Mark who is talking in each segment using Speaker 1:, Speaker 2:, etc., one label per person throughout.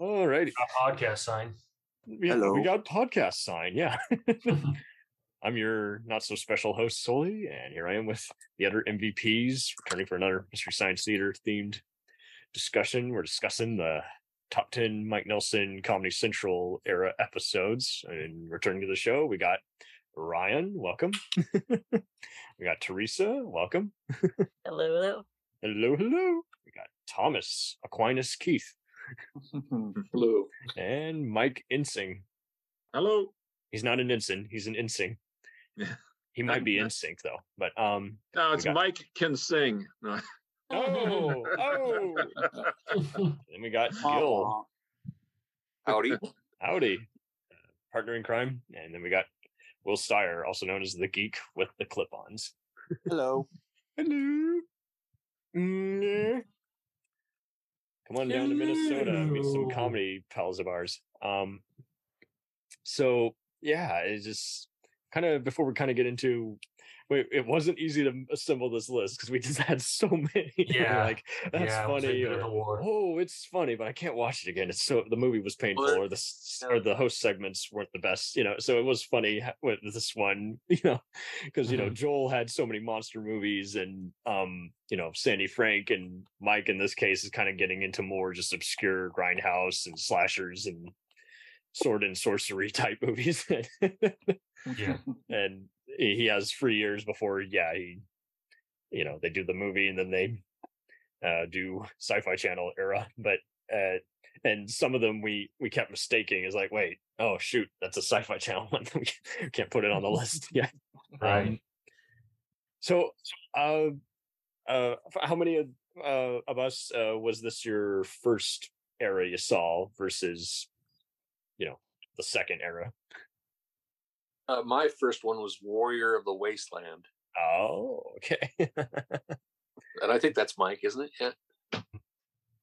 Speaker 1: righty.
Speaker 2: A podcast sign.
Speaker 1: Yeah,
Speaker 3: Hello.
Speaker 1: We got podcast sign. Yeah. I'm your not so special host, Sully, and here I am with the other MVPs returning for another Mystery Science Theater themed discussion. We're discussing the top 10 Mike Nelson Comedy Central era episodes. And returning to the show, we got Ryan, welcome. we got Teresa, welcome.
Speaker 4: Hello, hello.
Speaker 1: Hello, hello. We got Thomas Aquinas Keith
Speaker 5: Mm-hmm.
Speaker 3: Hello.
Speaker 1: and Mike Insing.
Speaker 5: Hello.
Speaker 1: He's not an ensign. He's an insing.
Speaker 5: Yeah.
Speaker 1: He might be
Speaker 5: Yeah.
Speaker 1: in sync though. But um
Speaker 5: No, Uh, it's
Speaker 1: got-
Speaker 5: Mike can sing. No.
Speaker 3: Uh,
Speaker 1: Oh, oh. then we got Gil,
Speaker 3: Howdy.
Speaker 1: Howdy, uh, partner in crime, and then we got Will Steyer, also known as the geek with the clip-ons.
Speaker 3: Hello.
Speaker 1: Hello. Mm-hmm. Come on down to Minnesota, meet some
Speaker 2: Hello.
Speaker 1: comedy pals of ours. Um, so yeah, it's just kind of before we kind of get into. Wait, it wasn't easy to assemble this list because we just had so many.
Speaker 2: Yeah.
Speaker 1: like that's
Speaker 2: Yeah, it was a
Speaker 1: funny.
Speaker 2: bit of
Speaker 1: or-
Speaker 2: a war.
Speaker 1: oh, it's funny, but I can't watch it again. It's so the movie was painful,
Speaker 3: Well,
Speaker 1: or the s- or the host segments weren't the best, you know. So it was funny ha- with this one, you know, because you know Joel had so many monster movies, and um, you know Sandy Frank and Mike in this case is kind of getting into more just obscure grindhouse and slashers and sword and sorcery type movies,
Speaker 2: Yeah.
Speaker 1: and he he has three years before, yeah, he, you know, they do the movie and then they uh, do Sci-Fi Channel era, but uh, and some of them we we kept mistaking is like, wait, oh shoot, that's a Sci-Fi Channel one. we can't put it on the list. Yeah,
Speaker 2: Right.
Speaker 1: Um, so, uh, uh, f- how many of uh, of us uh, was this your first era you saw versus, you know, the second era?
Speaker 3: Uh, my first one was Warrior of the Wasteland,
Speaker 1: Oh, okay.
Speaker 3: and I think that's Mike, isn't it? Yeah.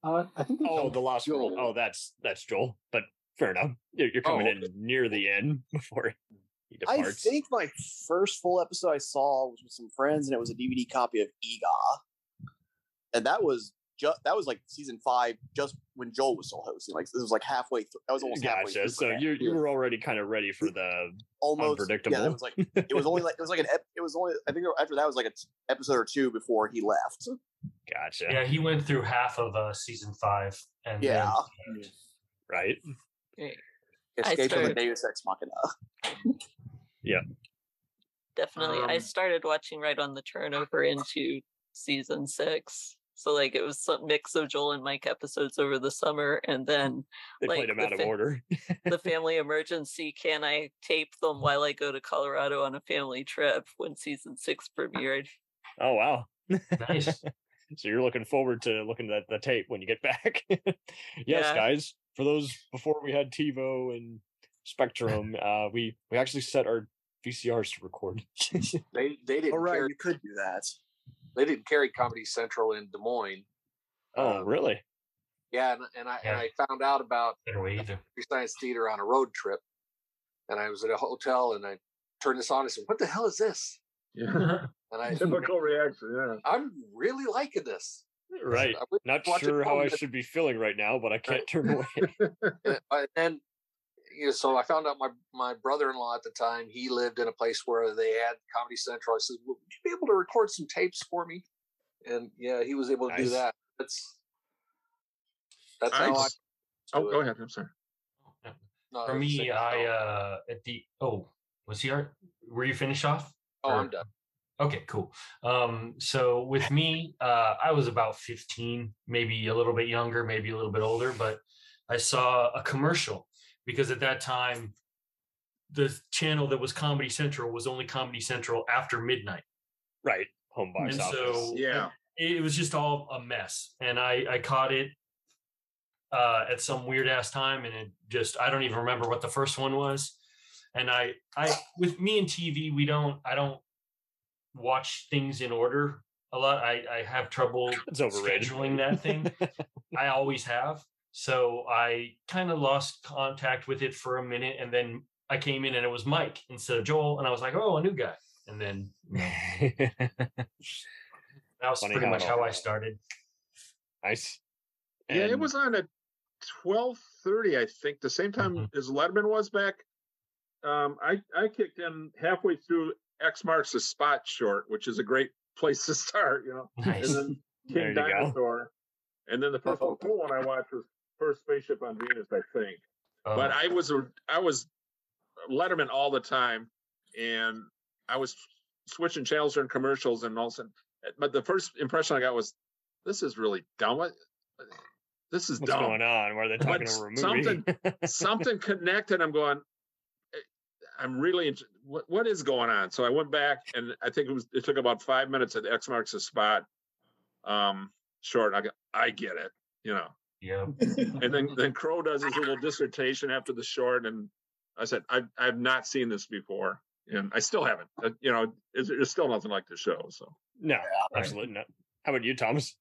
Speaker 6: Uh, I think
Speaker 1: Oh, the Lost World.
Speaker 6: Joel.
Speaker 1: Oh, that's that's Joel. But fair enough. You're, you're coming
Speaker 3: Oh,
Speaker 1: in near the end before he
Speaker 6: I
Speaker 1: departs.
Speaker 6: think my first full episode I saw was with some friends, and it was a DVD copy of Ega, and that was just that was like season five, just when Joel was still hosting. Like this was like halfway. through. That was almost halfway.
Speaker 1: gotcha.
Speaker 6: Through
Speaker 1: So you you were already kind of ready for the
Speaker 6: almost Yeah,
Speaker 1: unpredictable.
Speaker 6: it was like it was only like it was like an ep- it was only I think after that was like an episode or two before he left.
Speaker 1: gotcha.
Speaker 2: Yeah, he went through half of uh, season five, and then-
Speaker 6: Yeah.
Speaker 1: Right.
Speaker 4: I
Speaker 6: Escape from the
Speaker 4: started-
Speaker 6: Deus Ex Machina.
Speaker 4: Definitely. I
Speaker 2: Um,
Speaker 4: started watching right on the turnover into season six. So like it was some mix of Joel and Mike episodes over the summer and then
Speaker 1: They
Speaker 4: Like
Speaker 1: played him
Speaker 4: the
Speaker 1: out of
Speaker 4: fa-
Speaker 1: order.
Speaker 4: the family emergency can I tape them while I go to Colorado on a family trip when season six premiered.
Speaker 1: Oh wow.
Speaker 2: nice.
Speaker 1: So you're looking forward to looking at the tape when you get back. yes,
Speaker 4: Yeah.
Speaker 1: guys. For those before we had TiVo and Spectrum, uh, we we actually set our VCRs to record.
Speaker 3: They they didn't
Speaker 6: Oh right,
Speaker 3: carry,
Speaker 6: you could do that.
Speaker 3: they didn't carry Comedy Central in Des Moines.
Speaker 1: oh,
Speaker 3: Um,
Speaker 1: really?
Speaker 3: Yeah, and, and I
Speaker 2: Yeah.
Speaker 3: and I found out about
Speaker 2: Better way either.
Speaker 3: Mystery Science Theater on a road trip, and I was at a hotel and I turned this on and said, "What the hell is this?"
Speaker 5: Yeah.
Speaker 3: And I
Speaker 5: Typical reaction. Yeah.
Speaker 3: I'm really liking this.
Speaker 1: Right.
Speaker 3: I would-
Speaker 1: not
Speaker 3: watch it
Speaker 1: sure how
Speaker 3: from
Speaker 1: I
Speaker 3: the-
Speaker 1: should be feeling right now, but I can't
Speaker 3: Right.
Speaker 1: turn away.
Speaker 3: and I- and, you know, so I found out my my brother in law at the time he lived in a place where they had Comedy Central. I said, well, "Would you be able to record some tapes for me?" And yeah, he was able to do
Speaker 1: Nice.
Speaker 3: that. That's that's
Speaker 5: I
Speaker 3: how I.
Speaker 5: just- Oh, go ahead. I'm sorry.
Speaker 3: No, it's
Speaker 2: For
Speaker 3: the
Speaker 2: me,
Speaker 3: same
Speaker 2: I
Speaker 3: show.
Speaker 2: uh, at the oh, was he? Our, were you finished off?
Speaker 3: oh, I'm done.
Speaker 2: Okay, cool. Um, so with me, uh, I was about 15, maybe a little bit younger, maybe a little bit older, but I saw a commercial because at that time, the channel that was Comedy Central was only Comedy Central after midnight.
Speaker 1: right. Home box
Speaker 2: And
Speaker 1: office.
Speaker 2: so
Speaker 5: Yeah.
Speaker 2: it, it was just all a mess. And I, I caught it uh, at some weird ass time, and it just I don't even remember what the first one was. And I, I with me and TV, we don't I don't watch things in order a lot. I, I have trouble
Speaker 1: it's overrated.
Speaker 2: scheduling that thing. I always have. So I kind of lost contact with it for a minute, and then I came in and it was Mike instead of Joel, and I was like, oh, a new guy. And then you know, that was
Speaker 1: Funny
Speaker 2: pretty
Speaker 1: how it
Speaker 2: much
Speaker 1: all-
Speaker 2: how I started.
Speaker 1: nice.
Speaker 5: Yeah. It
Speaker 1: And
Speaker 5: was on a twelve thirty, I think, the same time
Speaker 3: Mm-hmm.
Speaker 5: as Letterman was back. Um, I I kicked in halfway through X marks the spot short, which is a great place to start, you know.
Speaker 2: Nice.
Speaker 5: And then
Speaker 1: There you
Speaker 5: King
Speaker 1: go.
Speaker 5: Dinosaur, and then the Purple Hole one I watched was First Spaceship on Venus, I think.
Speaker 2: Um,
Speaker 1: Oh.
Speaker 5: But I was a- I was Letterman all the time, and I was switching channels during commercials and all of a sudden. But the first impression I got was, this is really dumb. What? This is
Speaker 1: What's
Speaker 5: dumb
Speaker 1: going on? Why are they talking
Speaker 5: What's-
Speaker 1: over a movie?
Speaker 5: something- something connected. I'm going. eh, I'm really. int- What what is going on? So I went back, and I think it was. It took about five minutes at X marks the spot. Um, short. I go, I get it. You know.
Speaker 2: yeah.
Speaker 5: And then then Crow does his little dissertation after the short, and I said I I've not seen this before, and I still haven't. Uh, you know, it's, it's still nothing like the show. So
Speaker 1: no, absolutely not. How about you, Thomas?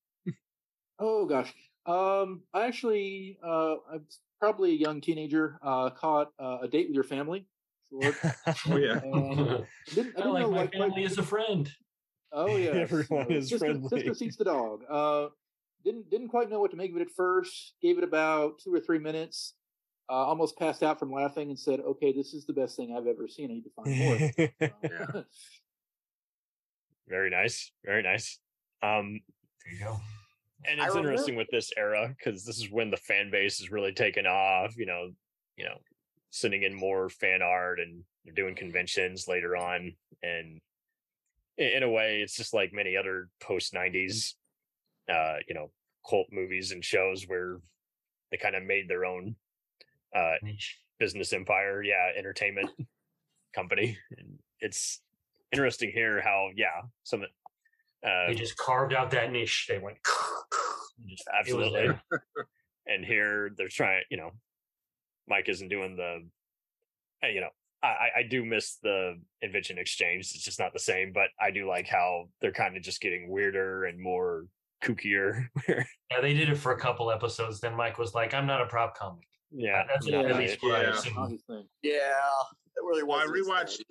Speaker 7: Oh gosh. Um, I actually, uh, I'm probably a young teenager, uh, caught uh, a date with your family. Sure.
Speaker 5: oh yeah,
Speaker 7: And didn't, I
Speaker 2: I
Speaker 7: didn't
Speaker 2: like
Speaker 7: know,
Speaker 2: my
Speaker 7: like, like-
Speaker 2: family is a friend.
Speaker 7: oh yeah,
Speaker 1: Everyone is
Speaker 7: Sister,
Speaker 1: friendly.
Speaker 7: Sister seats the dog. Uh, didn't didn't quite know what to make of it at first. Gave it about two or three minutes. Uh, almost passed out from laughing and said, "Okay, this is the best thing I've ever seen. I need to find more."
Speaker 5: Yeah.
Speaker 1: Very nice. Very nice. Um,
Speaker 2: There you go.
Speaker 1: and
Speaker 6: I
Speaker 1: it's
Speaker 6: remember-
Speaker 1: interesting with this era because this is when the fan base is really taken off. You know, you know, sending in more fan art and they're doing conventions later on. And i- in a way, it's just like many other post '90s, uh, you know, cult movies and shows where they kind of made their own uh,
Speaker 2: Niche.
Speaker 1: business empire, yeah, entertainment company. And it's interesting here how, yeah, some uh,
Speaker 2: They just carved out that niche. They went. and just- it was
Speaker 1: Absolutely.
Speaker 2: there.
Speaker 1: and here they're trying you know mike isn't doing the hey, you know I- I, I do miss the invention exchange it's just not the same but i do like how they're kind of just getting weirder and more kookier
Speaker 2: Yeah, they did it for a couple episodes. Then Mike was like, "I'm not a prop comic."
Speaker 1: yeah
Speaker 2: That's
Speaker 1: not
Speaker 2: at
Speaker 1: my-
Speaker 2: least what
Speaker 5: Yeah.
Speaker 2: I've seen.
Speaker 7: Not his thing.
Speaker 6: Yeah, that really
Speaker 5: Well, I
Speaker 6: was.
Speaker 5: rewatched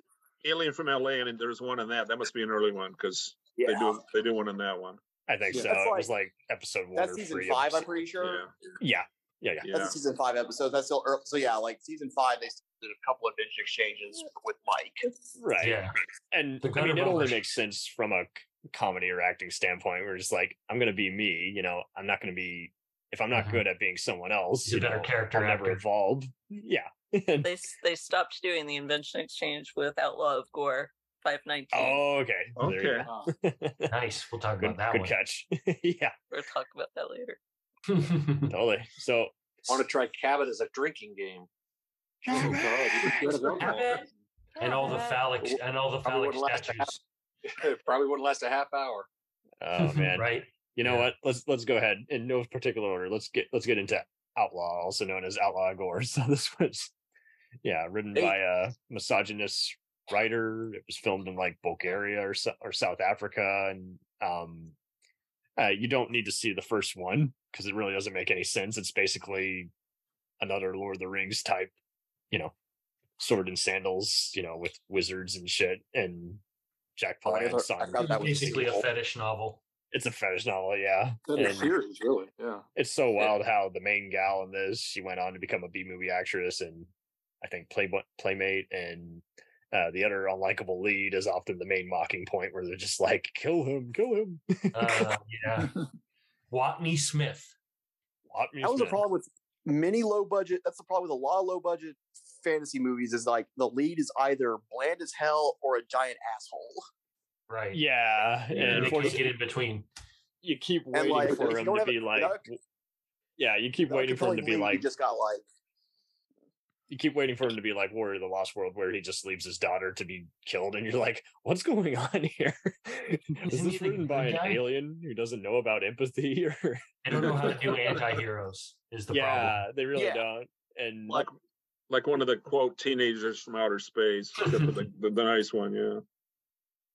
Speaker 5: Alien from L.A. and there's one in that. That must be an early one because
Speaker 6: Yeah,
Speaker 5: they do they do one in that one.
Speaker 1: i think
Speaker 7: Yeah.
Speaker 1: so
Speaker 6: That's
Speaker 1: it was like episode one
Speaker 6: that's
Speaker 1: or
Speaker 6: season
Speaker 1: three of-
Speaker 6: five. I'm pretty sure.
Speaker 5: Yeah.
Speaker 1: yeah yeah yeah
Speaker 5: Yeah.
Speaker 6: That's the season five episode. That's still early. So yeah, like season five, they still did a couple of vintage exchanges with Mike.
Speaker 1: right
Speaker 2: Yeah,
Speaker 1: and
Speaker 2: The
Speaker 1: I mean,
Speaker 2: gutter
Speaker 1: it only
Speaker 2: bumpers.
Speaker 1: makes sense from a c- comedy or acting standpoint. We're just like, I'm going to be me. You know, I'm not going to be if I'm not
Speaker 2: Mhm.
Speaker 1: good at being someone else.
Speaker 2: He's a
Speaker 1: you
Speaker 2: better
Speaker 1: know,
Speaker 2: character
Speaker 1: I'll never
Speaker 2: actor.
Speaker 1: evolve. Yeah. And-
Speaker 4: They s- they stopped doing the invention exchange with Outlaw of Gore five nineteen.
Speaker 1: oh, okay. There you
Speaker 5: Okay.
Speaker 7: Uh,
Speaker 1: go.
Speaker 2: nice. We'll talk
Speaker 1: good,
Speaker 2: about that
Speaker 1: good
Speaker 2: one.
Speaker 1: catch. yeah,
Speaker 4: We'll talk about that later.
Speaker 1: totally. So
Speaker 3: want to try Cabot as a drinking game.
Speaker 7: oh, God, you just get it
Speaker 2: Have
Speaker 7: out.
Speaker 2: it. and all the phallic and all the
Speaker 3: Probably
Speaker 2: phallic
Speaker 3: wouldn't last a half-
Speaker 2: statues.
Speaker 3: It probably wouldn't last a half hour.
Speaker 1: oh man,
Speaker 2: right?
Speaker 1: you know
Speaker 2: Yeah.
Speaker 1: what? Let's let's go ahead in no particular order. Let's get let's get into Outlaw, also known as Outlaw Gore. So this was yeah, written
Speaker 6: Hey.
Speaker 1: by a misogynist writer. It was filmed in like Bulgaria or so- or South Africa, and um, uh, you don't need to see the first one because it really doesn't make any sense. It's basically another Lord of the Rings type, you know, sword and sandals, you know, with wizards and shit, and Jack
Speaker 6: Oh, I
Speaker 1: Palance
Speaker 6: thought- I
Speaker 1: on.
Speaker 6: thought that was
Speaker 2: Basically a
Speaker 6: sequel.
Speaker 2: fetish novel.
Speaker 1: It's a fetish novel, yeah.
Speaker 7: That's a
Speaker 1: And-
Speaker 7: series, really. Yeah.
Speaker 1: it's so wild how the main gal in this she went on to become a B movie actress and I think play playmate and uh, the other unlikable lead is often the main mocking point where they're just like kill him, kill him.
Speaker 2: Uh, yeah. Watney Smith.
Speaker 1: What
Speaker 6: That was
Speaker 1: means
Speaker 6: the
Speaker 1: man.
Speaker 6: problem with many low budget. That's the problem with a lot of low budget fantasy movies. Is like the lead is either bland as hell or a giant asshole.
Speaker 2: Right.
Speaker 1: Yeah, and
Speaker 5: Yeah,
Speaker 2: And they can't
Speaker 1: unfortunately,
Speaker 2: get in between.
Speaker 1: you keep waiting
Speaker 6: like,
Speaker 1: for
Speaker 6: you
Speaker 1: him
Speaker 6: don't
Speaker 1: to
Speaker 6: have-
Speaker 1: be
Speaker 6: you
Speaker 1: like.
Speaker 6: don't have-
Speaker 1: w- yeah, you keep
Speaker 6: Without
Speaker 1: waiting for him to
Speaker 6: compelling
Speaker 1: be
Speaker 6: lead,
Speaker 1: like
Speaker 6: you just got like
Speaker 1: you keep waiting for him to be like Warrior of the Lost World, where he just leaves his daughter to be killed, and you're like, what's going on here? Is
Speaker 2: Isn't he
Speaker 1: this
Speaker 2: the
Speaker 1: written by
Speaker 2: good
Speaker 1: an
Speaker 2: guy?
Speaker 1: alien who doesn't know about empathy or
Speaker 2: They don't know how to do anti-heroes is the
Speaker 1: yeah, they really
Speaker 6: Yeah.
Speaker 1: don't. And
Speaker 5: like like one of the quote teenagers from outer space, except for the, the, the nice one.
Speaker 6: Oh,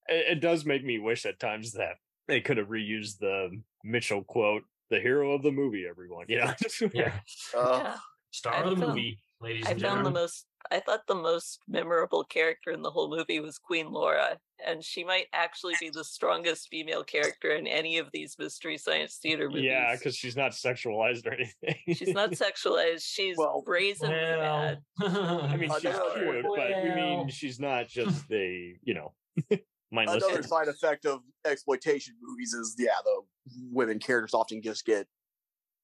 Speaker 5: Yeah,
Speaker 1: it, it does make me wish at times that they could have reused the Mitchell quote, "The hero of the movie." Everyone, you know,
Speaker 2: problem. Yeah.
Speaker 6: uh,
Speaker 4: yeah,
Speaker 2: Star
Speaker 4: I
Speaker 2: of the
Speaker 4: found-
Speaker 2: movie, ladies
Speaker 4: I found
Speaker 2: and
Speaker 4: the
Speaker 2: gentlemen.
Speaker 4: most. I thought the most memorable character in the whole movie was Queen Laura, and she might actually be the strongest female character in any of these mystery science theater movies.
Speaker 1: Yeah, because she's not sexualized or anything.
Speaker 4: she's not sexualized. She's
Speaker 6: Well,
Speaker 4: brazen bad.
Speaker 1: I mean,
Speaker 6: Uh,
Speaker 1: she's
Speaker 6: no,
Speaker 1: cute, but we mean she's not just the you know mindless.
Speaker 6: Another side effect of exploitation movies is yeah, the women characters often just get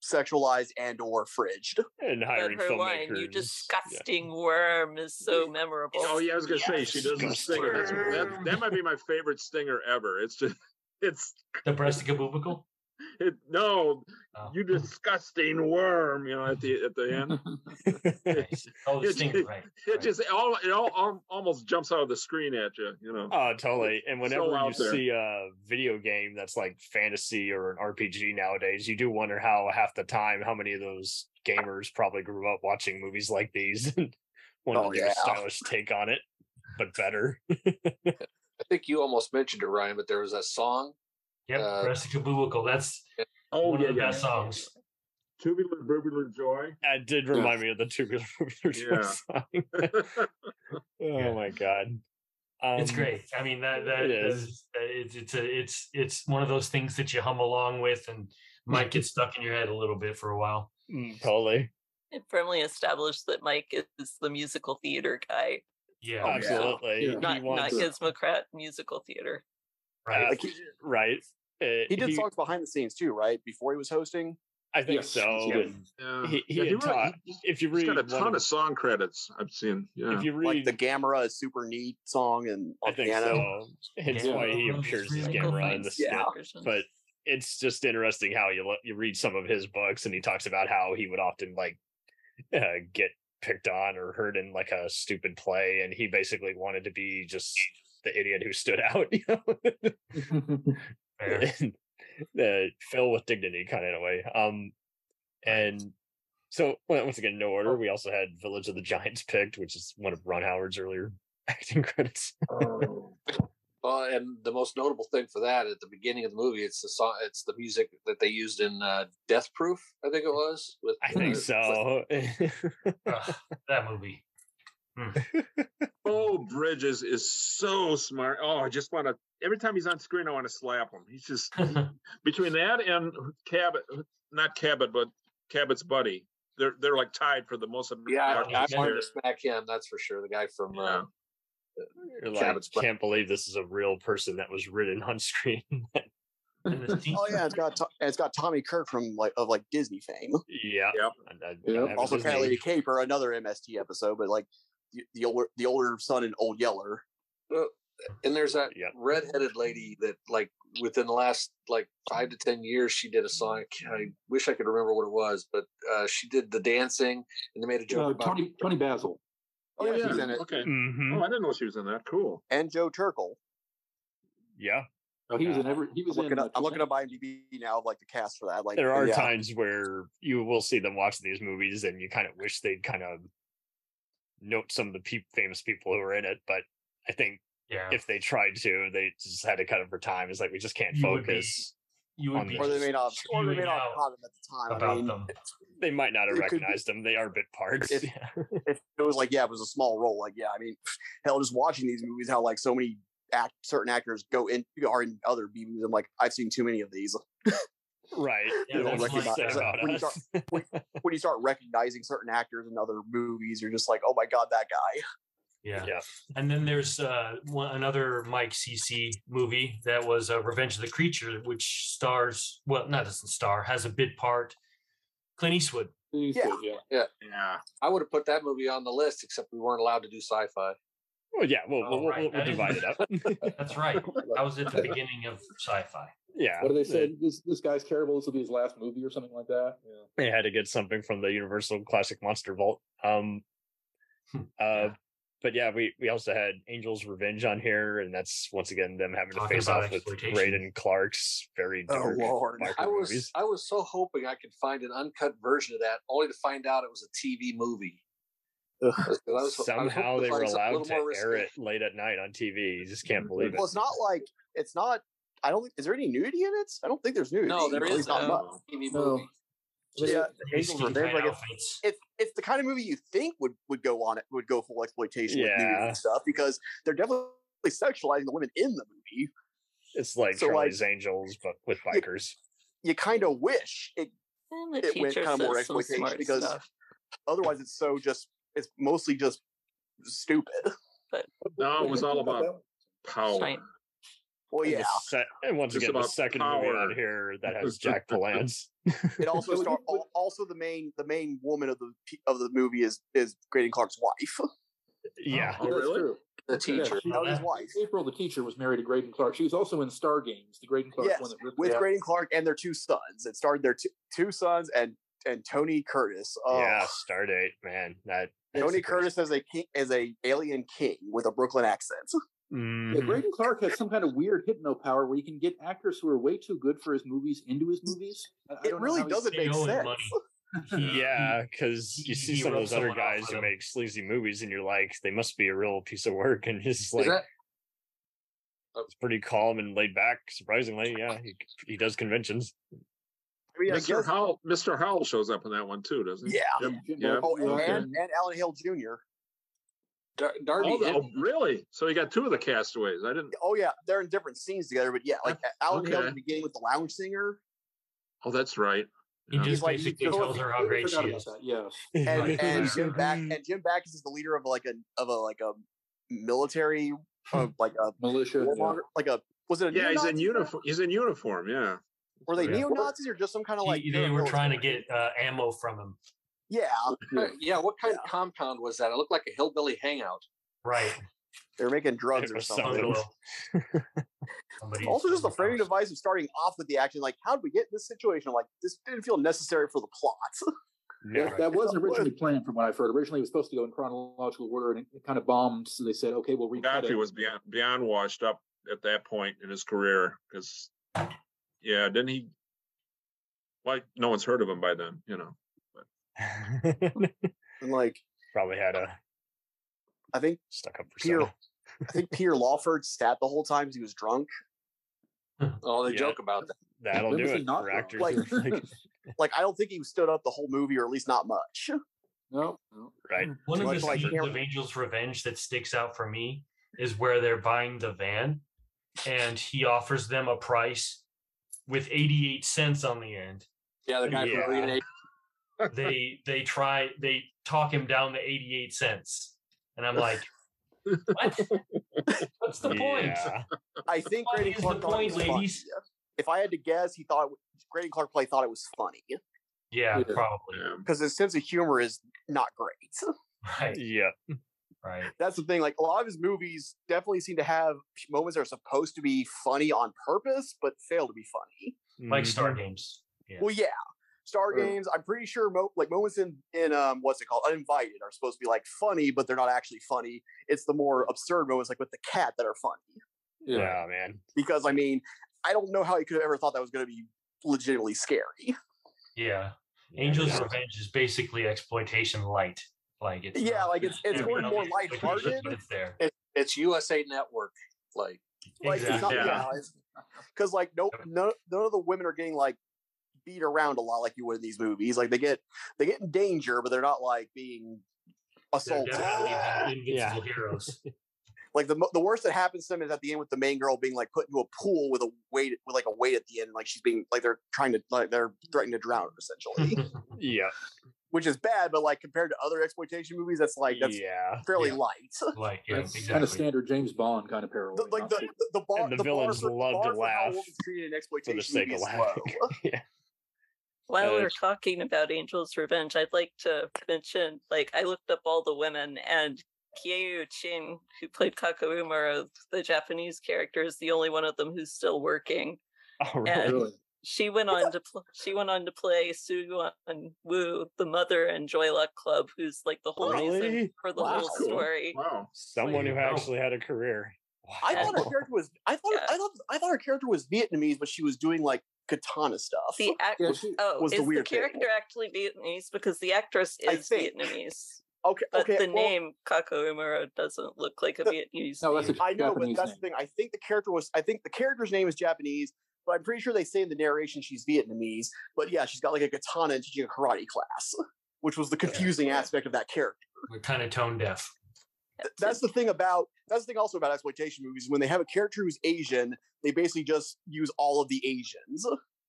Speaker 6: sexualized and or fridged.
Speaker 1: and hiring
Speaker 4: but her
Speaker 1: filmmakers.
Speaker 4: line, "You
Speaker 1: Yeah.
Speaker 4: disgusting worm," is so memorable.
Speaker 5: Oh yeah, I was gonna say she does the stinger. That's, that, that might be my favorite stinger ever. It's just it's
Speaker 2: the breasticabubical.
Speaker 5: it, no,
Speaker 2: Oh.
Speaker 5: you disgusting worm. You know at the at the end,
Speaker 2: Nice. Oh, the
Speaker 5: It-
Speaker 2: stinger, right?
Speaker 5: it
Speaker 2: right.
Speaker 5: just all it all, al- almost jumps out of the screen at you. You know.
Speaker 1: Oh, totally. And
Speaker 5: It's
Speaker 1: whenever
Speaker 5: so
Speaker 1: you
Speaker 5: out there.
Speaker 1: see a video game that's like fantasy or an RPG nowadays, you do wonder how half the time how many of those gamers probably grew up watching movies like these and wanted
Speaker 6: Oh,
Speaker 1: to do
Speaker 6: yeah.
Speaker 1: a stylish take on it, but better.
Speaker 3: I think you almost mentioned it, Ryan, but there was that song.
Speaker 2: Yep,
Speaker 3: uh,
Speaker 2: breasticabubical. That's
Speaker 5: Oh
Speaker 2: one
Speaker 5: yeah,
Speaker 2: of the
Speaker 5: yeah.
Speaker 2: best songs.
Speaker 5: Tubular Bubular Joy.
Speaker 1: That did remind me of the tubular Bells
Speaker 5: Yeah.
Speaker 1: song.
Speaker 5: yeah,
Speaker 1: Oh my god. Um,
Speaker 2: it's great. I mean that that
Speaker 1: it
Speaker 2: is
Speaker 1: is.
Speaker 2: it's it's a, it's it's one of those things that you hum along with and might get stuck in your head a little bit for a while.
Speaker 1: Mm, Totally.
Speaker 4: It firmly established that Mike is the musical theater guy,
Speaker 2: Yeah,
Speaker 6: Oh,
Speaker 1: Absolutely.
Speaker 7: Yeah.
Speaker 1: He
Speaker 4: not not
Speaker 1: wants-
Speaker 4: Gizmocrat musical theater.
Speaker 2: right.
Speaker 6: Like, he,
Speaker 1: right. Uh,
Speaker 6: he did songs behind the scenes too, right? Before he was hosting.
Speaker 1: I think
Speaker 7: Yes,
Speaker 1: so.
Speaker 6: yeah.
Speaker 1: and He- he
Speaker 5: Yeah,
Speaker 1: had taught-
Speaker 5: he's-
Speaker 1: If you read
Speaker 5: he's got a
Speaker 1: one
Speaker 5: ton of song credits I've seen. Yeah.
Speaker 1: if you read
Speaker 6: Like the Gamera is super neat song and
Speaker 1: I
Speaker 6: on
Speaker 1: think
Speaker 6: piano.
Speaker 1: so. Hence
Speaker 2: Yeah.
Speaker 1: why he
Speaker 2: Yeah.
Speaker 1: appears as
Speaker 2: Michael
Speaker 1: Gamera in the
Speaker 4: Feinstein's
Speaker 1: yeah.
Speaker 6: Yeah.
Speaker 4: version.
Speaker 1: But it's just interesting how you let, you read some of his books, and he talks about how he would often like uh, get picked on or hurt in like a stupid play, and he basically wanted to be just the idiot who stood out. You know?
Speaker 2: Fair.
Speaker 1: and uh, fell with dignity kind of in a way. Um, and so well, once again, no order. We also had Village of the Giants picked, which is one of Ron Howard's earlier acting credits.
Speaker 5: Oh.
Speaker 3: Well, uh, and the most notable thing for that at the beginning of the movie, it's the song, it's the music that they used in uh, Death Proof, I think it was. With uh,
Speaker 1: I think so.
Speaker 2: Ugh, that movie.
Speaker 5: Oh, Bridges is so smart. Oh, I just want to. Every time he's on screen, I want to slap him. He's just between that and Cabot, not Cabot, but Cabot's buddy. They're they're like tied for the most.
Speaker 3: Yeah,
Speaker 5: obnoxious
Speaker 3: I, I wanted
Speaker 5: character.
Speaker 3: to smack him. That's for sure. The guy from uh,
Speaker 1: You're like,
Speaker 3: Cabot's Black.
Speaker 1: can't believe this is a real person that was written on screen.
Speaker 2: And the scene-
Speaker 6: Oh yeah, it's got to- and it's got Tommy Kirk from like of like Disney fame.
Speaker 1: yeah.
Speaker 5: Yep.
Speaker 1: And I- I
Speaker 7: Yep.
Speaker 1: have
Speaker 6: Also,
Speaker 1: his
Speaker 6: Cat Lady
Speaker 1: name.
Speaker 6: Caper, another MST episode, but like the, the older the older son and Old Yeller.
Speaker 3: and there's that
Speaker 1: Yeah.
Speaker 3: redheaded lady that like within the last like five to ten years she did a song. I wish I could remember what it was, but uh, she did the dancing and they made a joke
Speaker 7: Uh,
Speaker 3: about
Speaker 7: Tony Tony Basil.
Speaker 5: Oh yeah.
Speaker 6: he's in it.
Speaker 5: Okay.
Speaker 1: Mhm.
Speaker 5: Oh, I didn't know she was in that. Cool.
Speaker 6: And Joe Turkel.
Speaker 1: Yeah.
Speaker 7: Oh, he was
Speaker 1: Yeah.
Speaker 7: in every. He
Speaker 6: I'm
Speaker 7: was in.
Speaker 6: looking,
Speaker 7: uh,
Speaker 6: up, I'm looking up IMDb now of like the cast for that. Like
Speaker 1: There are
Speaker 6: yeah.
Speaker 1: times where you will see them watch these movies and you kind of wish they'd kind of note some of the peop famous people who are in it, but I think
Speaker 2: yeah,
Speaker 1: if they tried to, they just had to cut it for time. It's like we just can't
Speaker 2: You would be-
Speaker 1: focus.
Speaker 2: you
Speaker 1: on
Speaker 2: would be
Speaker 1: the-
Speaker 6: or they may not, or they may
Speaker 2: spewing
Speaker 6: not
Speaker 2: out
Speaker 6: have caught him at the time. I
Speaker 2: about
Speaker 6: mean,
Speaker 2: them.
Speaker 1: They might not have
Speaker 6: It could be-
Speaker 1: recognized them. They are bit parts.
Speaker 6: If-
Speaker 1: Yeah.
Speaker 6: if it was like yeah, it was a small role. Like yeah, I mean, hell, just watching these movies, how like so many act certain actors go in are in other B movies. I'm like, I've seen too many of these.
Speaker 1: right.
Speaker 2: Yeah,
Speaker 1: That's
Speaker 2: like
Speaker 1: what he
Speaker 2: about-
Speaker 1: said
Speaker 2: so
Speaker 1: about
Speaker 6: when you
Speaker 1: us.
Speaker 6: when you start recognizing certain actors in other movies, you're just like, oh my god, that guy.
Speaker 2: Yeah.
Speaker 1: Yeah.
Speaker 2: And then there's uh, one, another Mike CC movie that was uh, Revenge of the Creature, which stars, well, not doesn't star, has a bit part, Clint Eastwood.
Speaker 7: he's
Speaker 6: Yeah.
Speaker 7: good, yeah.
Speaker 5: Yeah.
Speaker 3: I would have put that movie on the list, except we weren't allowed to do sci-fi.
Speaker 1: Well, yeah, we'll,
Speaker 2: Oh,
Speaker 1: we'll, we'll, we'll
Speaker 2: right. That is-
Speaker 1: divide it up.
Speaker 2: That's right. That was at the beginning of sci fi.
Speaker 1: Yeah.
Speaker 7: What do they
Speaker 1: said.
Speaker 7: say? This this guy's terrible. This will be his last movie or something like that. Yeah.
Speaker 1: they had to get something from the Universal Classic Monster Vault. Um,
Speaker 2: Hmm.
Speaker 1: uh,
Speaker 2: Yeah.
Speaker 1: but yeah, we we also had Angel's Revenge on here, and that's once again them having to
Speaker 2: Talking
Speaker 1: face
Speaker 2: about
Speaker 1: off with
Speaker 2: exploitation.
Speaker 1: Braden Clark's very
Speaker 6: Oh,
Speaker 1: dark
Speaker 6: Lord.
Speaker 1: biker
Speaker 3: I was
Speaker 1: movies.
Speaker 3: I was so hoping I could find an uncut version of that, only to find out it was a TV movie.
Speaker 6: Ugh.
Speaker 3: 'Cause I was- I was
Speaker 1: Somehow
Speaker 3: hoping to
Speaker 1: they were
Speaker 3: find something a
Speaker 1: allowed
Speaker 3: little
Speaker 1: to
Speaker 3: more
Speaker 1: air
Speaker 3: risky.
Speaker 1: it late at night on TV. You just can't believe it.
Speaker 6: Well, it's not like it's not. I don't think is there any nudity in it. I don't think there's nudity.
Speaker 3: No, there
Speaker 6: At least
Speaker 3: is
Speaker 4: no.
Speaker 6: not much.
Speaker 3: TV
Speaker 6: No.
Speaker 3: movie.
Speaker 2: Just
Speaker 6: Yeah,
Speaker 2: very
Speaker 6: Angels
Speaker 2: skin
Speaker 6: Revenge,
Speaker 2: tight
Speaker 6: like,
Speaker 2: outfits.
Speaker 6: it's it's the kind of movie you think would would go on it would go full exploitation with nudity
Speaker 1: Yeah.
Speaker 6: and stuff because they're definitely sexualizing the women in the movie.
Speaker 1: It's like
Speaker 6: So, like-
Speaker 1: Charlie's Angels, but with bikers.
Speaker 6: You kind of wish it
Speaker 4: And the
Speaker 6: It went
Speaker 4: teacher
Speaker 6: kinda more
Speaker 4: says some
Speaker 6: exploitation
Speaker 4: smart
Speaker 6: because-
Speaker 4: stuff.
Speaker 6: otherwise it's so just it's mostly just stupid.
Speaker 5: No, it was all about
Speaker 7: that one?
Speaker 1: Oh,
Speaker 5: power.
Speaker 4: Giant-
Speaker 6: Well,
Speaker 1: And the
Speaker 6: yeah.
Speaker 1: se- and once
Speaker 5: Just
Speaker 1: again, the
Speaker 5: about
Speaker 1: second movie
Speaker 5: power.
Speaker 1: on here that has Jack Palance.
Speaker 6: It also
Speaker 7: So
Speaker 6: star,
Speaker 7: you-
Speaker 6: al- also the main the main woman of the p- of the movie is is Graydon Clark's wife.
Speaker 1: Yeah,
Speaker 5: Oh,
Speaker 7: Yeah, that's
Speaker 5: really?
Speaker 7: true.
Speaker 3: The
Speaker 7: Yeah,
Speaker 3: teacher.
Speaker 6: That was his wife
Speaker 7: April, the teacher, was married to Graydon Clark. She was also in Star Games, the Graydon Clark
Speaker 6: Yes,
Speaker 7: one that ripped
Speaker 6: with
Speaker 7: out.
Speaker 6: Graydon Clark and their two sons. It starred their two, two sons and and Tony Curtis. Oh,
Speaker 1: yeah. Stardate, man. That that's
Speaker 6: Tony
Speaker 1: the greatest.
Speaker 6: Curtis as a king, as a alien king with a Brooklyn accent.
Speaker 7: Yeah,
Speaker 1: Mhm.
Speaker 7: Graydon Clark has some kind of weird hypno power where he can get actors who are way too good for his movies into his movies. I- I
Speaker 6: It
Speaker 7: don't know
Speaker 6: really
Speaker 7: how he-
Speaker 6: doesn't
Speaker 2: they
Speaker 6: make
Speaker 2: owe him
Speaker 6: sense.
Speaker 2: money.
Speaker 6: Mm-hmm.
Speaker 1: Yeah, because
Speaker 2: he-
Speaker 1: you see
Speaker 2: he
Speaker 1: some of
Speaker 2: rubbed
Speaker 1: those other
Speaker 2: someone off
Speaker 1: guys
Speaker 2: with
Speaker 1: who
Speaker 2: him.
Speaker 1: make sleazy movies, and you're like, they must be a real piece of work. And he's
Speaker 3: Is
Speaker 1: like,
Speaker 3: that
Speaker 1: it's pretty calm and laid back. Surprisingly, yeah, he he does conventions.
Speaker 6: I mean, I
Speaker 5: Mr.
Speaker 6: guess.
Speaker 5: Howell, Mr. Howell shows up in that one too, doesn't he?
Speaker 6: Yeah.
Speaker 5: Yep,
Speaker 7: Jim
Speaker 5: yep.
Speaker 7: Morrison.
Speaker 6: Oh, and,
Speaker 7: Yeah.
Speaker 6: and, and Alan Hale Jr.
Speaker 3: Dar- Darby?
Speaker 5: Oh, the-
Speaker 3: Hit-
Speaker 5: oh, really? So you got two of the castaways. I didn't.
Speaker 6: Oh yeah, they're in different scenes together, but yeah, like Alan Hale
Speaker 5: okay.
Speaker 6: at the beginning with the lounge singer,
Speaker 5: Oh, that's right.
Speaker 2: He
Speaker 5: Yeah.
Speaker 2: just
Speaker 6: like, you
Speaker 2: basically
Speaker 6: know,
Speaker 2: tells her how great she
Speaker 7: Forgot about
Speaker 2: is.
Speaker 7: that, Yes.
Speaker 6: and,
Speaker 2: Right. Mm-hmm.
Speaker 6: and
Speaker 2: Yeah.
Speaker 6: Jim back and Jim Backus is the leader of like a of a like a military,
Speaker 2: Hmm.
Speaker 6: uh, like a
Speaker 7: Militia.
Speaker 6: warmonger, like a was it a
Speaker 5: Yeah, he's in
Speaker 6: neo-Nazi?
Speaker 5: uniform. He's in uniform. Yeah.
Speaker 6: Were they
Speaker 2: Yeah.
Speaker 6: neo Nazis or just some kind of
Speaker 2: He-
Speaker 6: like
Speaker 2: they were trying to
Speaker 6: military?
Speaker 2: get uh, ammo from him.
Speaker 6: yeah
Speaker 3: uh, yeah, what kind of compound was that? It looked like a hillbilly hangout.
Speaker 2: Right.
Speaker 6: they're making drugs
Speaker 1: It
Speaker 6: or
Speaker 1: was
Speaker 6: something.
Speaker 1: something.
Speaker 2: Bungalow. Somebody-
Speaker 6: Also, just the framing
Speaker 2: somebody-
Speaker 6: device of starting off with the action, like how did we get in this situation? I'm like this didn't feel necessary for the plot.
Speaker 1: No.
Speaker 7: That, that wasn't originally planned, from what I've heard. Originally, it was supposed to go in chronological order, and it kind of bombed. So they said, "Okay, we'll recut
Speaker 5: Gaddafi
Speaker 7: it."
Speaker 5: was beyond beyond washed up at that point in his career because, yeah, didn't he? Like no one's heard of him by then, you know.
Speaker 6: and like
Speaker 1: Probably had a
Speaker 6: I think
Speaker 1: stuck up
Speaker 6: Peter,
Speaker 1: persona.
Speaker 6: I think Peter Lawford sat the whole time 'cause he was drunk.
Speaker 3: Oh, they
Speaker 1: Yeah.
Speaker 3: joke about that.
Speaker 1: That'll
Speaker 7: When
Speaker 1: do
Speaker 7: was he
Speaker 1: it
Speaker 7: not
Speaker 1: for
Speaker 7: wrong?
Speaker 1: actors.
Speaker 6: Like-
Speaker 1: who are like,
Speaker 6: Like I don't think he stood up the whole movie, or at least not much.
Speaker 7: no, no.
Speaker 1: right.
Speaker 2: One of
Speaker 6: Like-
Speaker 2: the
Speaker 6: like
Speaker 2: scenes
Speaker 6: Cameron-
Speaker 2: of Angel's Revenge that sticks out for me is where they're buying the van and he offers them a price with 88 cents on the end.
Speaker 3: Yeah, the guy
Speaker 1: Yeah.
Speaker 3: from Arena Eight.
Speaker 2: They they try they talk him down to 88 cents. And I'm like, what? What's the point?
Speaker 1: Yeah.
Speaker 6: I think
Speaker 2: What
Speaker 6: Grady
Speaker 2: is the
Speaker 6: Clark thought
Speaker 2: point,
Speaker 6: it was funny.
Speaker 2: ladies?
Speaker 6: If I had to guess, he thought Grady Clark probably thought it was funny
Speaker 2: Yeah,
Speaker 7: Yeah.
Speaker 2: probably.
Speaker 5: Yeah.
Speaker 6: because his sense of humor is not great.
Speaker 2: Right,
Speaker 1: Yeah.
Speaker 2: right.
Speaker 6: That's the thing. Like a lot of his movies definitely seem to have moments that are supposed to be funny on purpose, but fail to be funny.
Speaker 2: Like
Speaker 1: Mhm.
Speaker 6: Mm-hmm.
Speaker 2: Star Games. Yeah.
Speaker 6: Well, yeah. Star
Speaker 7: Sure.
Speaker 6: Games, I'm pretty sure mo- like moments in in um what's it called? Uninvited are supposed to be like funny, but they're not actually funny. It's the more absurd moments like with the cat that are funny.
Speaker 7: Yeah.
Speaker 1: Yeah, Mm-hmm. man.
Speaker 6: Because I mean, I don't know how you could have ever thought that was gonna be legitimately scary.
Speaker 2: Yeah. Angel's
Speaker 1: Yeah.
Speaker 2: Revenge is basically exploitation light. Like it's
Speaker 6: Yeah,
Speaker 2: not-
Speaker 6: like it's it's
Speaker 2: Yeah,
Speaker 6: going
Speaker 2: no,
Speaker 6: more
Speaker 2: it's like,
Speaker 6: lighthearted.
Speaker 2: but It's there.
Speaker 3: It's USA Network. Like,
Speaker 6: Like it's not
Speaker 2: Exactly.
Speaker 5: Yeah.
Speaker 6: because like no
Speaker 2: Yep.
Speaker 6: no none of the women are getting like beat around a lot like you would in these movies. Like they get they get in danger, but they're not like being
Speaker 2: They're
Speaker 6: assaulted.
Speaker 2: definitely the
Speaker 1: Yeah.
Speaker 2: invincible heroes.
Speaker 6: like the mo- the worst that happens to them is at the end with the main girl being like put into a pool with a weight with like a weight at the end, like she's being like they're trying to like they're threatening to drown her essentially,
Speaker 1: Yeah.
Speaker 6: which is bad. But like compared to other exploitation movies, that's like that's
Speaker 1: yeah.
Speaker 6: fairly
Speaker 2: Yeah.
Speaker 6: light.
Speaker 2: like yeah,
Speaker 7: That's kind
Speaker 2: exactly.
Speaker 7: of standard James Bond kind of parallel.
Speaker 6: The, like the the, the bar,
Speaker 1: And the
Speaker 6: bar
Speaker 1: villains
Speaker 6: for- the
Speaker 1: love to
Speaker 6: bar for how
Speaker 1: laugh
Speaker 6: women's treated in
Speaker 1: For
Speaker 6: exploitation
Speaker 1: the sake of
Speaker 6: movies is
Speaker 1: laughing.
Speaker 6: low.
Speaker 1: yeah.
Speaker 4: While we're
Speaker 1: Yes.
Speaker 4: talking about Angel's Revenge, I'd like to mention, like, I looked up all the women, and Kiyu Chin, who played Kakaumaru, the Japanese character, is the only one of them who's still working.
Speaker 1: All
Speaker 4: Yeah.
Speaker 1: right.
Speaker 7: Really.
Speaker 4: She went on to pl- she went on to play Suwon Woo, the mother in Joy Luck Club, who's like the whole
Speaker 1: Really?
Speaker 4: reason for the
Speaker 6: Wow.
Speaker 4: whole
Speaker 5: Cool.
Speaker 4: story.
Speaker 5: Wow.
Speaker 1: Someone
Speaker 2: There
Speaker 1: who
Speaker 2: you go.
Speaker 1: actually had a career.
Speaker 6: I thought her
Speaker 1: Wow.
Speaker 6: character was I thought
Speaker 4: Yeah.
Speaker 6: I thought I thought her character was Vietnamese, but she was doing like katana stuff.
Speaker 4: The act
Speaker 7: Yeah, she,
Speaker 4: oh
Speaker 6: was the
Speaker 4: is the,
Speaker 6: weird thing.
Speaker 4: character actually Vietnamese because the actress
Speaker 6: I
Speaker 4: is
Speaker 6: think.
Speaker 4: Vietnamese,
Speaker 6: okay,
Speaker 4: but
Speaker 6: okay.
Speaker 4: the
Speaker 6: well,
Speaker 4: name Kakaumaru doesn't look like a
Speaker 6: The-
Speaker 4: Vietnamese.
Speaker 7: no, that's a
Speaker 4: name.
Speaker 6: I know,
Speaker 7: Japanese
Speaker 6: but that's
Speaker 7: name.
Speaker 6: the thing. I think the character was. I think the character's name is Japanese, but I'm pretty sure they say in the narration she's Vietnamese. But yeah, she's got like a katana and she's in a karate class, which was the confusing aspect of that character.
Speaker 2: We're kind of tone deaf.
Speaker 6: Th- that's the thing about that's the thing also about exploitation movies when they have a character who's Asian, they basically just use all of the Asians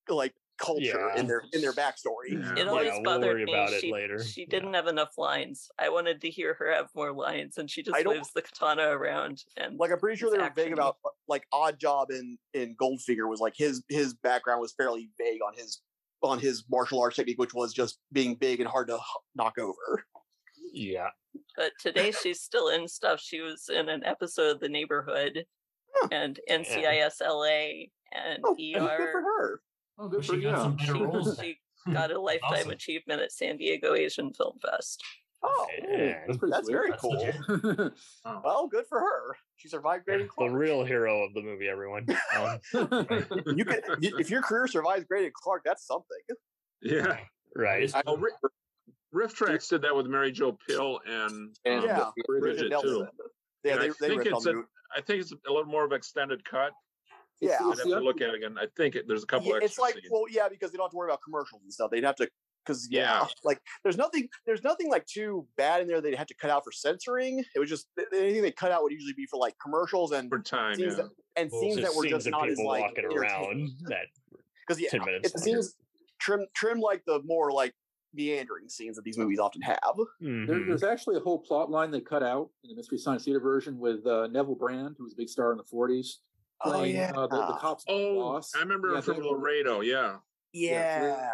Speaker 6: like culture
Speaker 1: Yeah.
Speaker 6: in their in their backstory.
Speaker 4: It
Speaker 1: Yeah,
Speaker 4: always
Speaker 1: we'll
Speaker 4: bothered
Speaker 1: worry
Speaker 4: me.
Speaker 1: about it
Speaker 4: she,
Speaker 1: later.
Speaker 4: she
Speaker 1: Yeah.
Speaker 4: didn't have enough lines. I wanted to hear her have more lines, and she
Speaker 6: I
Speaker 4: just
Speaker 6: don't-
Speaker 4: waves the katana around. And
Speaker 6: Like I'm pretty sure
Speaker 4: It's
Speaker 6: they were vague
Speaker 4: action.
Speaker 6: about uh, like Odd Job in in Goldfinger was like his his background was fairly vague on his on his martial arts technique, which was just being big and hard to h- knock over.
Speaker 1: Yeah.
Speaker 4: but today she's still in stuff. She was in an episode of The Neighborhood,
Speaker 6: Huh.
Speaker 4: and NCIS LA, and
Speaker 6: Oh, and good for
Speaker 4: ER.
Speaker 6: her.
Speaker 7: Oh,
Speaker 2: Well,
Speaker 7: good for
Speaker 2: she
Speaker 7: you.
Speaker 2: got some better roles.
Speaker 4: She got a lifetime
Speaker 2: Awesome.
Speaker 4: achievement at San Diego Asian Film Fest.
Speaker 6: Oh,
Speaker 1: Yeah.
Speaker 7: that's pretty
Speaker 6: that's
Speaker 7: sweet.
Speaker 6: very
Speaker 2: That's
Speaker 6: cool.
Speaker 2: legit.
Speaker 5: Oh.
Speaker 6: Well, good for her. She survived Great and
Speaker 1: The
Speaker 6: Clark.
Speaker 1: real hero of the movie, everyone. Um,
Speaker 6: You can, y- if your career survives Great and Clark, that's something.
Speaker 5: yeah.
Speaker 1: right.
Speaker 2: It's-
Speaker 5: Oh, Ri- Riff Tracks did that with Mary Jo Pill and,
Speaker 3: And-
Speaker 5: um,
Speaker 6: Yeah,
Speaker 5: Bridget, too.
Speaker 6: Yeah,
Speaker 5: And
Speaker 6: they,
Speaker 5: I
Speaker 6: they
Speaker 5: think
Speaker 6: ripped on
Speaker 5: it's a-
Speaker 6: the-
Speaker 5: I think it's a little more of extended cut.
Speaker 6: Yeah,
Speaker 5: I'd have to look at it again. I think it, there's a couple
Speaker 6: yeah,
Speaker 5: extra
Speaker 6: it's like
Speaker 5: scenes.
Speaker 6: well, yeah, because they don't have to worry about commercials and stuff. They'd have to because yeah,
Speaker 5: Yeah.
Speaker 6: like there's nothing there's nothing like too bad in there. They'd have to cut out for censoring. It was just th- anything they cut out would usually be for like commercials and
Speaker 5: for time.
Speaker 6: scenes
Speaker 5: yeah.
Speaker 6: that, and
Speaker 2: Well,
Speaker 6: scenes
Speaker 1: Just
Speaker 6: that were
Speaker 1: scenes
Speaker 6: just
Speaker 1: of
Speaker 6: not as
Speaker 1: people
Speaker 6: like
Speaker 1: walking around that
Speaker 6: because yeah,
Speaker 1: 10 minutes
Speaker 6: it's the
Speaker 1: longer.
Speaker 6: scenes trim trim like the more like meandering scenes that these movies often have.
Speaker 5: Mm-hmm.
Speaker 7: There,
Speaker 1: Mhm.
Speaker 7: there's actually a whole plot line they cut out in the Mystery Science Theater version with uh, Neville Brand, who was a big star in the 40s,
Speaker 6: Oh,
Speaker 7: playing uh, the, the cop's
Speaker 5: Oh,
Speaker 7: boss.
Speaker 5: I remember
Speaker 7: Yeah,
Speaker 5: from
Speaker 7: think-
Speaker 5: Laredo. Yeah,
Speaker 6: yeah.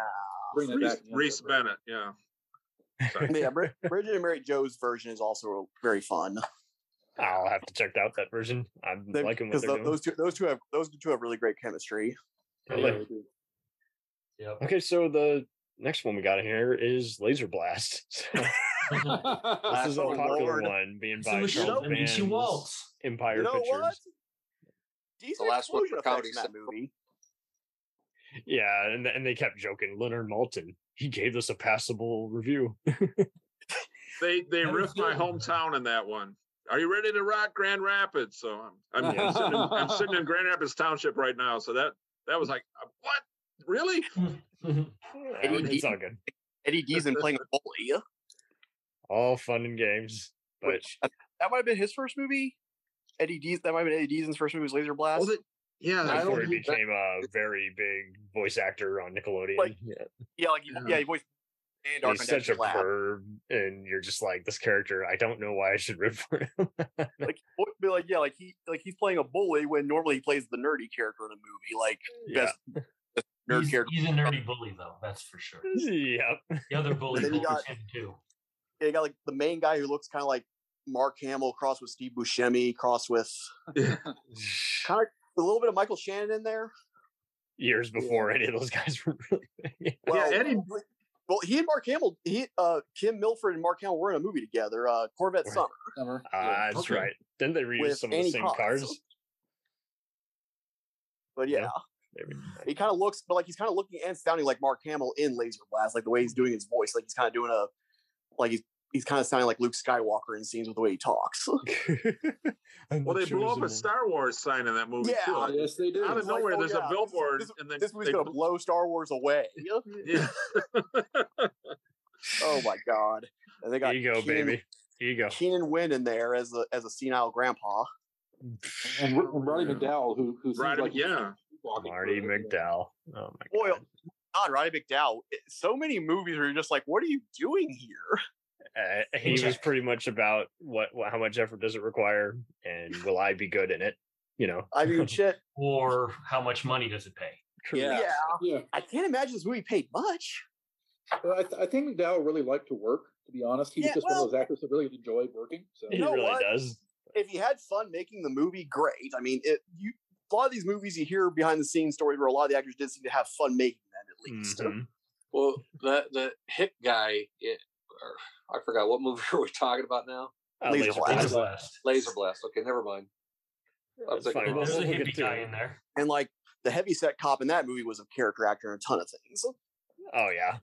Speaker 7: Bring that
Speaker 5: Reese,
Speaker 7: back.
Speaker 5: Reese Bennett. Yeah,
Speaker 6: yeah, Brid- Bridget and Mary Joe's version is also very fun.
Speaker 1: I'll have to check out that version. I'm
Speaker 6: They-
Speaker 1: liking what
Speaker 6: 'cause
Speaker 1: they're
Speaker 6: tho-
Speaker 1: doing.
Speaker 6: those two, those two have those two have really great chemistry.
Speaker 1: I
Speaker 2: Yeah.
Speaker 1: like-
Speaker 2: Yep.
Speaker 1: Okay, so the next one we got here is Laser Blast. So this is a
Speaker 6: Oh,
Speaker 1: popular
Speaker 6: Lord.
Speaker 1: one being
Speaker 2: So
Speaker 1: by
Speaker 2: was
Speaker 1: Charles
Speaker 2: Sheldon, and she
Speaker 1: Vann's
Speaker 2: waltz.
Speaker 1: Empire
Speaker 6: you know
Speaker 1: Pictures.
Speaker 6: what? Decent
Speaker 3: The last one
Speaker 6: explosion
Speaker 3: for
Speaker 6: effects
Speaker 3: Comedy
Speaker 6: in that
Speaker 3: Central.
Speaker 6: movie.
Speaker 1: Yeah, and th- and they kept joking. Leonard Malton, he gave this a passable review.
Speaker 5: they they
Speaker 2: That was
Speaker 5: riffed my
Speaker 2: good.
Speaker 5: hometown in that one. Are you ready to rock Grand Rapids? So I'm I'm, I'm, sitting, in, I'm sitting in Grand Rapids Township right now. So that that was like uh, what really?
Speaker 1: Yeah,
Speaker 6: Eddie
Speaker 1: it's
Speaker 6: Deaton.
Speaker 1: all good,
Speaker 6: Eddie Deason playing a bully.
Speaker 1: all fun and games. But
Speaker 6: Which that might have been his first movie. Eddie Deason. That might have been Eddie Deason's first movie was Laser Blast.
Speaker 5: Was it? Yeah,
Speaker 6: I don't
Speaker 1: before he
Speaker 6: think that-
Speaker 1: became a very big voice actor on Nickelodeon,
Speaker 6: Like,
Speaker 1: yeah.
Speaker 6: Yeah, like he-
Speaker 5: Yeah.
Speaker 6: yeah, he voiced and Dark
Speaker 1: he's such a
Speaker 6: Lab.
Speaker 1: perv, and you're just like this character. I don't know why I should root for him.
Speaker 6: Like, vo- be like yeah, like he like he's playing a bully when normally he plays the nerdy character in a movie. Like
Speaker 1: yeah,
Speaker 6: best nerd
Speaker 2: he's,
Speaker 6: character.
Speaker 2: he's a nerdy bully, though. That's for sure.
Speaker 1: yep.
Speaker 2: The other bully
Speaker 6: then you
Speaker 2: bullies
Speaker 6: got-
Speaker 2: him too.
Speaker 6: Yeah, you got like the main guy who looks kind of like Mark Hamill, cross with Steve Buscemi, cross with kind of a little bit of Michael Shannon in there.
Speaker 1: Years before any of those guys were really.
Speaker 6: Well,
Speaker 5: Eddie-
Speaker 6: well, he and Mark Hamill, he, uh, Kim Milford and Mark Hamill were in a movie together, uh, Corvette
Speaker 1: Right.
Speaker 6: Summer.
Speaker 7: Summer.
Speaker 1: Ah, that's
Speaker 2: okay.
Speaker 1: right. Then they reuse
Speaker 6: With
Speaker 1: some of the
Speaker 6: Annie
Speaker 1: same
Speaker 6: Potts.
Speaker 1: cars.
Speaker 6: But
Speaker 1: Yeah.
Speaker 6: yeah,
Speaker 1: They were-
Speaker 6: he kind of looks, but like he's kind of looking and sounding like Mark Hamill in Laser Blast, like the way he's doing his voice, like he's kind of doing a, like he's he's kind of sounding like Luke Skywalker in scenes with the way he talks.
Speaker 1: I'm
Speaker 5: Well,
Speaker 1: the
Speaker 5: they blew up
Speaker 1: chosen
Speaker 5: a
Speaker 1: one.
Speaker 5: Star Wars sign in that movie
Speaker 6: Yeah.
Speaker 5: too.
Speaker 7: Oh,
Speaker 5: Out
Speaker 7: yes, they do.
Speaker 5: of
Speaker 6: It's like,
Speaker 5: nowhere,
Speaker 6: oh,
Speaker 5: there's
Speaker 6: yeah,
Speaker 5: a
Speaker 6: this-
Speaker 5: billboard, and then
Speaker 6: this movie's
Speaker 5: they
Speaker 6: gonna
Speaker 5: blew-
Speaker 6: blow Star Wars away.
Speaker 5: yeah.
Speaker 6: Oh my god! And they got
Speaker 1: Ego,
Speaker 6: Keenan,
Speaker 1: baby. Ego.
Speaker 6: Keenan Wynn in there as a as a senile grandpa.
Speaker 7: And, R- and Roddy
Speaker 5: Yeah.
Speaker 7: McDowell, who who seems
Speaker 5: Roddy-
Speaker 7: like he's
Speaker 5: yeah.
Speaker 7: walking
Speaker 1: Marty
Speaker 7: through it.
Speaker 1: McDowell. Oh my
Speaker 6: Boy,
Speaker 1: god.
Speaker 6: God, Roddy McDowell. it- So many movies where you're just like, what are you doing here?
Speaker 1: Uh, he was
Speaker 2: Paycheck.
Speaker 1: pretty much about what, what how much effort does it require and will I be good in it? You know.
Speaker 6: I mean, shit.
Speaker 2: Or how much money does it pay?
Speaker 6: Yeah.
Speaker 7: Yeah. Yeah,
Speaker 6: I can't imagine this movie paid much.
Speaker 7: well, I, th- I think McDowell really liked to work. To be honest, he
Speaker 6: Yeah,
Speaker 7: was just
Speaker 6: well-
Speaker 7: one of those actors that really enjoyed working. So
Speaker 1: He
Speaker 6: know
Speaker 1: really
Speaker 6: what?
Speaker 1: does.
Speaker 6: If he had fun making the movie, great. I mean, it, you a lot of these movies you hear behind the scenes stories where a lot of the actors did seem to have fun making them at least.
Speaker 1: Mhm.
Speaker 3: Well, the the hit guy, it, or, I forgot what movie are we talking about now?
Speaker 1: Uh,
Speaker 6: Laser
Speaker 1: Laser
Speaker 6: blast.
Speaker 2: Laser
Speaker 1: blast.
Speaker 2: blast.
Speaker 3: Laser Blast. Okay, never mind. I was
Speaker 1: That's
Speaker 3: like,
Speaker 1: fine.
Speaker 3: well,
Speaker 2: There's a
Speaker 1: we'll get
Speaker 2: hippie
Speaker 1: to
Speaker 2: guy
Speaker 1: it.
Speaker 2: in there.
Speaker 1: Mm-hmm.
Speaker 6: And like the heavyset cop in that movie was a character actor in a ton of things,
Speaker 1: Oh yeah.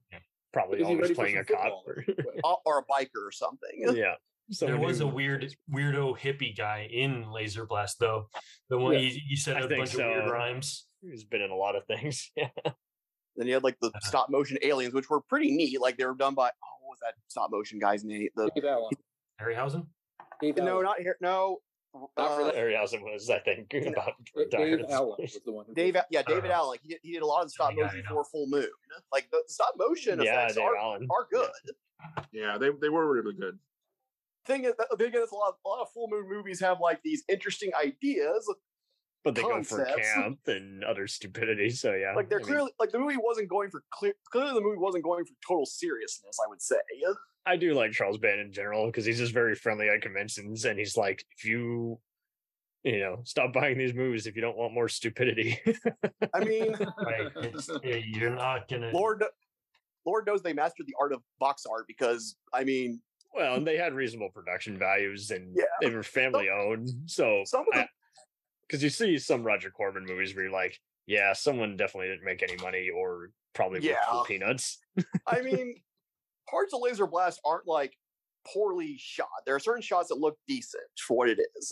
Speaker 1: Probably
Speaker 7: Is he
Speaker 1: always
Speaker 7: ready for
Speaker 1: playing
Speaker 7: some
Speaker 1: a cop.
Speaker 7: football? But-
Speaker 6: or, or a biker or something.
Speaker 1: yeah.
Speaker 2: There
Speaker 1: Someone
Speaker 2: was a
Speaker 1: who-
Speaker 2: weird, weirdo hippie guy in Laser Blast, though. The one
Speaker 7: Yeah.
Speaker 2: he, he said
Speaker 1: I
Speaker 2: a
Speaker 1: think
Speaker 2: bunch of weird
Speaker 1: so.
Speaker 2: rhymes.
Speaker 1: who's been in a lot of things. Yeah.
Speaker 6: Then you had like the
Speaker 1: Uh-huh.
Speaker 6: stop motion aliens, which were pretty neat. Like they were done by oh, what was that stop motion guy's name? The
Speaker 7: Dave Allen.
Speaker 2: Harryhausen?
Speaker 7: Dave
Speaker 6: No,
Speaker 7: Allen.
Speaker 6: not here. No,
Speaker 3: Not for
Speaker 6: Uh,
Speaker 3: that.
Speaker 1: Harryhausen was that thing about
Speaker 7: Da-
Speaker 1: Dire
Speaker 7: Dave
Speaker 1: Straits.
Speaker 7: Allen was the one. Who
Speaker 6: Dave. Yeah,
Speaker 1: Uh-huh.
Speaker 6: David
Speaker 2: Uh,
Speaker 6: Allen. Like, he did, he did a lot of stop
Speaker 2: yeah, I
Speaker 6: motion
Speaker 2: know.
Speaker 6: for Full Moon. Like the stop motion
Speaker 1: Yeah,
Speaker 6: effects
Speaker 1: Dave
Speaker 6: are,
Speaker 1: Allen.
Speaker 6: are good.
Speaker 5: Yeah, they they were really good.
Speaker 6: Thing is, the thing is, a lot, a lot of Full Moon movies have like these interesting ideas.
Speaker 1: But they go for
Speaker 6: Concepts.
Speaker 1: camp and other stupidity. So yeah,
Speaker 6: Like they're
Speaker 1: I mean,
Speaker 6: clearly like the movie wasn't going for clear. Clearly, the movie wasn't going for total seriousness. I would say.
Speaker 1: I do like Charles Band in general because he's just very friendly at conventions, and he's like, if you, you know, stop buying these movies if you don't want more stupidity. eh,
Speaker 6: I mean,
Speaker 2: Right. It's, yeah, you're not gonna.
Speaker 6: Lord, Lord knows they mastered the art of box art because I mean,
Speaker 1: well, and they had reasonable production values, and
Speaker 6: Yeah.
Speaker 1: they were family owned. So
Speaker 6: some of the
Speaker 1: because you see some Roger Corman movies where you're like, yeah, someone definitely didn't make any money or probably worked
Speaker 6: Yeah.
Speaker 1: for peanuts.
Speaker 6: I mean, parts of Laser Blast aren't like poorly shot. There are certain shots that look decent for what it is,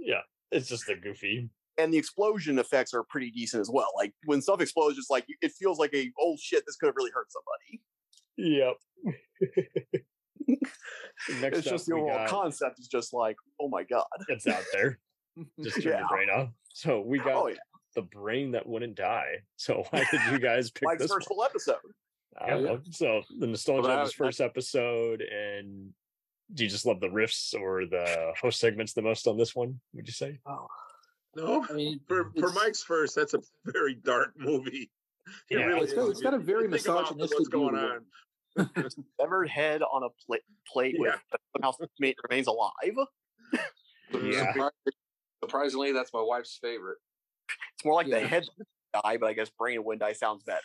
Speaker 1: Yeah, it's just a goofy.
Speaker 6: and the explosion effects are pretty decent as well. Like when stuff explodes, it's like it feels like a oh shit, this could have really hurt somebody.
Speaker 1: Yep. Next
Speaker 6: it's just the
Speaker 1: up, we
Speaker 6: overall
Speaker 1: got,
Speaker 6: concept is just like oh my god.
Speaker 1: it's out there. Just turn
Speaker 6: Yeah.
Speaker 1: your brain off. So we got
Speaker 6: oh yeah,
Speaker 1: the brain that wouldn't die. So why did you guys pick
Speaker 6: Mike's
Speaker 1: this?
Speaker 6: first
Speaker 1: One?
Speaker 6: full episode.
Speaker 1: I don't
Speaker 2: Yeah.
Speaker 1: know. So the nostalgia
Speaker 3: Well,
Speaker 1: of his first episode, and do you just love the riffs or the host segments the most on this one? Would you say?
Speaker 5: No,
Speaker 7: I mean,
Speaker 5: for for
Speaker 7: It's-
Speaker 5: Mike's first, that's a very dark movie.
Speaker 1: Yeah.
Speaker 5: really
Speaker 7: It's got-
Speaker 5: is.
Speaker 7: it's got a
Speaker 5: You
Speaker 7: very
Speaker 5: think about
Speaker 7: misogynistic
Speaker 5: What's going
Speaker 7: view of
Speaker 5: on?
Speaker 6: Severed head on a plate plate with
Speaker 5: Yeah.
Speaker 6: but somehow ma- remains alive.
Speaker 1: Yeah.
Speaker 3: Surprisingly- Surprisingly, that's my wife's favorite.
Speaker 6: It's more like the
Speaker 7: Yeah.
Speaker 6: head die, but I guess brain and wind die sounds better.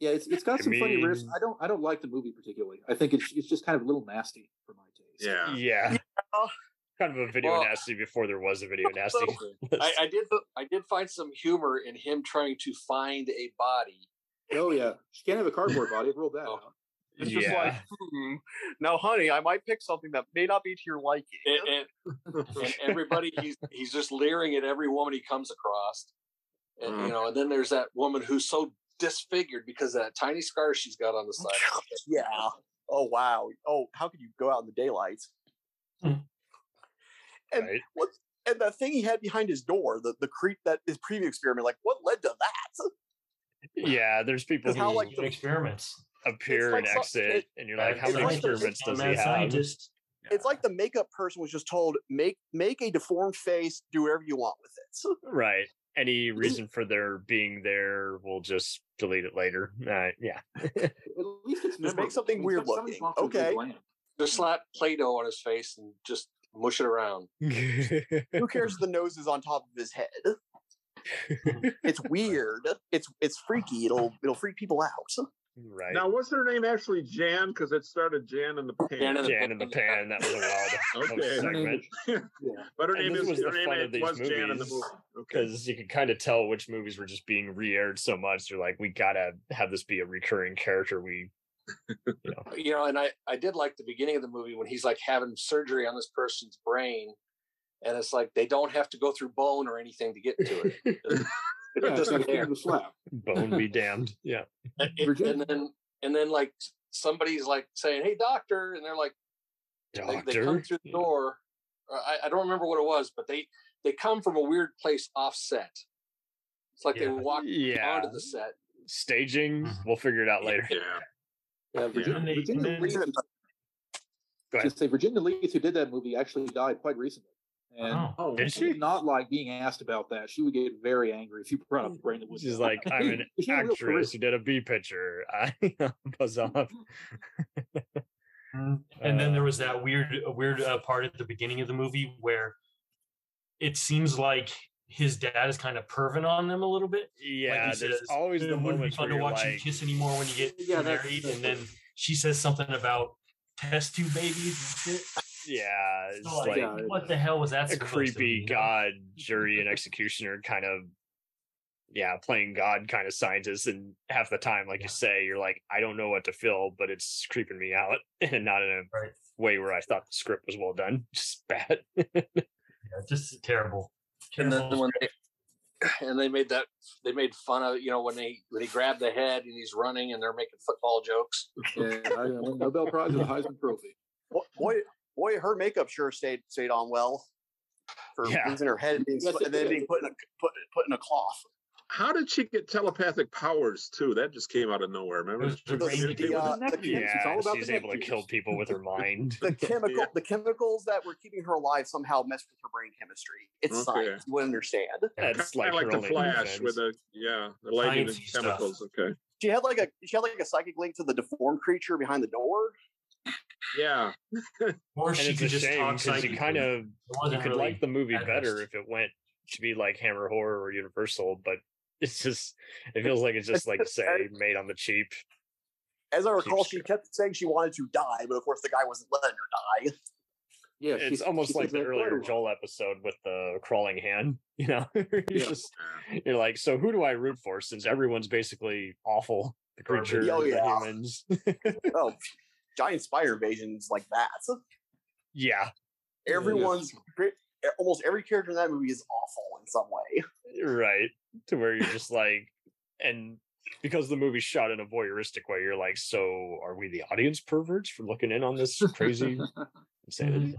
Speaker 7: yeah, it's, it's got
Speaker 1: I
Speaker 7: some funny riffs.
Speaker 1: mean-
Speaker 7: I don't I don't like the movie particularly. I think it's it's just kind of a little nasty for my taste.
Speaker 5: Yeah.
Speaker 1: Yeah. Kind of a video
Speaker 3: Well-
Speaker 1: nasty before there was a video nasty.
Speaker 3: I, I did. I did find some humor in him trying to find a body.
Speaker 7: Oh yeah, she can't have a cardboard body. It rolled that
Speaker 3: Oh.
Speaker 7: out.
Speaker 6: It's just like, hmm, now, honey, I might pick something that may not be to your liking.
Speaker 3: And, and, and everybody, he's he's just leering at every woman he comes across. And you know, and then there's that woman who's so disfigured because of that tiny scar she's got on the side. of her head.
Speaker 6: yeah. Oh wow. Oh, how could you go out in the daylight? and-
Speaker 1: right?
Speaker 6: And that thing he had behind his door, the the creep that his previous experiment, like what led to that?
Speaker 1: Yeah, there's people
Speaker 6: 'Cause how,
Speaker 1: who
Speaker 6: like,
Speaker 2: Human experiments.
Speaker 1: appear
Speaker 6: like
Speaker 1: and
Speaker 6: so-
Speaker 1: exit,
Speaker 6: it-
Speaker 1: and you're like, how
Speaker 6: it's
Speaker 1: many
Speaker 6: like-
Speaker 1: experiments
Speaker 2: I'm
Speaker 1: does
Speaker 2: a
Speaker 1: he have?
Speaker 2: mad Scientist.
Speaker 6: It's like the makeup person was just told make make a deformed face, do whatever you want with it.
Speaker 1: Right. Any reason for their being there, we'll just delete it later. Uh, yeah.
Speaker 7: At least it's
Speaker 6: make
Speaker 7: memorable.
Speaker 6: something
Speaker 7: some-
Speaker 6: weird
Speaker 7: something's
Speaker 6: looking.
Speaker 7: off the
Speaker 6: Okay.
Speaker 7: bland.
Speaker 3: Just slap Play-Doh on his face and just mush it around.
Speaker 6: Who cares if the nose is on top of his head? It's weird. It's it's freaky. It'll it'll freak people out.
Speaker 1: right.
Speaker 5: Now, was her name actually Jan? Because it started Jan in the pan.
Speaker 3: Jan in the-
Speaker 1: Jan in the pan. That was a wild
Speaker 5: Okay.
Speaker 1: host segment
Speaker 7: Yeah.
Speaker 5: But her
Speaker 1: And
Speaker 5: name
Speaker 1: this
Speaker 5: is
Speaker 1: was the
Speaker 5: her
Speaker 1: fun of
Speaker 5: name
Speaker 1: these
Speaker 5: was Jan in the
Speaker 1: movies,
Speaker 5: movie. Okay.
Speaker 1: because you could kind of tell which movies were just being re-aired so much. You're like, we gotta have this be a recurring character. We, you know,
Speaker 3: You know, and I I did like the beginning of the movie when he's like having surgery on this person's brain, and it's like they don't have to go through bone or anything to get to it.
Speaker 7: Yeah, it's
Speaker 3: Just
Speaker 7: like
Speaker 3: there.
Speaker 7: the slap.
Speaker 1: bone be damned. Yeah.
Speaker 3: And- and-
Speaker 7: Virginia.
Speaker 3: and then and then like somebody's like saying, "Hey, doctor," and they're like. they,
Speaker 1: Doctor.
Speaker 3: they come through the
Speaker 1: Yeah.
Speaker 3: door. Uh, I, I don't remember what it was, but they they come from a weird place offset. It's like they
Speaker 2: Yeah.
Speaker 3: walked
Speaker 1: Yeah.
Speaker 3: onto the set.
Speaker 1: Staging. We'll figure it out later.
Speaker 5: Yeah.
Speaker 7: Yeah, Virginia,
Speaker 2: And they-
Speaker 7: Virginia
Speaker 2: and
Speaker 7: Leith,
Speaker 1: Go ahead.
Speaker 7: just say Virginia Leith, who did that movie, actually died quite recently. And
Speaker 2: Oh.
Speaker 5: Oh,
Speaker 1: Did
Speaker 7: she
Speaker 1: she?
Speaker 7: did not like being asked about that. She would get very angry if you brought up Brain that would
Speaker 1: She's
Speaker 7: die.
Speaker 1: like, I'm an
Speaker 7: She had a real career.
Speaker 1: actress who did a B picture. I buzz off.
Speaker 2: And then there
Speaker 1: Uh,
Speaker 2: was that weird, weird uh, part at the beginning of the movie where it seems like his dad is kind of perving on them a little bit. Like,
Speaker 1: Yeah,
Speaker 2: he
Speaker 1: there's
Speaker 2: says,
Speaker 1: always
Speaker 2: "It
Speaker 1: the
Speaker 2: wouldn't be
Speaker 1: moments
Speaker 2: fun
Speaker 1: where
Speaker 2: to
Speaker 1: you're
Speaker 2: watch you
Speaker 1: like,
Speaker 2: kiss anymore when you get
Speaker 7: Yeah, that's-
Speaker 2: married,
Speaker 7: that's
Speaker 2: and then she says something about test tube babies and shit.
Speaker 1: yeah, it's
Speaker 2: So, like,
Speaker 1: like
Speaker 7: Yeah.
Speaker 2: what the hell was that?
Speaker 1: a
Speaker 2: supposed to be,
Speaker 1: creepy
Speaker 2: you know?
Speaker 1: god jury and executioner kind of, yeah, playing god kind of scientist. And half the time, like
Speaker 2: Yeah.
Speaker 1: you say, you're like, I don't know what to feel, but it's creeping me out, and not in a
Speaker 2: Right.
Speaker 1: way where I thought the script was well done. Just bad.
Speaker 2: Yeah, just terrible.
Speaker 3: And then
Speaker 2: Terrible.
Speaker 3: when they and they made that they made fun of you know when they when he grabbed the head and he's running and they're making football jokes.
Speaker 7: Yeah, I won Nobel Prize or the Heisman Trophy.
Speaker 6: Boy, boy, boy, her makeup sure stayed stayed on well for
Speaker 1: Yeah.
Speaker 6: losing her head and, being,
Speaker 7: Yes, it
Speaker 6: and then
Speaker 7: did.
Speaker 6: being put in a put, put in a cloth.
Speaker 5: How did she get telepathic powers too? That just came out of nowhere.
Speaker 2: It
Speaker 5: Remember?
Speaker 2: was
Speaker 5: She
Speaker 2: the rain-
Speaker 5: communicate with
Speaker 6: uh,
Speaker 5: it?
Speaker 7: The neck
Speaker 1: Yeah,
Speaker 7: piece, it's all about
Speaker 1: she's
Speaker 7: the neck
Speaker 1: able to
Speaker 7: piece.
Speaker 1: kill people with her mind.
Speaker 6: The chemical
Speaker 5: Yeah.
Speaker 6: the chemicals that were keeping her alive somehow messed with her brain chemistry. It's
Speaker 5: Okay.
Speaker 6: science. You understand.
Speaker 1: That's like,
Speaker 5: Kinda
Speaker 1: her
Speaker 5: like the
Speaker 1: only
Speaker 5: Flash
Speaker 1: defense.
Speaker 5: with
Speaker 2: uh,
Speaker 5: a yeah, the lightning and
Speaker 2: Sciencey stuff.
Speaker 5: chemicals. Okay,
Speaker 6: She had like a she had like a psychic link to the deformed creature behind the door.
Speaker 5: yeah,
Speaker 2: or
Speaker 1: and
Speaker 2: she
Speaker 1: it's
Speaker 2: could
Speaker 1: a
Speaker 2: just
Speaker 1: shame
Speaker 2: talk
Speaker 1: because
Speaker 2: psychically.
Speaker 1: you kind of
Speaker 2: It wasn't
Speaker 1: you could
Speaker 2: really-
Speaker 1: like the movie
Speaker 2: at
Speaker 1: better
Speaker 2: best.
Speaker 1: if it went to be like Hammer Horror or Universal, but it's just it feels like it's just like say made on the cheap.
Speaker 6: As I recall,
Speaker 1: Keeps-
Speaker 6: she kept saying she wanted to die, but of course the guy wasn't letting her die.
Speaker 7: Yeah,
Speaker 1: It's almost like the earlier Joel episode with the crawling hand. You know, you're
Speaker 7: Yeah.
Speaker 1: just you're like, so who do I root for? Since everyone's basically awful, the
Speaker 2: Garbage.
Speaker 1: creature,
Speaker 6: Oh,
Speaker 1: the
Speaker 6: yeah.
Speaker 1: humans.
Speaker 6: Oh, giant spider invasions like that.
Speaker 1: yeah,
Speaker 6: Everyone's e, almost every character in that movie is awful in some way.
Speaker 1: right. To where you're just like, and because the movie's shot in a voyeuristic way, you're like, so are we the audience perverts for looking in on this crazy insanity?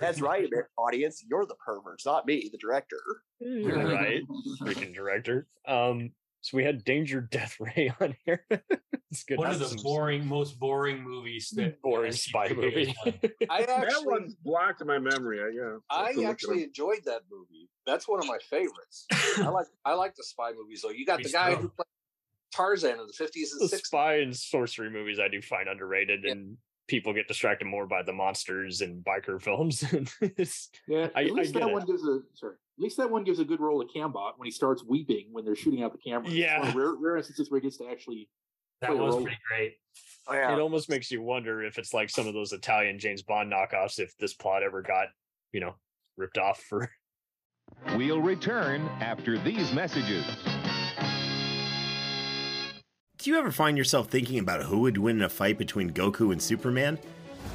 Speaker 6: That's right, audience. You're the perverts, not me, the director.
Speaker 7: Mm-hmm.
Speaker 1: You're right, freaking director. Um, so we had Danger Death Ray on here. it's good. to
Speaker 2: One
Speaker 1: have
Speaker 2: of the
Speaker 1: some
Speaker 2: boring, most boring movies that
Speaker 1: boring spy movie.
Speaker 3: I
Speaker 5: that
Speaker 3: actually,
Speaker 5: one's blocked my memory. I- Yeah, I'll have to
Speaker 3: I
Speaker 5: look it
Speaker 3: actually
Speaker 5: up.
Speaker 3: enjoyed that movie. That's one of my favorites. I like, I like the spy movies though. You got
Speaker 2: Me
Speaker 3: the guy
Speaker 2: too.
Speaker 3: who played Tarzan in the fifties
Speaker 1: the
Speaker 3: and sixties.
Speaker 1: spy and sorcery movies I do find underrated,
Speaker 3: Yeah.
Speaker 1: and people get distracted more by the monsters and biker films. It's-
Speaker 7: Yeah,
Speaker 1: I- I
Speaker 7: at least
Speaker 1: get
Speaker 7: that
Speaker 1: it.
Speaker 7: one gives a sorry. At least that one gives a good roll to Cambot when he starts weeping when they're shooting out the camera. It's
Speaker 1: Yeah.
Speaker 7: one of the rare, rare instances where he gets to actually.
Speaker 2: That was pretty great.
Speaker 6: Oh yeah.
Speaker 1: It almost makes you wonder if it's like some of those Italian James Bond knockoffs. If this plot ever got, you know, ripped off for
Speaker 8: We'll return after these messages.
Speaker 9: Do you ever find yourself thinking about who would win in a fight between Goku and Superman?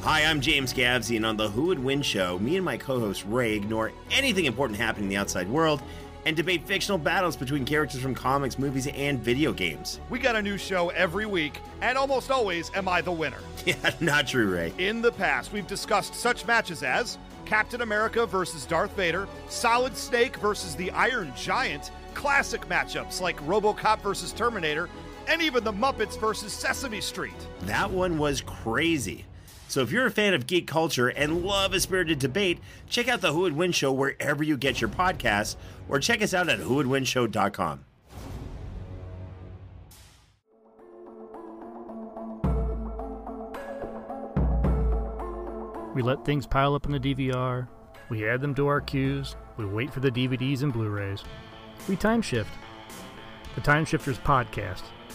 Speaker 9: Hi, I'm James Gavsey, and on the Who Would Win show, me and my co host Ray ignore anything important happening in the outside world and debate fictional battles between characters from comics, movies, and video games.
Speaker 10: We got a new show every week, and almost always am I the winner.
Speaker 9: Yeah, not true, Ray.
Speaker 10: In the past, we've discussed such matches as Captain America versus Darth Vader, Solid Snake versus the Iron Giant, classic matchups like RoboCop versus Terminator, and even the Muppets versus Sesame Street.
Speaker 9: That one was crazy. So if you're a fan of geek culture and love a spirited debate, check out the Who Would Win show wherever you get your podcasts, or check us out at whowouldwinshow.com.
Speaker 11: We let things pile up on the DVR, we add them to our queues, we wait for the DVDs and Blu rays. We time shift. The Time Shifters Podcast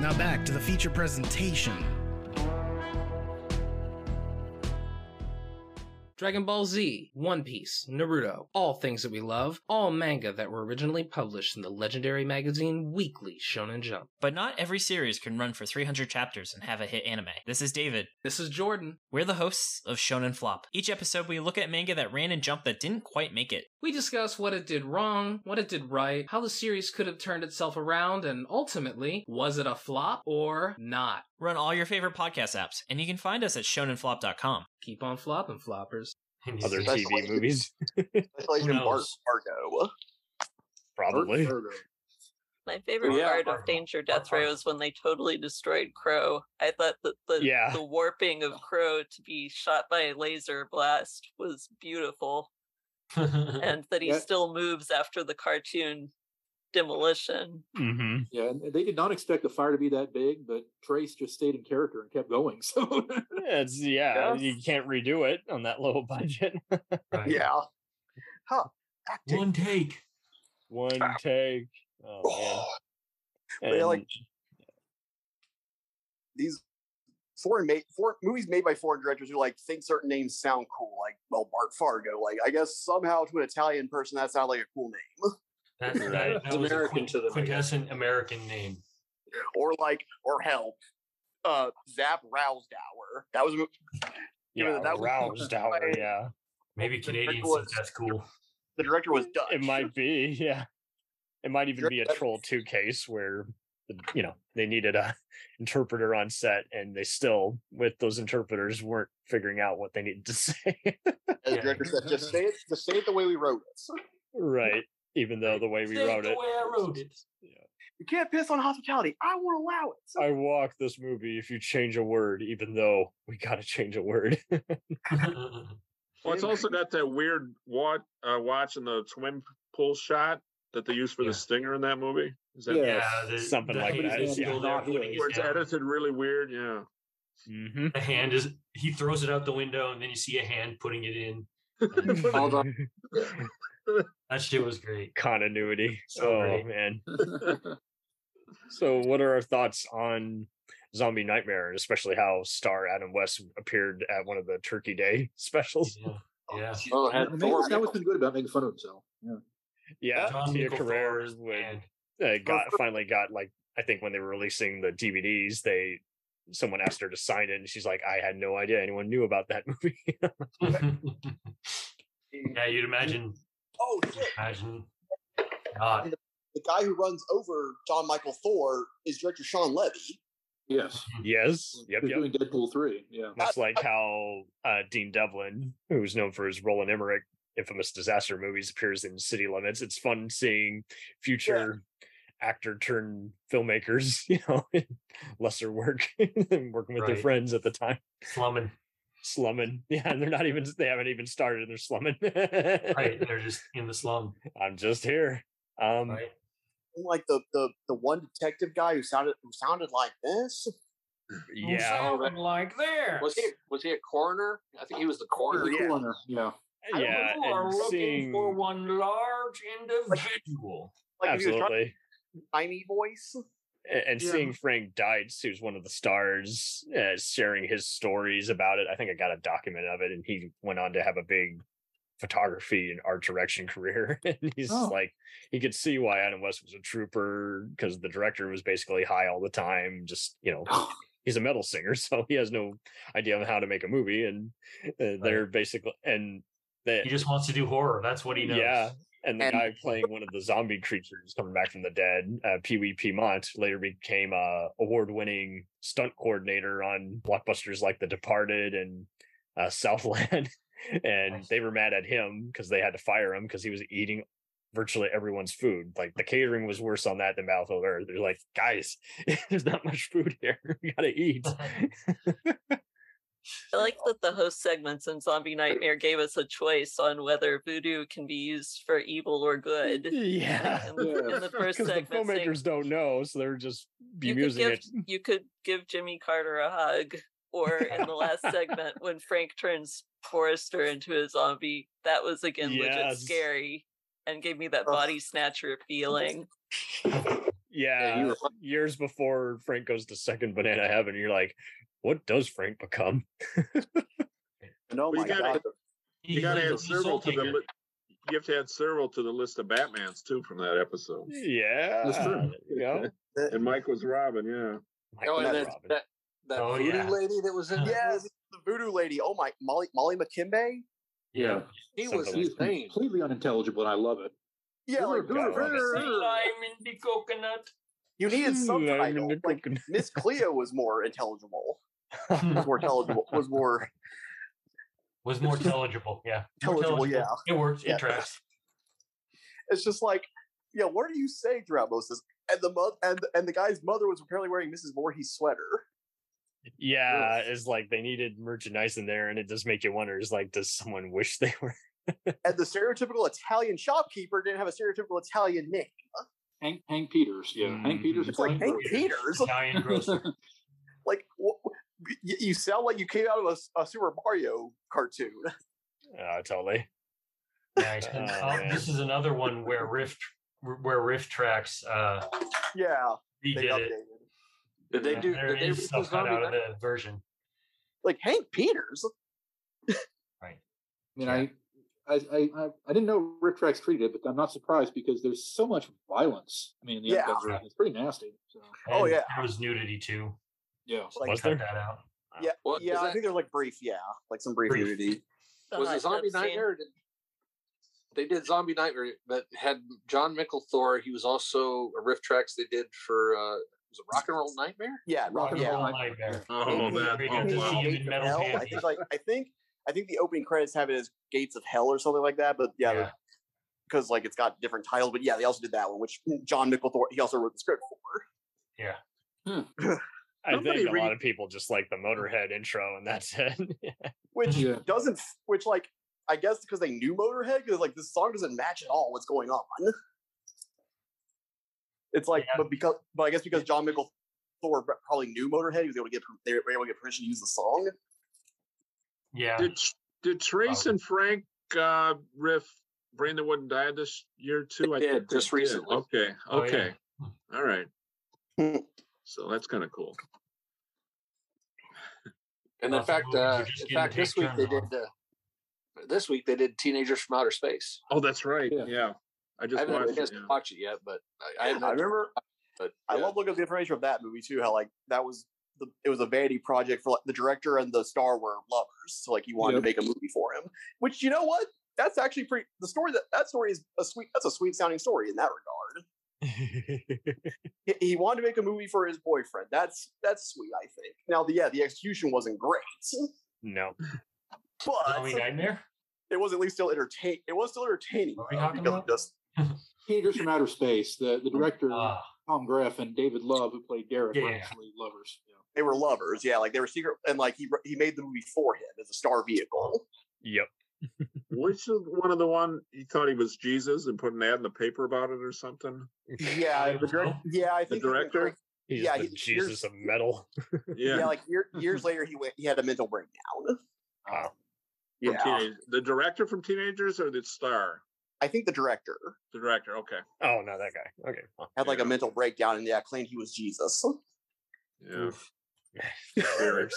Speaker 12: Now back to the feature presentation.
Speaker 13: Dragon Ball Z, One Piece, Naruto, all things that we love, all manga that were originally published in the legendary magazine Weekly Shonen Jump.
Speaker 12: But not every series can run for 300 chapters and have a hit anime. This is David.
Speaker 13: This is Jordan.
Speaker 12: We're the hosts of Shonen Flop. Each episode, we look at manga that ran and jumped that didn't quite make it.
Speaker 13: We discuss what it did wrong, what it did right, how the series could have turned itself around, and ultimately, was it a flop or not?
Speaker 12: Run all your favorite podcast apps, and you can find us at shonenflop.com.
Speaker 13: Keep on flopping, floppers.
Speaker 1: other
Speaker 6: That's
Speaker 1: TV
Speaker 6: like-
Speaker 1: movies,
Speaker 6: That's like
Speaker 2: Who
Speaker 6: even Bart
Speaker 2: knows?
Speaker 6: Fargo.
Speaker 1: probably.
Speaker 4: My favorite
Speaker 3: Yeah,
Speaker 4: part
Speaker 2: Marvel.
Speaker 4: of Danger Death
Speaker 2: Marvel.
Speaker 4: Row was when they totally destroyed Crow. I thought that the
Speaker 1: Yeah.
Speaker 4: the warping of Crow to be shot by a laser blast was beautiful,
Speaker 1: Mm-hmm.
Speaker 4: and that he
Speaker 7: Yeah.
Speaker 4: still moves after the cartoon demolition.
Speaker 1: hmm
Speaker 3: Mm-hmm.
Speaker 7: Yeah, and they did not expect the fire to be that big, but Trace just stayed in character and kept going. So
Speaker 1: It's yeah,
Speaker 6: Yeah.
Speaker 1: you can't redo it on that low budget.
Speaker 2: Right.
Speaker 6: Yeah. Huh. Acting.
Speaker 2: One take.
Speaker 1: One take. Oh man.
Speaker 6: But yeah, like-
Speaker 1: And-
Speaker 6: these foreign made for movies made by foreign directors who like think certain names sound cool, like well Bart Fargo. Like I guess somehow to an Italian person that sounded like a cool name.
Speaker 2: That's that, that
Speaker 6: It's
Speaker 2: was
Speaker 6: American
Speaker 2: American
Speaker 6: to them, I guess.
Speaker 2: quintessent American name.
Speaker 6: Or like or hell, uh Zap Rousedower. That was a mo-
Speaker 1: Yeah,
Speaker 6: that was-
Speaker 1: roused out. Yeah,
Speaker 2: maybe Canadians
Speaker 6: was-
Speaker 2: think that's cool.
Speaker 6: the director was Dutch.
Speaker 1: It might be, yeah. It might even be a troll two case where you know they needed a interpreter on set, and they still, with those interpreters, weren't figuring out what they needed to say.
Speaker 6: As the director said, just say it just say it the way we wrote it.
Speaker 1: right, even though the way we
Speaker 6: Say it
Speaker 1: wrote
Speaker 6: the
Speaker 1: it,
Speaker 6: way
Speaker 2: I wrote it.
Speaker 6: You can't piss on hospitality. I will allow it.
Speaker 1: I walk this movie if you change a word, even though we got to change a word.
Speaker 5: Well, it's also got that weird watch, uh, watch in the swim pool shot that they used for the stinger in that movie. Is that
Speaker 1: Yeah, Yeah, the- something the like hand that, is yeah. still there holding it
Speaker 5: Where it's
Speaker 1: down.
Speaker 5: edited really weird. Yeah.
Speaker 2: The hand is he throws it out the window and then you see a hand putting it in.
Speaker 1: Oh,
Speaker 2: that shit was great.
Speaker 1: Continuity.
Speaker 2: So
Speaker 1: oh
Speaker 2: great.
Speaker 1: man. so, what are our thoughts on Zombie Nightmare, and especially how star Adam West appeared at one of the Turkey Day specials?
Speaker 2: Yeah.
Speaker 3: Oh, had
Speaker 7: Maybe
Speaker 1: Thor-
Speaker 7: that's always been good about making fun of himself. Yeah.
Speaker 1: Yeah,
Speaker 2: John
Speaker 1: Tia
Speaker 2: Michael
Speaker 1: Carrere would uh, got finally got like I think when they were releasing the DVDs, they someone asked her to sign it, and she's like, "I had no idea anyone knew about that movie."
Speaker 2: Yeah, you'd imagine.
Speaker 6: Oh shit.
Speaker 2: Imagine. Not.
Speaker 6: And the, the guy who runs over John Michael Thor is director Sean Levy.
Speaker 7: Yes.
Speaker 1: Yes. Yep.
Speaker 7: They're
Speaker 1: yep.
Speaker 7: doing Deadpool three. Yeah.
Speaker 2: Uh,
Speaker 1: Much like how uh, Dean Devlin, who's known for his Roland Emmerich infamous disaster movies, appears in City Limits. It's fun seeing future actor turned filmmakers, you know, in lesser work and working with their
Speaker 2: Right.
Speaker 1: friends at the time.
Speaker 2: Slumming.
Speaker 1: Slumming. Yeah, and they're not even they haven't even started, they're slumming.
Speaker 2: Right. They're just in the slum.
Speaker 1: I'm just here. Um
Speaker 6: And, like the, the the one detective guy who sounded who sounded like this.
Speaker 1: yeah.
Speaker 2: like there.
Speaker 3: Was he was he a coroner? I think he was the coroner.
Speaker 7: He's a coroner, yeah.
Speaker 1: Yeah,
Speaker 2: You are
Speaker 1: and
Speaker 2: looking
Speaker 1: seeing
Speaker 2: for one large individual.
Speaker 6: Like if he was trying-
Speaker 1: absolutely.
Speaker 6: tiny voice.
Speaker 1: and, and
Speaker 6: Yeah.
Speaker 1: seeing Frank Dietz, who's one of the stars, uh, sharing his stories about it. I think I got a document of it, and he went on to have a big photography and art direction career. and he's
Speaker 9: Oh.
Speaker 1: like, he could see why Adam West was a trooper because the director was basically high all the time. Just you know, he's a metal singer, so he has no idea on how to make a movie, and uh, they're basically and they,
Speaker 2: He just wants to do horror. That's what he knows.
Speaker 1: yeah. And the
Speaker 2: And-
Speaker 1: guy playing one of the zombie creatures coming back from the dead, uh, Pee Wee Piemont, later became a award-winning stunt coordinator on blockbusters like The Departed and uh, Southland. and they were mad at him because they had to fire him because he was eating virtually everyone's food. Like the catering was worse on that than Battlefield Earth. They're like, guys, there's not much food here. we gotta eat.
Speaker 4: I like that the host segments in Zombie Nightmare gave us a choice on whether voodoo can be used for evil or good.
Speaker 1: Yeah.
Speaker 4: In the, in the first
Speaker 1: Because the
Speaker 4: segment, saying,
Speaker 1: filmmakers don't know, so they're just
Speaker 4: you could
Speaker 1: bemusing
Speaker 4: give
Speaker 1: it.
Speaker 4: you could give Jimmy Carter a hug, or in the last segment when Frank turns Forrester into a zombie, that was again legit
Speaker 1: Yes.
Speaker 4: scary and gave me that body snatcher feeling.
Speaker 1: Yeah, years before Frank goes to second banana heaven, you're like, what does Frank become?
Speaker 6: No,
Speaker 5: you
Speaker 6: my
Speaker 5: gotta,
Speaker 6: God.
Speaker 5: You got
Speaker 2: He's
Speaker 5: to
Speaker 2: a
Speaker 5: add Serval to the
Speaker 2: Zoltaker.
Speaker 5: li- you have to add Serval to the list of Batmans too from that episode.
Speaker 1: Yeah, Yeah.
Speaker 5: and Mike was Robin. Yeah.
Speaker 3: Oh, and that, that, that
Speaker 5: Oh,
Speaker 3: voodoo
Speaker 5: yeah.
Speaker 3: lady that was in that
Speaker 6: Yes,
Speaker 3: movie?
Speaker 6: the voodoo lady. Oh my, Molly Molly McKimbe.
Speaker 7: Yeah.
Speaker 3: He was
Speaker 7: He was
Speaker 3: insane.
Speaker 7: completely unintelligible, and I love it.
Speaker 6: Yeah, like
Speaker 2: Lime in the coconut.
Speaker 6: you needed subtitle. Like Miss Cleo was more intelligible. was more intelligible. Was more
Speaker 2: Was more intelligible. Yeah. More
Speaker 6: Intelligible, yeah.
Speaker 2: It works.
Speaker 6: Yeah.
Speaker 2: It tracks.
Speaker 6: It's just like, yeah, what do you say throughout most of this? And the mo- and and the guy's mother was apparently wearing Mrs. Voorhees' sweater.
Speaker 1: Yeah, it's like they needed merchandise in there, and it does make you wonder. Is like, does someone wish they were?
Speaker 6: And the stereotypical Italian shopkeeper didn't have a stereotypical Italian name.
Speaker 7: Hank, Hank Peters. Yeah.
Speaker 1: Mm-hmm,
Speaker 7: Hank Peters.
Speaker 6: It's like Hank Peters.
Speaker 2: Italian grocer.
Speaker 6: like wh- y- you sound like you came out of a s- a, Super Mario cartoon.
Speaker 1: Uh, totally.
Speaker 2: Nice. And,
Speaker 6: Oh,
Speaker 2: uh,
Speaker 6: man.
Speaker 2: this is another one where Rift where Rift tracks uh
Speaker 6: Yeah,
Speaker 2: redid it.
Speaker 3: Did they do?
Speaker 2: There
Speaker 3: Did they
Speaker 2: is
Speaker 3: redo
Speaker 2: stuff cut
Speaker 3: Zombie
Speaker 2: out of
Speaker 3: Night?
Speaker 2: the version.
Speaker 6: like Hank Peters.
Speaker 7: I mean, I, I, I, I- I didn't know Rick Trax treated it, but I'm not surprised because there's so much violence. I mean, in the
Speaker 6: Yeah.
Speaker 7: uncut version, it's pretty nasty. So.
Speaker 6: Oh, yeah.
Speaker 2: There was nudity too.
Speaker 7: Yeah.
Speaker 6: Like-
Speaker 2: Let's cut that out.
Speaker 6: Yeah,
Speaker 3: What-
Speaker 6: yeah.
Speaker 3: is
Speaker 6: I
Speaker 3: that-
Speaker 6: think they're like brief. Yeah, like some brief,
Speaker 2: Brief.
Speaker 6: nudity.
Speaker 4: The
Speaker 3: was
Speaker 4: hot
Speaker 3: it
Speaker 4: tub
Speaker 3: Zombie
Speaker 4: scene.
Speaker 3: Nightmare? Did, they did Zombie Nightmare, but had John Micklethor. He was also a riff tracks they did for uh, was it Rock and Roll Nightmare?
Speaker 6: Yeah, rock,
Speaker 2: Rock and
Speaker 6: yeah.
Speaker 2: roll nightmare.
Speaker 5: Oh, that.
Speaker 2: Very
Speaker 5: Oh,
Speaker 2: good to
Speaker 5: wow.
Speaker 2: see you in metal
Speaker 6: Hell, I
Speaker 2: panties.
Speaker 6: think like I think I think the opening credits have it as Gates of Hell or something like that. But yeah,
Speaker 2: Yeah.
Speaker 6: because like it's got different titles. But yeah, they also did that one, which John Micklethorpe he also wrote the script for.
Speaker 2: Yeah.
Speaker 1: I
Speaker 5: Somebody
Speaker 1: think a
Speaker 5: read-
Speaker 1: lot of people just like the Motorhead intro, and that's it.
Speaker 6: Which
Speaker 7: Yeah.
Speaker 6: doesn't, which like I guess because they knew Motorhead, because like this song doesn't match at all what's going on. It's like,
Speaker 2: Yeah.
Speaker 6: but because, but I guess because John Micklethorpe probably knew Motorhead, he was able to get per- they were able to get permission to use the song.
Speaker 2: Yeah.
Speaker 5: Did did Trace and Frank uh, riff "Brain That Wouldn't Die" this year too?
Speaker 3: They
Speaker 5: think
Speaker 3: did,
Speaker 5: they
Speaker 3: just recently.
Speaker 5: Okay,
Speaker 2: Oh, yeah.
Speaker 5: okay, all right. so that's kind of cool.
Speaker 3: And in
Speaker 2: Lots of
Speaker 3: fact,
Speaker 2: movies
Speaker 3: uh,
Speaker 2: you just
Speaker 3: in
Speaker 2: get
Speaker 3: fact,
Speaker 2: to
Speaker 3: this
Speaker 2: take
Speaker 3: week they did
Speaker 2: turns
Speaker 3: uh, this week they did Teenagers from Outer Space.
Speaker 5: Oh, that's right. Yeah,
Speaker 7: Yeah.
Speaker 5: I
Speaker 3: I
Speaker 5: just
Speaker 3: haven't had a
Speaker 5: watched.
Speaker 3: chance
Speaker 5: It,
Speaker 3: to
Speaker 5: yeah.
Speaker 3: watch it yet, but I, I,
Speaker 6: I
Speaker 3: haven't had-
Speaker 6: remember
Speaker 3: But,
Speaker 6: I
Speaker 3: yeah.
Speaker 6: love looking at the information of that movie too. How like that was the it was a vanity project for like the director and the star were lovers, so like he wanted
Speaker 7: Yep.
Speaker 6: to make a movie for him. Which you know what? That's actually pretty. The story that that story is a sweet. That's a sweet sounding story in that regard. He, he wanted to make a movie for his boyfriend. That's that's sweet. I think. Now the yeah the execution wasn't great,
Speaker 1: no,
Speaker 6: but
Speaker 2: Zombie nightmare.
Speaker 6: it was at least still entertain. It was still entertaining.
Speaker 2: What are we
Speaker 6: though,
Speaker 2: talking
Speaker 6: because
Speaker 2: about?
Speaker 6: it Just
Speaker 7: Teenagers from Outer Space, the,
Speaker 3: Mm-hmm.
Speaker 7: the director,
Speaker 1: Uh,
Speaker 2: Ah,
Speaker 7: Tom Graff, and David Love, who played Derek, were
Speaker 2: Yeah.
Speaker 7: actually lovers. Yeah.
Speaker 6: they were lovers. Yeah, like they were secret and like he he made the movie for him as a star vehicle.
Speaker 1: yep.
Speaker 5: Which is one of the one he thought he was Jesus and put an ad in the paper about it or something?
Speaker 6: Yeah, the direct, yeah, I
Speaker 5: The
Speaker 6: think he went
Speaker 5: director?
Speaker 6: crazy.
Speaker 1: He's
Speaker 6: Yeah,
Speaker 1: the
Speaker 6: he-
Speaker 1: Jesus of metal.
Speaker 5: Yeah,
Speaker 6: Yeah, like year, years later, he went. He had a mental breakdown.
Speaker 1: Wow.
Speaker 5: from
Speaker 6: Yeah,
Speaker 5: teenage, the director from Teenagers or the star?
Speaker 6: I think the director
Speaker 5: The director. Okay.
Speaker 1: Oh no, that guy. Okay, well,
Speaker 6: had like
Speaker 5: Yeah.
Speaker 6: a mental breakdown, and yeah, claimed he was Jesus.
Speaker 5: Yeah.
Speaker 1: fair.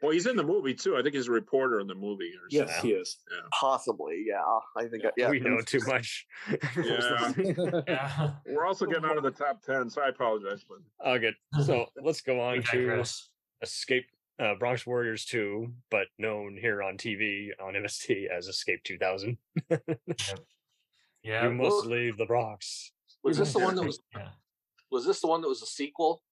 Speaker 5: Well, he's in the movie too. I think he's a reporter in the movie. Or
Speaker 7: Yes,
Speaker 5: something.
Speaker 7: he is.
Speaker 6: Possibly, yeah. I think, yeah.
Speaker 1: we know too much.
Speaker 5: Yeah.
Speaker 2: yeah.
Speaker 5: We're also getting out of the top ten, so I apologize. But
Speaker 1: okay, so let's go on
Speaker 2: We
Speaker 1: to
Speaker 2: digress.
Speaker 1: Escape uh, Bronx Warriors 2, but known here on TV on MST as Escape 2000.
Speaker 2: Yeah.
Speaker 1: you must leave the Bronx.
Speaker 3: was this the one that was
Speaker 2: Yeah.
Speaker 3: was this the one that was a sequel?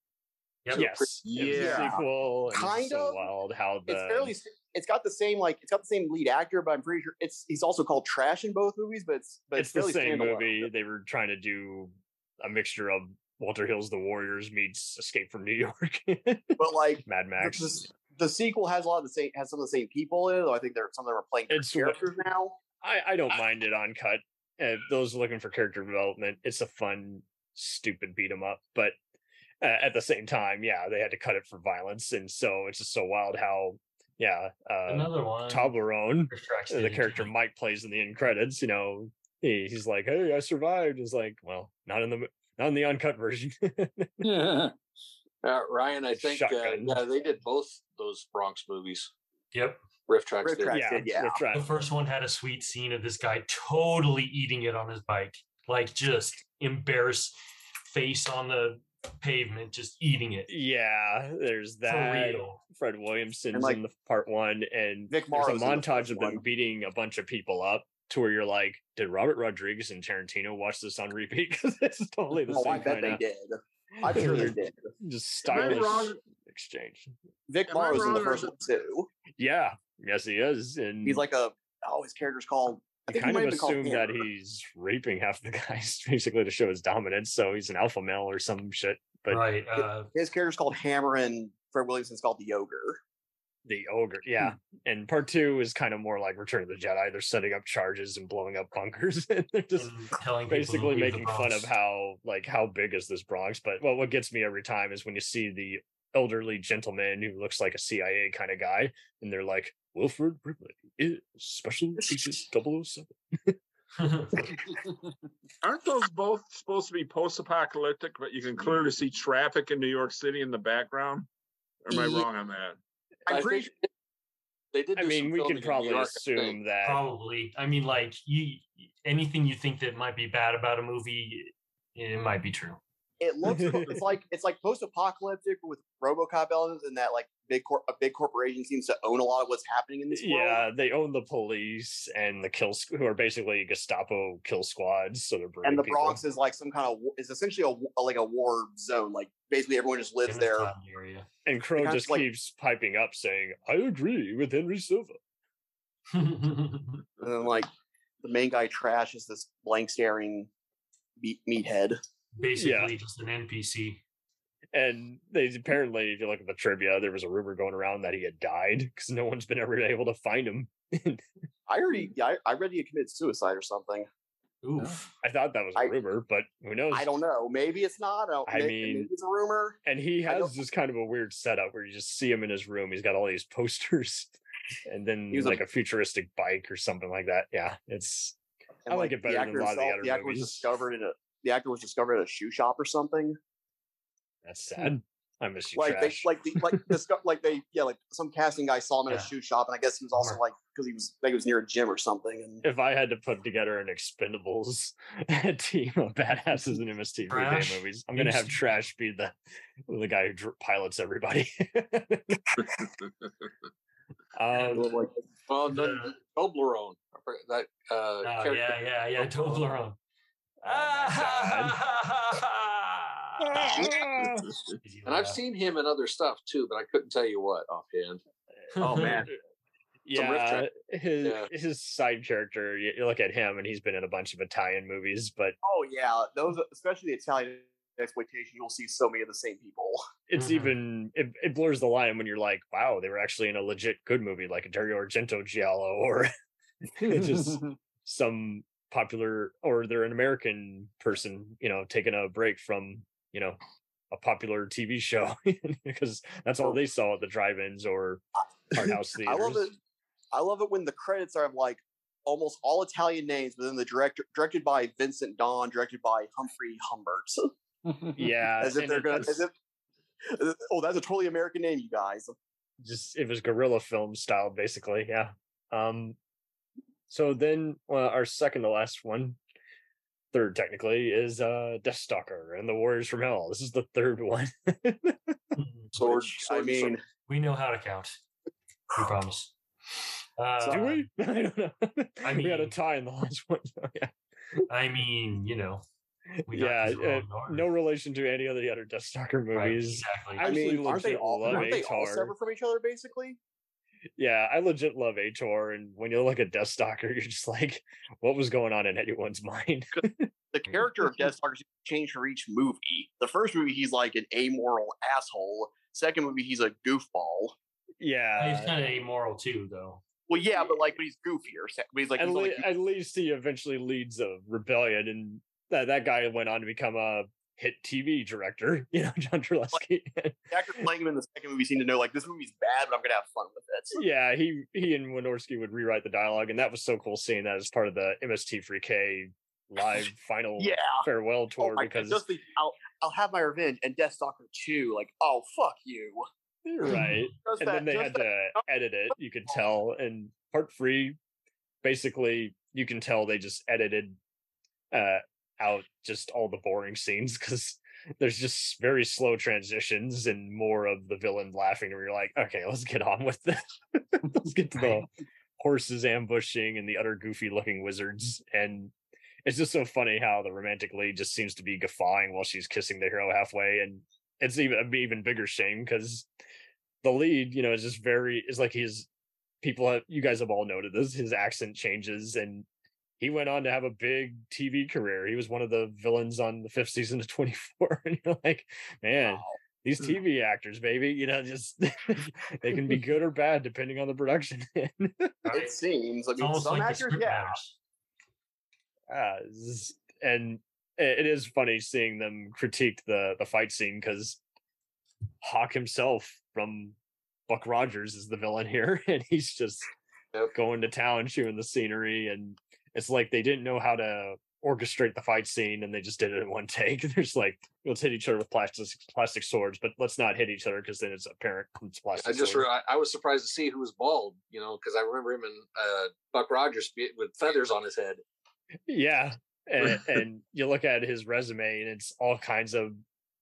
Speaker 2: Yep.
Speaker 1: Yes. It was a
Speaker 5: Yeah.
Speaker 1: sequel. And
Speaker 6: Kind
Speaker 1: it's so
Speaker 6: of.
Speaker 1: wild how the
Speaker 6: It's fairly. s- It's got the same like. It's got the same lead actor, but I'm pretty sure it's. He's also called trash in both movies, but it's. But
Speaker 1: it's the
Speaker 6: fairly
Speaker 1: same
Speaker 6: standalone.
Speaker 1: movie. They were trying to do a mixture of Walter Hill's The Warriors meets Escape from New York,
Speaker 6: But like
Speaker 1: Mad
Speaker 6: the,
Speaker 1: Max.
Speaker 6: the, the sequel has a lot of the same. Has some of the same people in it. Though I think there some of them are playing different
Speaker 1: It's what-
Speaker 6: characters now.
Speaker 1: I, I don't mind it on cut. Uh, those looking for character development, it's a fun, stupid beat 'em up. But uh, at the same time, yeah, they had to cut it for violence, and so it's just so wild how, yeah, uh,
Speaker 2: Another one.
Speaker 1: Toblerone, uh,
Speaker 2: Rick Trax
Speaker 1: the
Speaker 2: did.
Speaker 1: character Mike plays in the end credits. You know, he, he's like, "Hey, I survived." It's like, well, not in the not in the uncut version.
Speaker 7: Yeah.
Speaker 3: Uh, Ryan, I think uh,
Speaker 1: Shotgun.
Speaker 3: yeah, they did both those Bronx movies.
Speaker 2: Yep.
Speaker 3: Riff tracks
Speaker 6: Riff
Speaker 3: did.
Speaker 6: Trax. did, yeah.
Speaker 1: with
Speaker 2: The
Speaker 1: Trax.
Speaker 2: first one had a sweet scene of this guy totally eating it on his bike, like just embarrassed face on the pavement, just eating it
Speaker 1: yeah. There's
Speaker 2: for
Speaker 1: that.
Speaker 2: real.
Speaker 1: Fred Williamson's
Speaker 6: And, like,
Speaker 1: in the part one, and
Speaker 6: Vic
Speaker 1: there's a
Speaker 6: Morrow's in the
Speaker 1: montage
Speaker 6: first
Speaker 1: of
Speaker 6: one.
Speaker 1: them beating a bunch of people up to where you're like, did Robert Rodriguez and Tarantino watch this on repeat? Because it's totally the
Speaker 6: Oh,
Speaker 1: same
Speaker 6: I bet
Speaker 1: kind
Speaker 6: they
Speaker 1: of
Speaker 6: did. I'm sure they did.
Speaker 1: just
Speaker 5: Am I
Speaker 1: stylish
Speaker 5: wrong?
Speaker 1: exchange.
Speaker 6: Vic
Speaker 5: Am I
Speaker 6: Morrow's in the
Speaker 5: wrong or
Speaker 6: first
Speaker 5: is
Speaker 6: one too.
Speaker 1: Yeah, yes, he is, and
Speaker 6: He's like a oh, his character's called. I
Speaker 1: you
Speaker 6: think he
Speaker 1: Mm. kind
Speaker 6: might
Speaker 1: of
Speaker 6: have been called
Speaker 1: assume that
Speaker 6: Hammer.
Speaker 1: he's raping half the guys basically to show his dominance. So he's an alpha male or some shit. But
Speaker 2: right. Uh,
Speaker 6: his character's called Hammer and Fred Williamson's called the Ogre.
Speaker 1: the ogre, yeah.
Speaker 6: Hmm.
Speaker 1: And part two is kind of more like Return of the Jedi. They're setting up charges and blowing up bunkers, and they're just
Speaker 2: and telling people to
Speaker 1: basically
Speaker 2: leave the
Speaker 1: making fun of
Speaker 2: Bronx.
Speaker 1: how like how big is this Bronx. But well, what gets me every time is when you see the elderly gentleman who looks like a CIA kind of guy, and they're like, Wilfred Brimley is Special Agent 007.
Speaker 5: aren't those both supposed to be post-apocalyptic? But you can clearly see traffic in New York City in the background. Or am I
Speaker 6: Ye-
Speaker 5: wrong on that?
Speaker 1: I'm
Speaker 3: I
Speaker 1: pretty
Speaker 3: think they did.
Speaker 1: I
Speaker 3: do
Speaker 1: mean,
Speaker 3: some
Speaker 1: we can
Speaker 3: filming in New
Speaker 1: probably
Speaker 3: York, I
Speaker 1: assume
Speaker 3: think.
Speaker 1: that-
Speaker 2: Probably. I mean, like you, anything you think that might be bad about a movie, it might be true.
Speaker 6: It looks cool. it's like it's like post-apocalyptic with RoboCop elements, and that like big cor- a big corporation seems to own a lot of what's happening in this world.
Speaker 1: Yeah, they own the police and the kill, squ- who are basically Gestapo kill squads. So they're
Speaker 6: and
Speaker 1: burning
Speaker 6: the
Speaker 1: people.
Speaker 6: Bronx is like some kind of wa- is essentially a, wa- like a war zone. Like basically everyone just lives there.
Speaker 1: And Crow
Speaker 6: Because,
Speaker 1: just
Speaker 6: like-
Speaker 1: keeps piping up saying, I agree with Henry Silva.
Speaker 6: And then like the main guy Trash is this blank staring meat- meathead.
Speaker 2: Basically, just an NPC.
Speaker 1: And they apparently, if you look at the trivia, there was a rumor going around that he had died because no one's been ever able to find him.
Speaker 6: I
Speaker 1: Mm.
Speaker 6: already, yeah, I, I read he committed suicide or something.
Speaker 2: Oof.
Speaker 1: I thought that was a
Speaker 6: I-
Speaker 1: rumor, but who knows?
Speaker 6: I don't know. Maybe it's not. I, don't,
Speaker 1: I
Speaker 6: may-
Speaker 1: mean-
Speaker 6: maybe it's a rumor.
Speaker 1: And he
Speaker 6: I
Speaker 1: has this kind of a weird setup where you just see him in his room. He's got all these posters and then
Speaker 6: He was a-
Speaker 1: like a futuristic bike or something like that. Yeah, it's.
Speaker 6: And,
Speaker 1: I like, it better than a lot of the other
Speaker 6: the actor
Speaker 1: movies.
Speaker 6: was discovered in a the actor was discovered at a shoe shop or something.
Speaker 1: That's sad. I miss you,
Speaker 6: Hmm. like
Speaker 1: trash.
Speaker 6: they like the like disco- like they yeah like some casting guy saw him in
Speaker 1: Yeah.
Speaker 6: a shoe shop, and I guess he was also like because he was like he was near a gym or something. And
Speaker 1: if I had to put together an Expendables team of badasses in MST
Speaker 6: Trash.
Speaker 1: day movies, I'm gonna have
Speaker 6: Interesting.
Speaker 1: Trash be the the guy who dr- pilots everybody. um,
Speaker 3: Well, the, the Toblerone. I forget That uh,
Speaker 2: Oh,
Speaker 3: character-
Speaker 2: yeah, yeah, yeah. Toblerone.
Speaker 6: Oh
Speaker 3: and I've seen him in other stuff too, but I couldn't tell you what offhand.
Speaker 1: Oh, man.
Speaker 3: Some riff
Speaker 1: yeah,
Speaker 3: track.
Speaker 1: his
Speaker 3: Yeah.
Speaker 1: his side character. You, you look at him, and he's been in a bunch of Italian movies, but
Speaker 6: oh yeah, those especially the Italian exploitation, you'll see so many of the same people.
Speaker 3: Mm-hmm.
Speaker 1: it's even it, it blurs the line when you're like, wow, they were actually in a legit good movie like a Dario Argento giallo or it's just some popular or they're an American person, you know, taking a break from, you know, a popular TV show because that's all they saw at the drive-ins or art house
Speaker 6: I
Speaker 1: theaters.
Speaker 6: love it. I love it when the credits are of, like almost all Italian names, but then the director directed by Vincent Don, directed by Humphrey Humbert.
Speaker 1: Yeah,
Speaker 6: as if
Speaker 1: and
Speaker 6: they're
Speaker 1: it-
Speaker 6: gonna.
Speaker 1: that's
Speaker 6: As if, as if- oh, that's a totally American name, you guys.
Speaker 1: just it was guerrilla film style, basically. Yeah. Um. So then, uh, our second to last one, third technically, is uh Deathstalker and the Warriors from Hell. This is the third one.
Speaker 6: Sword, I
Speaker 2: and sword.
Speaker 6: mean,
Speaker 2: We know how to count. We promise. Uh,
Speaker 1: Do we? I don't know.
Speaker 2: I
Speaker 1: we had a
Speaker 2: mean-
Speaker 1: tie in the last one. Oh, yeah.
Speaker 2: I mean, you know, we got
Speaker 1: yeah,
Speaker 2: these all in
Speaker 1: uh, no relation to any of the other Deathstalker movies.
Speaker 2: exactly.
Speaker 1: I
Speaker 6: I
Speaker 1: actually
Speaker 6: mean, aren't they
Speaker 1: legit
Speaker 6: all?
Speaker 1: love
Speaker 6: Aren't they all
Speaker 1: Atar.
Speaker 6: separate from each other, basically?
Speaker 1: Yeah, I legit love Ator, and when you look at Deathstalker, you're just like, what was going on in anyone's mind?
Speaker 6: The character of Deathstalker changed for each movie. The first movie, he's like an amoral asshole. Second movie, he's a goofball.
Speaker 1: yeah,
Speaker 2: He's kind of amoral too, though.
Speaker 6: Well, yeah, but like, but he's goofier. Se- But he's like,
Speaker 1: at,
Speaker 6: he's
Speaker 1: le-
Speaker 6: only
Speaker 1: at least he eventually leads a rebellion, and that that guy went on to become a hit TV director. You know, John Treleski.
Speaker 6: the actor playing him in the second movie seemed to know like this movie's bad, but I'm gonna have fun with it.
Speaker 1: yeah, he he and Winorski would rewrite the dialogue, and that was so cool seeing that as part of the MST3K live final
Speaker 6: Yeah.
Speaker 1: farewell
Speaker 6: Oh
Speaker 1: tour
Speaker 6: my god,
Speaker 1: because
Speaker 6: just the, I'll I'll have my revenge and Deathstalker two. Like, oh fuck you.
Speaker 1: You're right.
Speaker 6: Just
Speaker 1: and
Speaker 6: that- Oh.
Speaker 1: then they
Speaker 6: just
Speaker 1: had to edit it. You could tell. And part three, basically, you can tell they just edited uh, out just all the boring scenes because there's just very slow transitions and more of the villain laughing. And you're like, okay, let's get on with this. let's get to the horses ambushing and the other goofy looking wizards. And it's just so funny how the romantic lead just seems to be guffawing while she's kissing the hero halfway. And it's even an even bigger shame because the lead, you know, is just very is like his people have you guys have all noted this, his accent changes and he went on to have a big TV career. He was one of the villains on the fifth season of 24. And you're like, man, these TV actors, baby, you know, just they can be good or bad depending on the production.
Speaker 6: It seems. I mean,
Speaker 1: almost
Speaker 6: some
Speaker 1: like the
Speaker 6: actors,
Speaker 1: script
Speaker 6: yeah.
Speaker 1: uh, z- and it it is funny seeing them critique the the fight scene because Hawk himself from Buck Rogers is the villain here, and he's just going to town, chewing the scenery, and it's like they didn't know how to orchestrate the fight scene and they just did it in one take. There's like let's hit each other with plastic plastic swords, but let's not hit each other because then it's apparent it's plastic.
Speaker 3: I just
Speaker 1: swords.
Speaker 3: re- I- I was surprised to see who was bald, you know, because I remember him in uh, Buck Rogers be- with feathers on his head.
Speaker 1: yeah, and and you look at his resume and it's all kinds of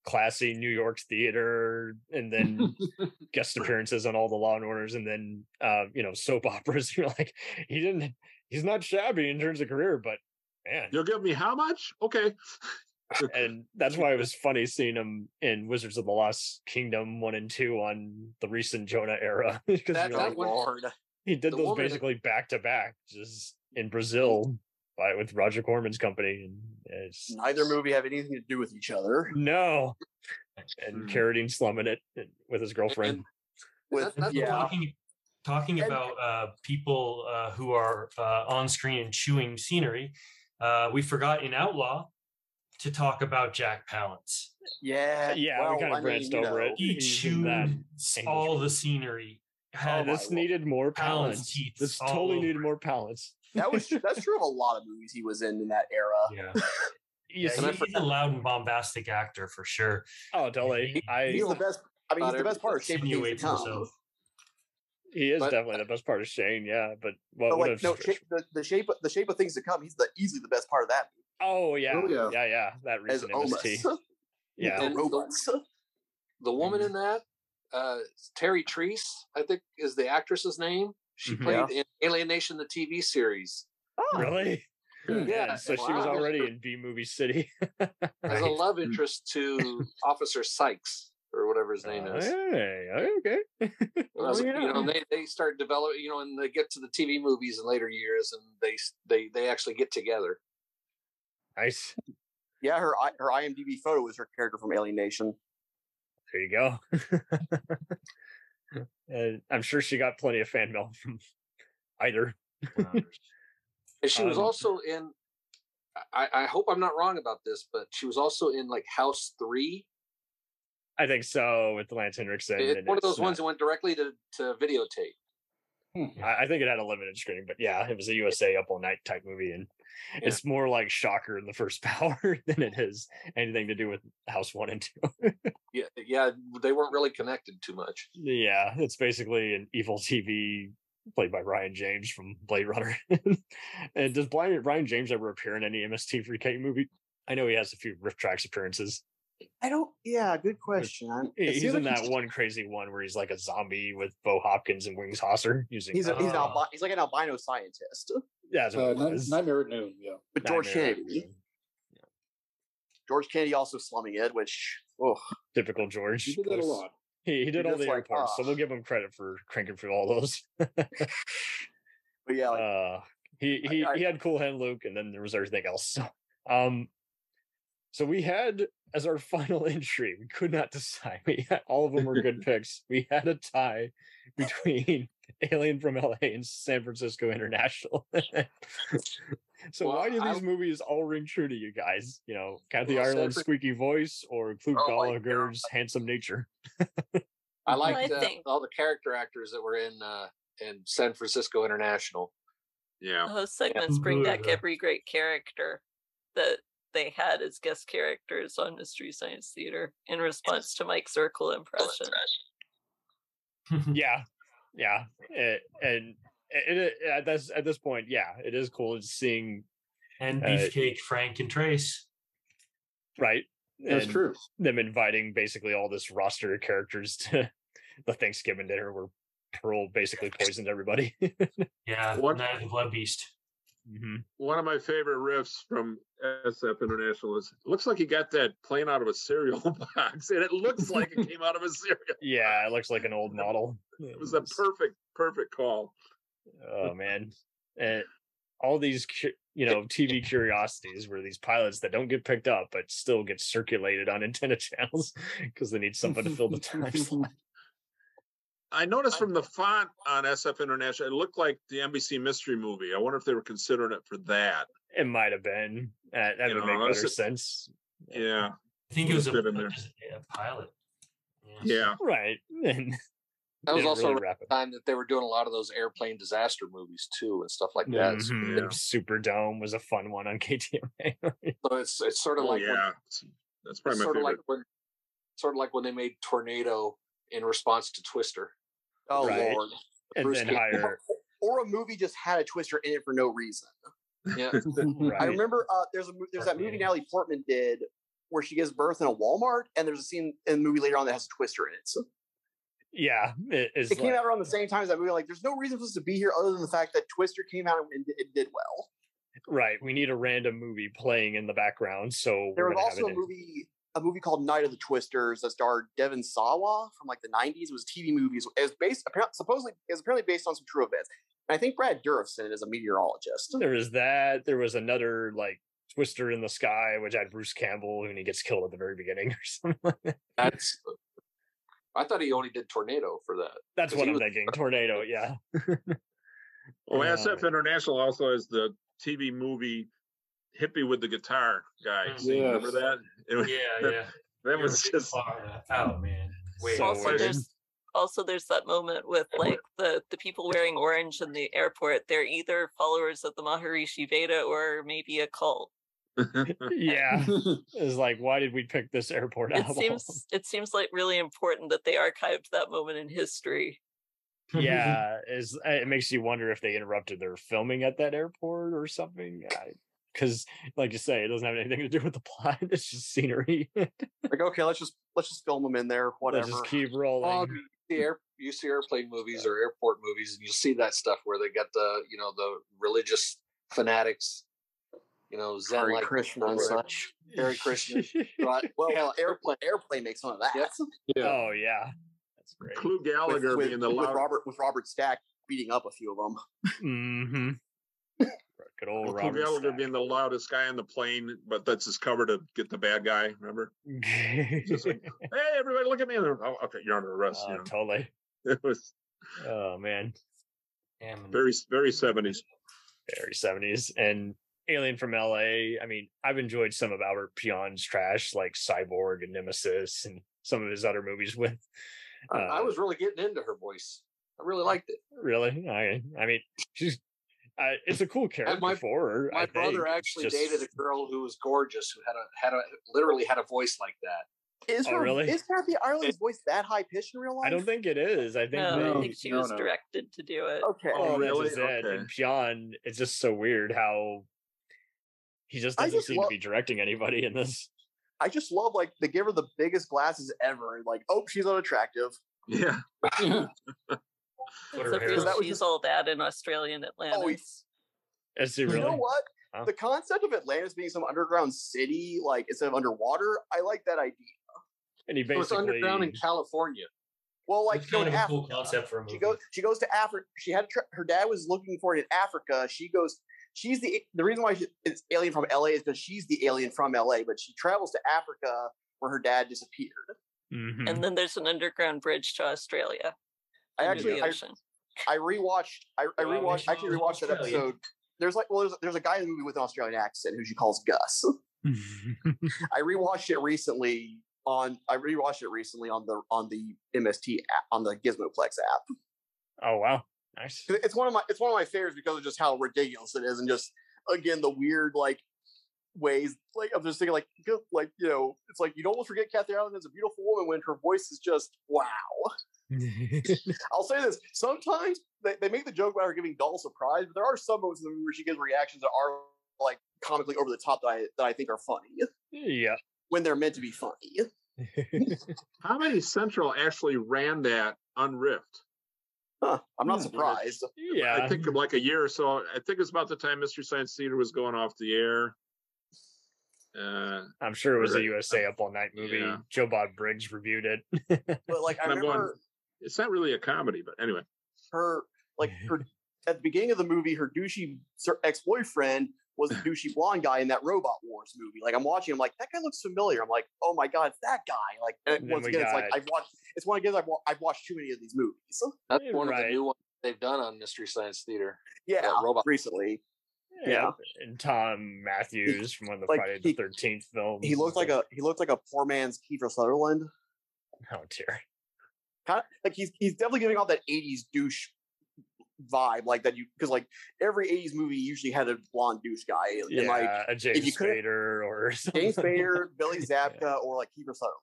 Speaker 1: classy New York theater, and then guest appearances on all the Law and Orders, and then uh, you know soap operas. You're like he didn't. He's not shabby in terms of career, but man,
Speaker 5: you'll give me how much? Okay.
Speaker 1: and that's why it was funny seeing him in Wizards of the Lost Kingdom one and two on the recent Jonah era. 'Cause
Speaker 3: That-
Speaker 1: you're
Speaker 3: that
Speaker 1: like,
Speaker 3: one-
Speaker 1: "Lord." he did
Speaker 3: the
Speaker 1: those
Speaker 3: woman-
Speaker 1: basically back to back, just in Brazil by with Roger Corman's company, and it's
Speaker 6: Neither movie have anything to do with each other.
Speaker 1: no, and Carradine slumming it eh, with his girlfriend.
Speaker 6: With yeah,
Speaker 2: talking, talking about uh, people uh, who are uh, on screen and chewing scenery, uh, we forgot in Outlaw to talk about Jack Palance.
Speaker 6: yeah,
Speaker 1: yeah, we kind of branched over it.
Speaker 2: He chewed all the scenery.
Speaker 1: Oh,
Speaker 2: Had
Speaker 1: this needed more
Speaker 2: Palance
Speaker 1: pallets.
Speaker 2: teeth
Speaker 1: This
Speaker 2: all
Speaker 1: totally
Speaker 2: over
Speaker 1: needed more pallets.
Speaker 6: that was that's true of a lot of movies he was in in that era.
Speaker 2: Yeah.
Speaker 1: Yeah,
Speaker 2: Yeah, he- he's a loud and bombastic actor for sure.
Speaker 1: Oh, totally. I
Speaker 6: He's the best. I mean, he's the best part of Shape of Things to
Speaker 2: insinuates
Speaker 6: Come.
Speaker 2: himself.
Speaker 1: He is
Speaker 6: But-
Speaker 1: definitely the best part of Shane. Yeah, but Oh, what
Speaker 6: But
Speaker 1: would
Speaker 6: like,
Speaker 1: have?
Speaker 6: no, shape, the, the shape, of, the shape of things to come. He's the easily the best part of that.
Speaker 1: oh yeah,
Speaker 6: Oh, yeah.
Speaker 1: yeah, yeah, That
Speaker 6: As
Speaker 1: recent
Speaker 6: Omus,
Speaker 1: MST. Yeah, Mm-hmm.
Speaker 3: And the, the woman in that, uh, Terry Treese, I think is the actress's name. She
Speaker 1: Mhm.
Speaker 3: played in Alien Nation, the TV series.
Speaker 1: really.
Speaker 3: Yeah,
Speaker 1: Yeah, so she was
Speaker 3: wow.
Speaker 1: already in B movie city.
Speaker 3: As a
Speaker 1: Mm.
Speaker 3: love interest to Officer Sykes or whatever his name
Speaker 1: Uh,
Speaker 3: is.
Speaker 1: Hey, okay.
Speaker 3: Well, that's-
Speaker 1: Oh, yeah.
Speaker 3: You know, they, they start developing, you know, and they get to the TV movies in later years, and they they they actually get together.
Speaker 1: Nice.
Speaker 6: Yeah, her I- her IMDb photo is her character from Alien Nation.
Speaker 1: There you go. And I'm sure she got plenty of fan mail from either.
Speaker 3: And she was
Speaker 1: Um,
Speaker 3: also in. I, I hope I'm not wrong about this, but she was also in like House Three.
Speaker 1: I think so with Lance Henriksen.
Speaker 3: It's
Speaker 1: and
Speaker 3: one of
Speaker 1: it's
Speaker 3: those ones that
Speaker 1: not-
Speaker 3: went directly to, to videotape.
Speaker 1: I I think it had a limited screening, but yeah, it was a USA up all night type movie, and it's more like Shocker in the first Power than it is anything to do with House One and Two.
Speaker 3: Yeah, yeah, they weren't really connected too much.
Speaker 1: Yeah, it's basically an evil TV played by Ryan James from Blade Runner. and does Blind Ryan James ever appear in any MST3K movie? I know he has a few riff tracks appearances.
Speaker 6: I don't. Yeah, good question. I'm, it
Speaker 1: He's
Speaker 6: seems
Speaker 1: in
Speaker 6: like
Speaker 1: that one crazy one where he's like a zombie with Bo Hopkins and Wings Hosser using.
Speaker 6: He's a, he's an
Speaker 1: uh,
Speaker 6: albi- he's like an albino scientist.
Speaker 1: Yeah, that's what it
Speaker 7: Night-
Speaker 1: was.
Speaker 7: Uh, Nightmare at Noon. Yeah.
Speaker 6: But George
Speaker 1: Nightmare at
Speaker 6: Kennedy. George Kennedy also slumming it, which oh,
Speaker 1: Typical George.
Speaker 7: He did that a lot.
Speaker 1: He, he did
Speaker 6: You're
Speaker 1: all
Speaker 6: just
Speaker 1: the
Speaker 6: like,
Speaker 1: airports, so
Speaker 6: "Ah."
Speaker 1: we'll give him credit for cranking through all those.
Speaker 6: but yeah, like,
Speaker 1: uh, he he he had Cool Hand Luke, and then there was everything else. So, um, so we had as our final entry, we could not decide. We had, all of them were good picks. We had a tie between Alien from LA and San Francisco International. so
Speaker 3: Well,
Speaker 1: why do
Speaker 3: I-
Speaker 1: these movies all ring true to you guys? You know, Kathy
Speaker 3: Well, San
Speaker 1: Ireland's
Speaker 3: Fran-
Speaker 1: squeaky voice or Clue
Speaker 3: Oh, my
Speaker 1: Gallagher's handsome nature.
Speaker 3: I
Speaker 4: Well, I
Speaker 3: liked uh,
Speaker 4: think-
Speaker 3: all the character actors that were in uh, in San Francisco International.
Speaker 5: Yeah.
Speaker 4: The host segments bring back
Speaker 3: Yeah.
Speaker 4: every great character that they had as guest characters on Mystery Science Theater in response to Mike Zirkle impression.
Speaker 1: yeah yeah it, and it, it, at this at this point yeah it is cool just seeing
Speaker 2: And
Speaker 1: Uh,
Speaker 2: Beefcake, Frank, and Trace.
Speaker 1: right
Speaker 7: That's
Speaker 1: and
Speaker 7: true.
Speaker 1: them inviting basically all this roster of characters to the thanksgiving dinner where pearl basically poisoned everybody
Speaker 2: Yeah,
Speaker 5: What-
Speaker 2: Night of the Blood Beast.
Speaker 1: Mhm.
Speaker 5: One of my favorite riffs from SF International is looks like he got that plane out of a cereal box, and it looks like it came out of a cereal.
Speaker 1: yeah it looks like an old model
Speaker 5: It was a perfect, perfect call.
Speaker 1: oh man and all these cu- you know tv curiosities were these pilots that don't get picked up but still get circulated on antenna channels because they need someone to fill the time slot
Speaker 5: I noticed from the font on SF International, it looked like the NBC mystery movie. I wonder if they were considering it for that.
Speaker 1: it might have been uh, that
Speaker 5: You
Speaker 1: would
Speaker 5: know,
Speaker 1: make
Speaker 5: that's
Speaker 1: better
Speaker 5: a-
Speaker 1: sense
Speaker 5: Yeah,
Speaker 2: I think it was a,
Speaker 5: Should've been there.
Speaker 2: a pilot.
Speaker 5: yeah.
Speaker 1: right and
Speaker 3: That was
Speaker 1: Didn't
Speaker 3: also
Speaker 1: really
Speaker 3: around
Speaker 1: wrap
Speaker 3: the time that they were doing a lot of those airplane disaster movies too and stuff like that.
Speaker 1: Mhm. Superdome was a fun one on KTMA.
Speaker 3: So it's it's sort of
Speaker 1: Oh,
Speaker 3: like when-
Speaker 1: yeah.
Speaker 5: That's probably my
Speaker 3: sort of like
Speaker 5: favorite.
Speaker 3: when sort of like when they made Tornado in response to Twister.
Speaker 6: Oh,
Speaker 3: Right.
Speaker 6: Lord.
Speaker 1: And
Speaker 6: Bruce
Speaker 1: then
Speaker 6: Campbell.
Speaker 1: hire
Speaker 6: Or a movie just had a twister in it for no reason.
Speaker 3: Yeah.
Speaker 6: I remember uh, there's a mo- there's that movie Natalie Portman did where she gives birth in a Walmart, and there's a scene in the movie later on that has a twister in it. So
Speaker 1: yeah, it is.
Speaker 6: it came
Speaker 1: like-
Speaker 6: out around the same time as that movie. Like, there's no reason for us to be here other than the fact that Twister came out and it did well.
Speaker 1: Right. We need a random movie playing in the background. So
Speaker 6: There
Speaker 1: we're
Speaker 6: was
Speaker 1: gonna
Speaker 6: also
Speaker 1: have it
Speaker 6: a
Speaker 1: in.
Speaker 6: movie, a movie called Night of the Twisters that starred Devin Sawa from like the '90s. It was a TV movie. It was based apparently, supposedly it was apparently based on some true events. And I think Brad Dourifson is a meteorologist.
Speaker 1: There was that. There was another like Twister in the Sky, which had Bruce Campbell and he gets killed at the very beginning or something like that.
Speaker 3: That's uh, I thought he only did Tornado for that.
Speaker 1: That's
Speaker 3: 'Cause
Speaker 1: what
Speaker 3: he
Speaker 1: I'm
Speaker 3: was-
Speaker 1: thinking. Tornado, yeah.
Speaker 5: Well,
Speaker 1: Uh,
Speaker 5: SF Oh, International also has the TV movie Hippie with the Guitar guy.
Speaker 2: Mm.
Speaker 5: See, Remember
Speaker 2: Yes.
Speaker 5: that? It was-
Speaker 2: Yeah,
Speaker 5: that,
Speaker 2: yeah.
Speaker 5: That was just.
Speaker 2: Oh man. Wait.
Speaker 4: also, there's also there's that moment with like the the people wearing orange in the airport. They're either followers of the Maharishi Veda or maybe a cult.
Speaker 1: yeah. It's like, why did we pick this airport
Speaker 4: It
Speaker 1: out? of all-
Speaker 4: seems it seems like really important that they archived that moment in history.
Speaker 1: yeah. Is uh, it makes you wonder if they interrupted their filming at that airport or something. Because, like you say, it doesn't have anything to do with the plot. It's just scenery.
Speaker 6: like, okay, let's just let's just film them in there. Whatever.
Speaker 1: just keep rolling.
Speaker 3: Well, you
Speaker 1: Hmm.
Speaker 3: see air, you see airplane movies or airport movies, and you see that stuff where they got the you know the religious fanatics, you know Zen
Speaker 6: Hare
Speaker 3: like
Speaker 6: Krishna and such.
Speaker 3: Hare Krishna.
Speaker 6: But, well, hell, airplane airplane makes fun of that.
Speaker 1: Oh yeah,
Speaker 6: that's
Speaker 1: great.
Speaker 5: Clue Gallagher
Speaker 6: with,
Speaker 5: being the
Speaker 6: with
Speaker 5: loud-
Speaker 6: Robert with Robert Stack beating up a few of them.
Speaker 1: Mm-hmm. Good old
Speaker 5: Clue
Speaker 1: Oh, Robert
Speaker 5: Gallagher being the loudest guy on the plane, but that's his cover to get the bad guy. Remember? It's just like, hey, everybody, look at me! And they're, oh, okay, you're under arrest.
Speaker 1: Oh,
Speaker 5: you know?
Speaker 1: Totally.
Speaker 5: It was.
Speaker 1: Oh man.
Speaker 5: Very very seventies.
Speaker 1: Very seventies and Alien from L.A. I mean, I've enjoyed some of Albert Pion's trash, like Cyborg and Nemesis, and some of his other movies with.
Speaker 3: I, I
Speaker 1: uh,
Speaker 3: was really getting into her voice. I really liked it.
Speaker 1: really. I I mean, she's. Uh, it's a cool character
Speaker 3: my-
Speaker 1: for her.
Speaker 3: My
Speaker 1: I think.
Speaker 3: brother
Speaker 1: It's
Speaker 3: actually
Speaker 1: just-
Speaker 3: dated a girl who was gorgeous, who had a had a literally had a voice like that.
Speaker 6: Is
Speaker 1: Oh,
Speaker 6: her
Speaker 1: really?
Speaker 6: is Kathy Ireland's voice that high pitched in real life?
Speaker 1: I don't think it is. I think
Speaker 4: No,
Speaker 1: they-
Speaker 4: uh, I think she was directed to do it.
Speaker 6: Okay.
Speaker 1: Oh,
Speaker 5: really?
Speaker 1: That's just it. And Pion, it's just so weird how he just
Speaker 6: I
Speaker 1: doesn't
Speaker 6: just
Speaker 1: seem
Speaker 6: lo-
Speaker 1: to be directing anybody in this.
Speaker 6: I just love like they give her the biggest glasses ever. and, Like, oh, she's unattractive.
Speaker 5: Yeah.
Speaker 4: It's a
Speaker 1: hair
Speaker 4: real
Speaker 1: up.
Speaker 4: she's all that in
Speaker 6: Oh,
Speaker 4: Australian Atlantis.
Speaker 1: Is he
Speaker 6: You
Speaker 1: really?
Speaker 6: know what?
Speaker 1: Huh?
Speaker 6: The concept of Atlantis being some underground city, like instead of underwater, I like that idea.
Speaker 1: And he
Speaker 3: So it's underground in
Speaker 1: basically-
Speaker 3: California.
Speaker 6: Well, like you know,
Speaker 2: kind
Speaker 6: in
Speaker 2: of a cool
Speaker 6: Africa,
Speaker 2: concept for a
Speaker 6: she
Speaker 2: movie.
Speaker 6: goes she goes to Africa. She had a tra- her dad was looking for it in Africa. She goes. She's the the reason why she, it's alien from LA is because she's the alien from LA, but she travels to Africa where her dad disappeared.
Speaker 1: Mm-hmm. Hmm.
Speaker 4: And then there's an underground bridge to Australia.
Speaker 6: I
Speaker 4: under
Speaker 6: actually
Speaker 4: the
Speaker 6: I,
Speaker 4: ocean.
Speaker 6: I rewatched I, I
Speaker 4: Well,
Speaker 6: rewatched
Speaker 4: they
Speaker 6: actually
Speaker 4: show
Speaker 6: rewatched that
Speaker 4: Australia.
Speaker 6: episode. There's like well there's there's a guy in the movie with an Australian accent who she calls Gus. I rewatched it recently on I rewatched it recently on the on the MST app, on the Gizmoplex app.
Speaker 1: Oh wow, nice.
Speaker 6: It's one of my it's one of my favorites because of just how ridiculous it is and just again the weird like ways like I'm just thinking like good- like you know it's like you don't almost forget Kathy Allen is a beautiful woman when her voice is just wow. I'll say this: sometimes they, they make the joke about her giving Doll surprise, but there are some moments in the movie where she gives reactions that are like comically over the top that I that I think are funny
Speaker 1: Yeah.
Speaker 6: when they're meant to be funny.
Speaker 5: Comedy Central actually ran that unriffed.
Speaker 6: Huh, I'm
Speaker 5: Hmm.
Speaker 6: not surprised.
Speaker 1: Yeah.
Speaker 5: I think like a year or so. I think it's about the time Mystery Science Theater was going off the air. Uh,
Speaker 1: I'm sure it was a
Speaker 5: Right.
Speaker 6: uh,
Speaker 1: USA Up All Night movie.
Speaker 5: Yeah.
Speaker 1: Joe Bob Briggs reviewed it.
Speaker 6: But like I
Speaker 5: and I'm going,
Speaker 6: remember
Speaker 5: it's not really a comedy, but anyway.
Speaker 6: her like her at the beginning of the movie, her douchey ex boyfriend was the douchey blonde guy in that Robot Wars movie. Like I'm watching, I'm like that guy looks familiar. I'm like, oh my god, it's that guy. Like and
Speaker 1: And then
Speaker 6: once
Speaker 1: we
Speaker 6: again, it's like
Speaker 1: got-
Speaker 6: I've watched. It's one again I've, wa- I've watched too many of these movies.
Speaker 3: That's one of
Speaker 1: Right.
Speaker 3: the new ones they've done on Mystery Science Theater.
Speaker 6: Yeah,
Speaker 3: That robot.
Speaker 6: recently.
Speaker 1: Yeah. And Tom Matthews from one of the
Speaker 6: like,
Speaker 1: Friday the
Speaker 6: he-
Speaker 1: Thirteenth films.
Speaker 6: He looked like a he looked like a poor man's Kiefer Sutherland.
Speaker 1: Oh dear.
Speaker 6: Kind of like he's he's definitely giving off that '80s douche vibe, like that you because like every '80s movie usually had a blonde douche guy, and
Speaker 1: yeah,
Speaker 6: like
Speaker 1: a James
Speaker 6: couldn't-
Speaker 1: Spader or something.
Speaker 6: James Spader, Billy Zabka, or like Kiefer Sutherland.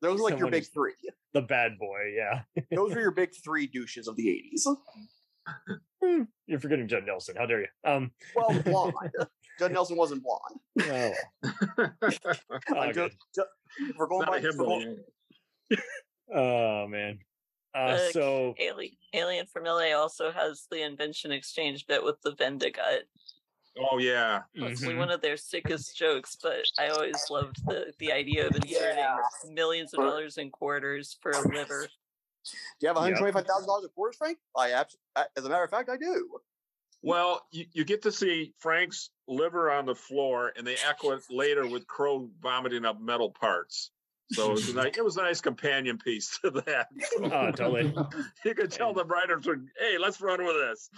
Speaker 6: Those are like your
Speaker 1: Someone
Speaker 6: big
Speaker 1: who's
Speaker 6: three.
Speaker 1: The bad boy, yeah.
Speaker 6: Those were your big three douches of the '80s.
Speaker 1: Hmm, You're forgetting Judd Nelson. How dare you? Um,
Speaker 6: Well, blonde. Judd Nelson wasn't blonde.
Speaker 1: oh,
Speaker 6: I'm
Speaker 1: good.
Speaker 6: just- ju- if we're going
Speaker 1: Not
Speaker 6: by
Speaker 1: a him,
Speaker 6: if we're going-
Speaker 1: oh, man. Uh,
Speaker 4: Uh,
Speaker 1: so
Speaker 4: Alien, Alien from LA also has the invention exchange bit with the Vendigut.
Speaker 5: Oh yeah.
Speaker 4: Possibly
Speaker 1: Mm-hmm.
Speaker 4: one of their sickest jokes, but I always loved the, the idea of inserting millions of dollars in quarters for a liver.
Speaker 6: Do you
Speaker 4: Yep.
Speaker 6: have one hundred twenty-five thousand dollars of quarters, Frank? I abs- I- as a matter of fact, I do.
Speaker 5: Well, you, you get to see Frank's liver on the floor, and they echo it later with Crow vomiting up metal parts. So it was, a nice, it was a nice companion piece to that.
Speaker 1: Oh, totally.
Speaker 5: you could tell the writers were, hey, let's run with this.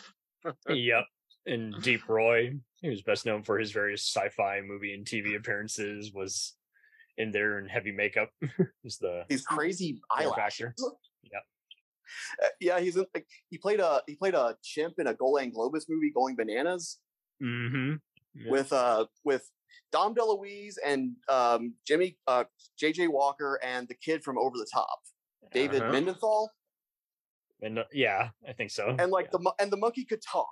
Speaker 1: yep. And Deep Roy, he was best known for his various sci-fi movie and TV appearances, was in there in heavy makeup. He's the
Speaker 6: These crazy
Speaker 1: male
Speaker 6: eyelashes.
Speaker 1: actor. Yep.
Speaker 6: Uh, yeah, he's in, like he played a he played a chimp in a Golan Globus movie, Going Bananas,
Speaker 1: Mm-hmm.
Speaker 6: with uh with Dom DeLuise and um Jimmy uh JJ Walker and the kid from Over the Top, David
Speaker 1: Uh-huh.
Speaker 6: Mendenhall,
Speaker 1: and uh, yeah, I think so.
Speaker 6: and like the the and the monkey could talk.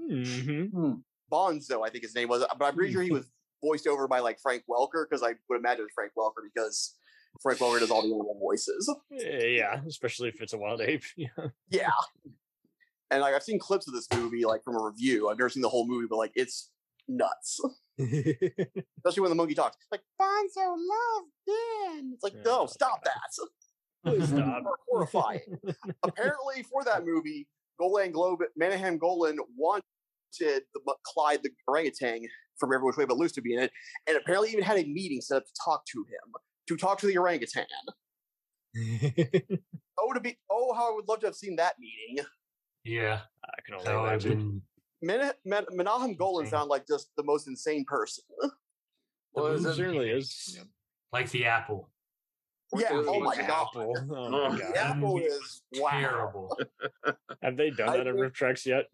Speaker 1: Mhm.
Speaker 6: Bonzo, I think his name was, but I'm pretty sure he was voiced over by like Frank Welker because I would imagine it's Frank Welker because Frank Welker does all the animal voices.
Speaker 1: Eh, yeah, especially if it's a wild ape. Yeah.
Speaker 6: Yeah. And like I've seen clips of this movie like from a review. I've never seen the whole movie, but like it's nuts. Especially when the monkey talks. Like Bonzo love Dan. It's like, no, stop that. Please
Speaker 1: stop.
Speaker 6: Are horrifying. Apparently for that movie, Golan Globe Manahan Golan wanted the mo- Clyde the orangutan from every which way but loose to be in it, and apparently even had a meeting set up to talk to him, to talk to the orangutan. oh to be oh how I would love to have seen that meeting.
Speaker 2: Yeah.
Speaker 1: I can
Speaker 2: only
Speaker 1: imagine.
Speaker 6: Men- Men- Menahem Golan sound like just the most insane person.
Speaker 2: Well, is it-
Speaker 1: certainly is.
Speaker 2: Like the apple.
Speaker 6: Yeah. Oh my
Speaker 2: the
Speaker 6: god.
Speaker 1: apple. Oh
Speaker 2: Oh,
Speaker 1: my
Speaker 2: the
Speaker 1: god.
Speaker 6: Apple is wow.
Speaker 2: Terrible.
Speaker 1: Have they done
Speaker 6: I
Speaker 1: that on
Speaker 6: think-
Speaker 1: Rift Tracks yet?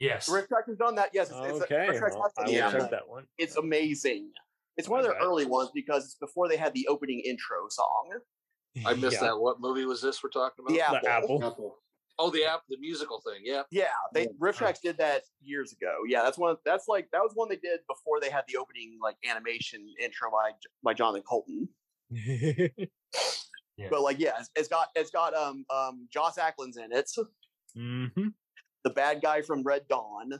Speaker 2: Yes.
Speaker 6: Rift Track has done that. Yes. It's, it's
Speaker 1: Okay,
Speaker 6: Rift Track's
Speaker 1: well,
Speaker 6: not
Speaker 1: I
Speaker 6: done
Speaker 1: will
Speaker 6: yet,
Speaker 1: check
Speaker 6: but
Speaker 1: that one.
Speaker 6: It's amazing. It's one of their early ones because it's before they had the opening intro song.
Speaker 3: I missed
Speaker 6: Yeah.
Speaker 3: that. What movie was this we're talking about?
Speaker 6: The The Apple. Apple.
Speaker 3: Oh, the app, the musical thing. Yeah.
Speaker 6: Yeah, they Rift Tracks did that years ago. Yeah, that's one. That's like that was one they did before they had the opening like animation intro by by Jonathan Colton. But like, yeah, it's, it's got it's got um um Joss Ackland's in it.
Speaker 1: Mm-hmm.
Speaker 6: the bad guy from Red Dawn.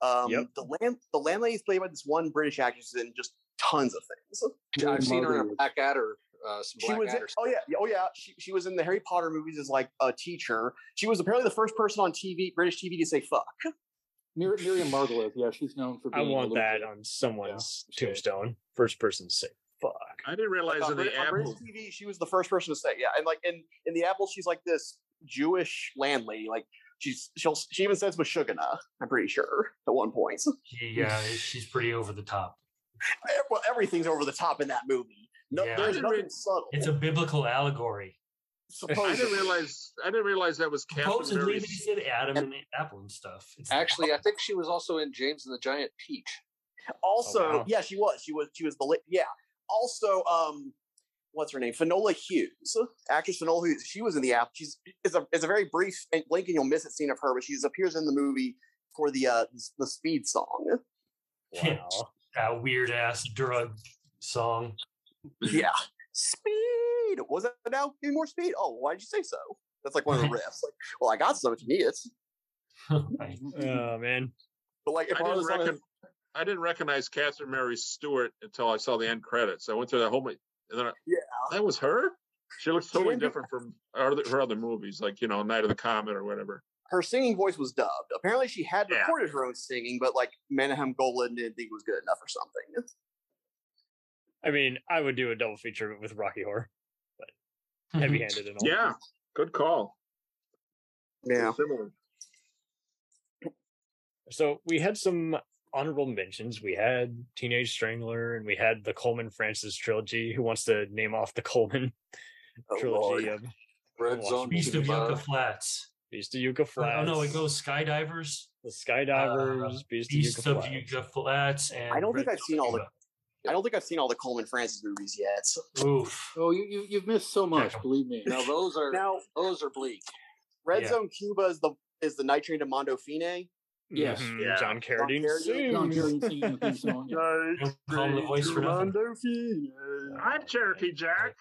Speaker 6: Um,
Speaker 1: Yep.
Speaker 6: The land the landlady is played by this one British actress in just tons of things.
Speaker 3: Yeah, I've seen her in a Black Adder. Uh, some
Speaker 6: She
Speaker 3: Black
Speaker 6: was in,
Speaker 3: Adder.
Speaker 6: oh yeah yeah, oh yeah she, she was in the Harry Potter movies as like a teacher. She was apparently the first person on TV British TV to say fuck.
Speaker 7: Mir- Miriam Margolyes, yeah, she's known for.
Speaker 1: I
Speaker 7: Being
Speaker 1: want
Speaker 7: a
Speaker 1: that on someone's tombstone. First person to say fuck.
Speaker 5: I didn't realize
Speaker 6: Like, on,
Speaker 5: that
Speaker 6: Brit-
Speaker 5: the
Speaker 6: on British
Speaker 5: apple.
Speaker 6: TV, she was the first person to say yeah, and like in in the Apple, she's like this Jewish landlady. Like she's she'll she even says Meshuggah. I'm pretty sure at one point.
Speaker 2: Yeah, uh, she's pretty over the top.
Speaker 6: well, everything's over the top in that movie. No,
Speaker 2: Yeah.
Speaker 6: there's
Speaker 2: I
Speaker 6: nothing subtle.
Speaker 2: It's
Speaker 3: Oh.
Speaker 2: a biblical allegory.
Speaker 5: I didn't realize. I didn't realize that was Captain
Speaker 2: Supposedly
Speaker 5: Mary's.
Speaker 2: they said Adam and the apple and stuff. It's
Speaker 3: Actually, I think she was also in James and the Giant Peach.
Speaker 1: Oh,
Speaker 6: Also,
Speaker 3: wow.
Speaker 6: yeah, she was. She was. She was the. la- Yeah. Also, um, what's her name? Finola Hughes, actress Finola Hughes. She was in the app. She's is a is a very brief and blink and you'll miss it scene of her, but she appears in the movie for the uh the speed song.
Speaker 2: Wow. that weird ass drug song.
Speaker 6: Yeah. Speed. Was that now? Give me more speed. Oh, why did you say so? That's like one of the riffs. Like, well, I got some if you need it. mm-hmm.
Speaker 1: Oh man.
Speaker 6: But like, if
Speaker 5: I
Speaker 6: I
Speaker 5: didn't,
Speaker 6: was on a-
Speaker 5: recon- I didn't recognize Catherine Mary Stewart until I saw the end credits. I went through that whole mo- and then I,
Speaker 6: yeah,
Speaker 5: that was her. She looks totally
Speaker 6: didn't do-
Speaker 5: different from her other, her other movies, like you know, Night of the Comet or whatever.
Speaker 6: her singing voice was dubbed. Apparently, she had recorded her own singing, but like Menahem Golan didn't think it was good enough or something.
Speaker 1: I mean, I would do a double feature with Rocky Horror, but heavy-handed and all.
Speaker 5: Yeah, good call.
Speaker 6: Yeah.
Speaker 5: Similar.
Speaker 1: So we had some honorable mentions. We had Teenage Strangler, and we had the Coleman Francis trilogy. Who wants to name off the Coleman
Speaker 6: Oh,
Speaker 1: trilogy
Speaker 6: Lord.
Speaker 1: of
Speaker 3: Red Zone.
Speaker 2: Beast of Yucca
Speaker 3: Yucca.
Speaker 2: Flats.
Speaker 1: Beast of Yucca
Speaker 2: Or, oh
Speaker 1: Flats.
Speaker 2: no, it goes Skydivers.
Speaker 1: The Skydivers, Beast,
Speaker 2: Beast
Speaker 1: of
Speaker 2: of
Speaker 1: Yucca Flats.
Speaker 2: Yucca Flats, and
Speaker 6: I don't think
Speaker 2: Red
Speaker 6: I've seen all the.
Speaker 2: Zone.
Speaker 6: I don't think I've seen all the Coleman Francis movies yet.
Speaker 2: Oof.
Speaker 7: Oh, you, you you've missed so much, believe me.
Speaker 3: Now those are
Speaker 6: Now,
Speaker 3: those are bleak.
Speaker 6: Red
Speaker 7: Yeah.
Speaker 6: Zone Cuba is the is the Night Train to Mondo Fine.
Speaker 7: Yes.
Speaker 1: Mhm, John Carradine.
Speaker 6: Carradine.
Speaker 7: John Carradine
Speaker 1: sings.
Speaker 7: singing the theme song. yeah.
Speaker 2: Calm the voice for nothing.
Speaker 5: I'm Cherokee Jack.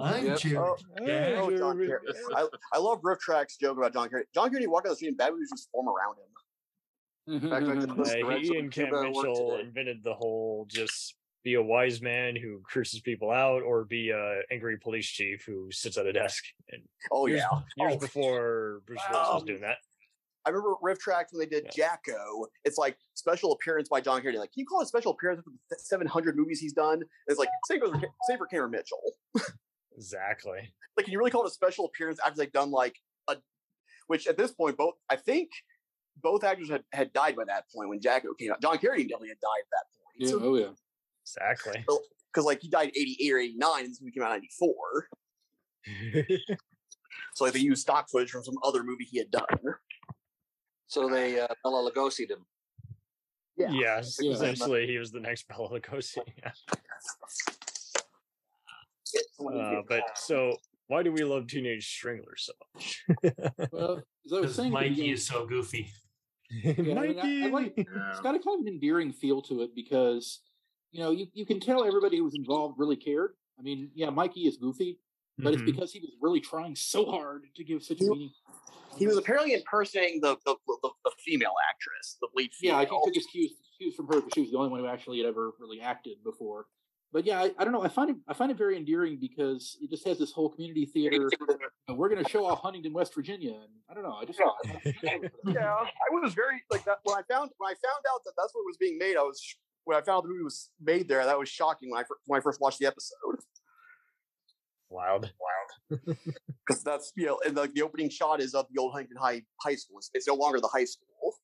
Speaker 2: I'm
Speaker 6: Yep.
Speaker 2: Jared.
Speaker 6: Oh,
Speaker 2: Yeah.
Speaker 6: oh, John Carradine. I, I love Riff Track's joke about John Carradine. John Carradine walked out the street and bad movies just form around him.
Speaker 3: In fact, I just listened to
Speaker 1: Uh,
Speaker 3: Red
Speaker 1: he
Speaker 3: Zone
Speaker 1: and Cam
Speaker 3: Cuba at work
Speaker 1: Mitchell
Speaker 3: today.
Speaker 1: invented the whole just be a wise man who curses people out or be a angry police chief who sits at a desk. And
Speaker 6: Oh
Speaker 1: years,
Speaker 6: yeah.
Speaker 1: Years
Speaker 6: Oh.
Speaker 1: before Bruce Willis was doing that.
Speaker 6: I remember Riff Tracks when they did Jacko. It's like special appearance by John Carradine. Like, can you call it special appearance for the 700 movies he's done? And it's like same goes for, Ca- same for Cameron Mitchell.
Speaker 1: Exactly.
Speaker 6: Like, can you really call it a special appearance after they've done like a? Which at this point, both I think both actors had, had died by that point when Jacko came out. John Carradine definitely had died at that point.
Speaker 7: Yeah, oh yeah.
Speaker 1: Exactly.
Speaker 6: because like he died in 88 or 89 and this movie came out in 94 so like they used stock footage from some other movie he had done
Speaker 3: So they uh, Bela Lugosi'd him.
Speaker 6: Yeah.
Speaker 1: Yes.
Speaker 3: Yeah.
Speaker 1: Essentially, he was the next Bela Lugosi. Yeah. Uh, but so, why do we love Teenage Stranglers so much?
Speaker 7: Well, as I was saying, at the
Speaker 2: Mikey
Speaker 7: beginning-
Speaker 2: is so goofy.
Speaker 7: Yeah, I mean, I- I like- it's got a kind of an endearing feel to it because you know you, you can tell everybody who was involved really cared. I mean, yeah, Mikey is goofy, but
Speaker 1: Mhm.
Speaker 7: it's because he was really trying so hard to give such a meaning.
Speaker 6: Mm-hmm. he was apparently impersonating the the, the, the female actress the lead
Speaker 7: Yeah,
Speaker 6: female.
Speaker 7: I think took his cues, cues from her because she was the only one who actually had ever really acted before. But yeah, I, I don't know. I find it I find it very endearing because it just has this whole community theater. uh, We're going to show off Huntington, West Virginia, and I don't know. I just
Speaker 6: yeah i was very like that when i found when i found out that that's what was being made i was sh- when i found out the movie was made there that was shocking when i, fir- when I first watched the episode
Speaker 1: Wild.
Speaker 6: because that's you know and like the opening shot is of the old huntington high high school it's, it's no longer the high school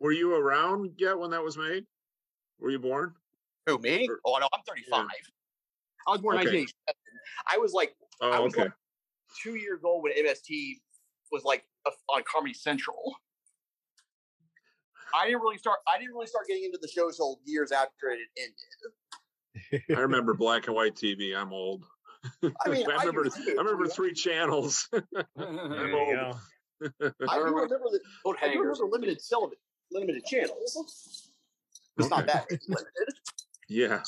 Speaker 5: Were you around yet when that was made? Were you born?
Speaker 6: Who me? Oh no, I'm 35. I was born in
Speaker 5: Okay.
Speaker 6: 1987. I was like,
Speaker 5: Oh,
Speaker 6: I was
Speaker 5: okay.
Speaker 6: like two years old when MST was like a, on Comedy Central. I didn't really start. I didn't really start getting into the show till years after it had ended.
Speaker 5: I remember black and white TV. I'm old.
Speaker 6: I mean, I,
Speaker 5: remember.
Speaker 6: do
Speaker 5: I,
Speaker 6: too.
Speaker 5: remember three channels.
Speaker 1: There you go.
Speaker 6: I do remember the, I do
Speaker 3: hangers.
Speaker 6: remember limited telev- limited channels. It's not that limited.
Speaker 5: yeah.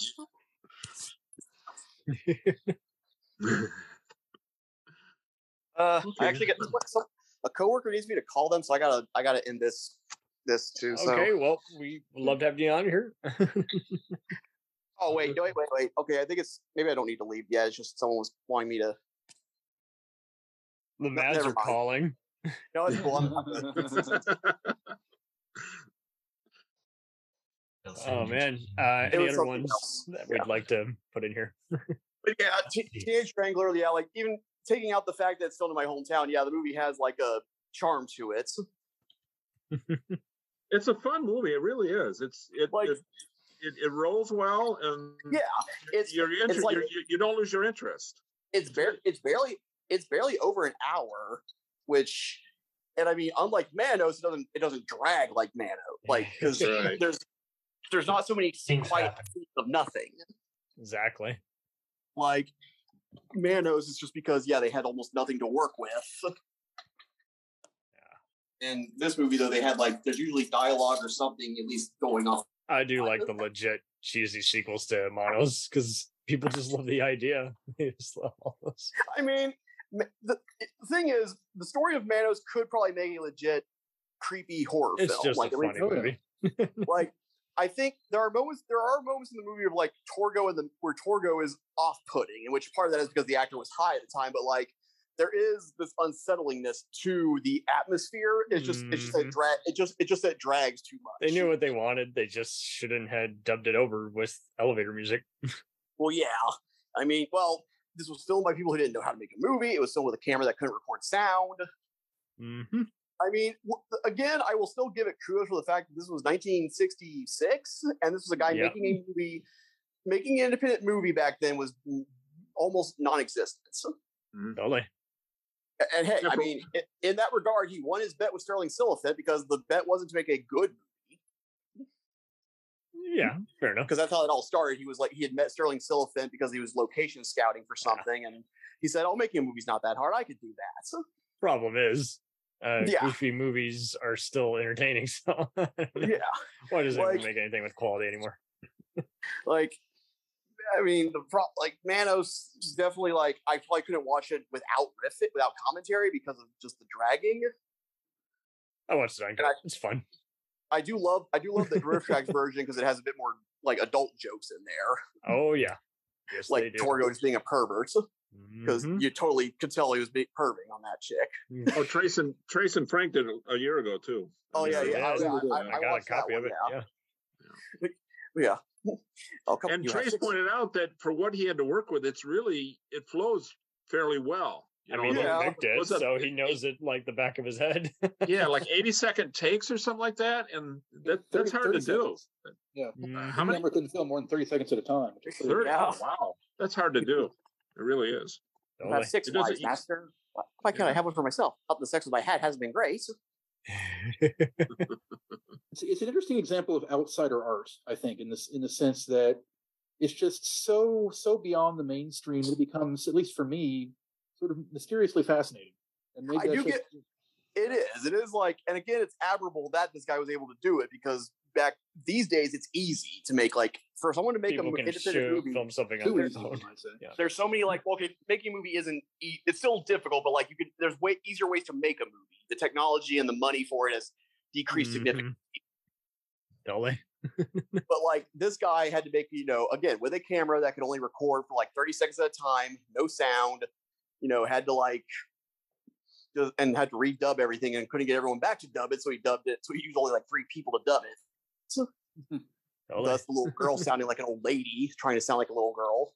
Speaker 6: Uh, I actually got some, a coworker needs me to call them, so I gotta I gotta end this this too. So.
Speaker 1: Okay, well, we loved having you on here.
Speaker 6: Oh wait, no, wait, wait, wait. Okay, I think it's maybe I don't need to leave yet. It's just someone was wanting me to.
Speaker 1: The Mads
Speaker 6: never
Speaker 1: are
Speaker 6: mind.
Speaker 1: calling.
Speaker 6: No, it's cool. I'm-
Speaker 1: Oh man, uh,
Speaker 6: was
Speaker 1: any other
Speaker 6: something
Speaker 1: ones
Speaker 6: else.
Speaker 1: that we'd
Speaker 6: Yeah.
Speaker 1: like to put in here?
Speaker 6: but yeah, T- Teenage Strangler. Yeah, like even taking out the fact that it's still in my hometown. Yeah, the movie has like a charm to it.
Speaker 5: it's a fun movie. It really is. It's it
Speaker 6: Like-
Speaker 5: it, it, it rolls well, and
Speaker 6: Yeah, it's
Speaker 5: you're inter-
Speaker 6: like-
Speaker 5: you're, you, you don't lose your interest.
Speaker 6: it's barely it's barely it's barely over an hour, which. And I mean, unlike Manos, it doesn't it doesn't drag like Manos, like because
Speaker 5: Right.
Speaker 6: there's there's not so many
Speaker 2: Things
Speaker 6: quite
Speaker 2: happen.
Speaker 6: of nothing.
Speaker 1: Exactly.
Speaker 6: Like Manos is just because yeah, they had almost nothing to work with. And this movie though, they had like there's usually dialogue or something at least going on.
Speaker 1: I do like the legit cheesy sequels to Monos because people just love the idea. They just love all those.
Speaker 6: I mean, ma- the the thing is, the story of Manos could probably make a legit creepy horror
Speaker 1: It's
Speaker 6: film.
Speaker 1: just
Speaker 6: like,
Speaker 1: a
Speaker 6: at least-
Speaker 1: funny movie.
Speaker 6: like I think there are moments there are moments in the movie of like Torgo and the where Torgo is off putting, and which part of that is because the actor was high at the time, but like there is this unsettlingness to the atmosphere. It's just it's just that
Speaker 1: Mhm.
Speaker 6: drag it just it just that drags too much.
Speaker 1: They knew what they wanted. They just shouldn't have dubbed it over with elevator music.
Speaker 6: Well, yeah. I mean, well, this was filmed by people who didn't know how to make a movie. It was filmed with a camera that couldn't record sound. Mm-hmm.
Speaker 1: hmm
Speaker 6: I mean, w- again, I will still give it kudos for the fact that this was 1966, and this was a guy
Speaker 1: Yeah.
Speaker 6: making a movie, making an independent movie back then was almost non-existence.
Speaker 1: Totally.
Speaker 6: And hey, I mean, i- in that regard, he won his bet with Sterling Sillifit because the bet wasn't to make a good
Speaker 1: movie. Yeah, fair enough.
Speaker 6: Mm-hmm. Because that's how it all started. He was like, he had met Sterling Sillifit because he was location scouting for something, and he said, "Oh, making a movie's not that hard. I could do that." So,
Speaker 1: Problem is, uh,
Speaker 6: Yeah.
Speaker 1: goofy movies are still entertaining. So
Speaker 6: yeah,
Speaker 1: why does anyone
Speaker 6: Like-
Speaker 1: make anything with quality anymore?
Speaker 6: like, I mean, the pro- like Manos is definitely like I probably couldn't watch it without riff it without commentary because of just the dragging.
Speaker 1: I watched it. on It's fun.
Speaker 6: I do love I do love the Driftshacks version because it has a bit more like adult jokes in there.
Speaker 1: Oh yeah,
Speaker 6: like Torgo is being a pervert because
Speaker 1: Mm-hmm.
Speaker 5: Mm-hmm.
Speaker 6: you totally could tell he was being perving on that chick.
Speaker 5: Oh, Trace and Trace and Frank did it a year ago too.
Speaker 6: Oh, yeah, yeah. I- I- I- I
Speaker 5: got a
Speaker 6: watched that
Speaker 5: copy
Speaker 6: one,
Speaker 5: of it.
Speaker 6: yeah. Yeah. Oh,
Speaker 5: and
Speaker 6: you know,
Speaker 5: Trace
Speaker 6: six-
Speaker 5: pointed out that for what he had to work with, it's really it flows fairly well. You
Speaker 1: I
Speaker 5: know,
Speaker 1: mean,
Speaker 5: like,
Speaker 1: he picked it,
Speaker 5: was a-
Speaker 1: so he knows it like the back of his head.
Speaker 5: yeah, like eighty second takes or something like that, and that
Speaker 7: 30
Speaker 5: that's hard
Speaker 7: 30
Speaker 5: to do.
Speaker 7: seconds. Yeah.
Speaker 6: Mm-hmm.
Speaker 1: Mm,
Speaker 5: How many-
Speaker 7: Hammer couldn't film more than 30 seconds at a time.
Speaker 5: Thirty- Wow, that's hard to do. It really is.
Speaker 6: I have six
Speaker 5: It doesn't-
Speaker 6: wives, master. Why why can't I have one for myself? Up the sex with my hat hasn't been great.
Speaker 7: it's, it's an interesting example of outsider art, I think, in this in the sense that it's just so so beyond the mainstream that it becomes, at least for me, sort of mysteriously fascinating. And maybe
Speaker 6: I
Speaker 7: that's
Speaker 6: do
Speaker 7: just-
Speaker 6: get it is. It is like, and again, it's admirable that this guy was able to do it because back these days it's easy to make like for someone to make
Speaker 1: People
Speaker 6: a
Speaker 1: can
Speaker 6: independent
Speaker 1: shoot,
Speaker 6: movie.
Speaker 1: film Mm-hmm. something on
Speaker 6: too
Speaker 1: their
Speaker 6: easy.
Speaker 1: phone. Yeah.
Speaker 6: There's so many like, well, okay, making a movie isn't. e- It's still difficult, but like you could. There's way easier ways to make a movie. The technology and the money for it has decreased significantly.
Speaker 1: Mm-hmm. Totally.
Speaker 6: But like this guy had to make, you know, again with a camera that could only record for like 30 seconds at a time, no sound. You know, had to like, just, and had to redub everything, and couldn't get everyone back to dub it, so he dubbed it. So he used only like three people to dub it. So Thus, the little girl sounding like an old lady, trying to sound like a little girl.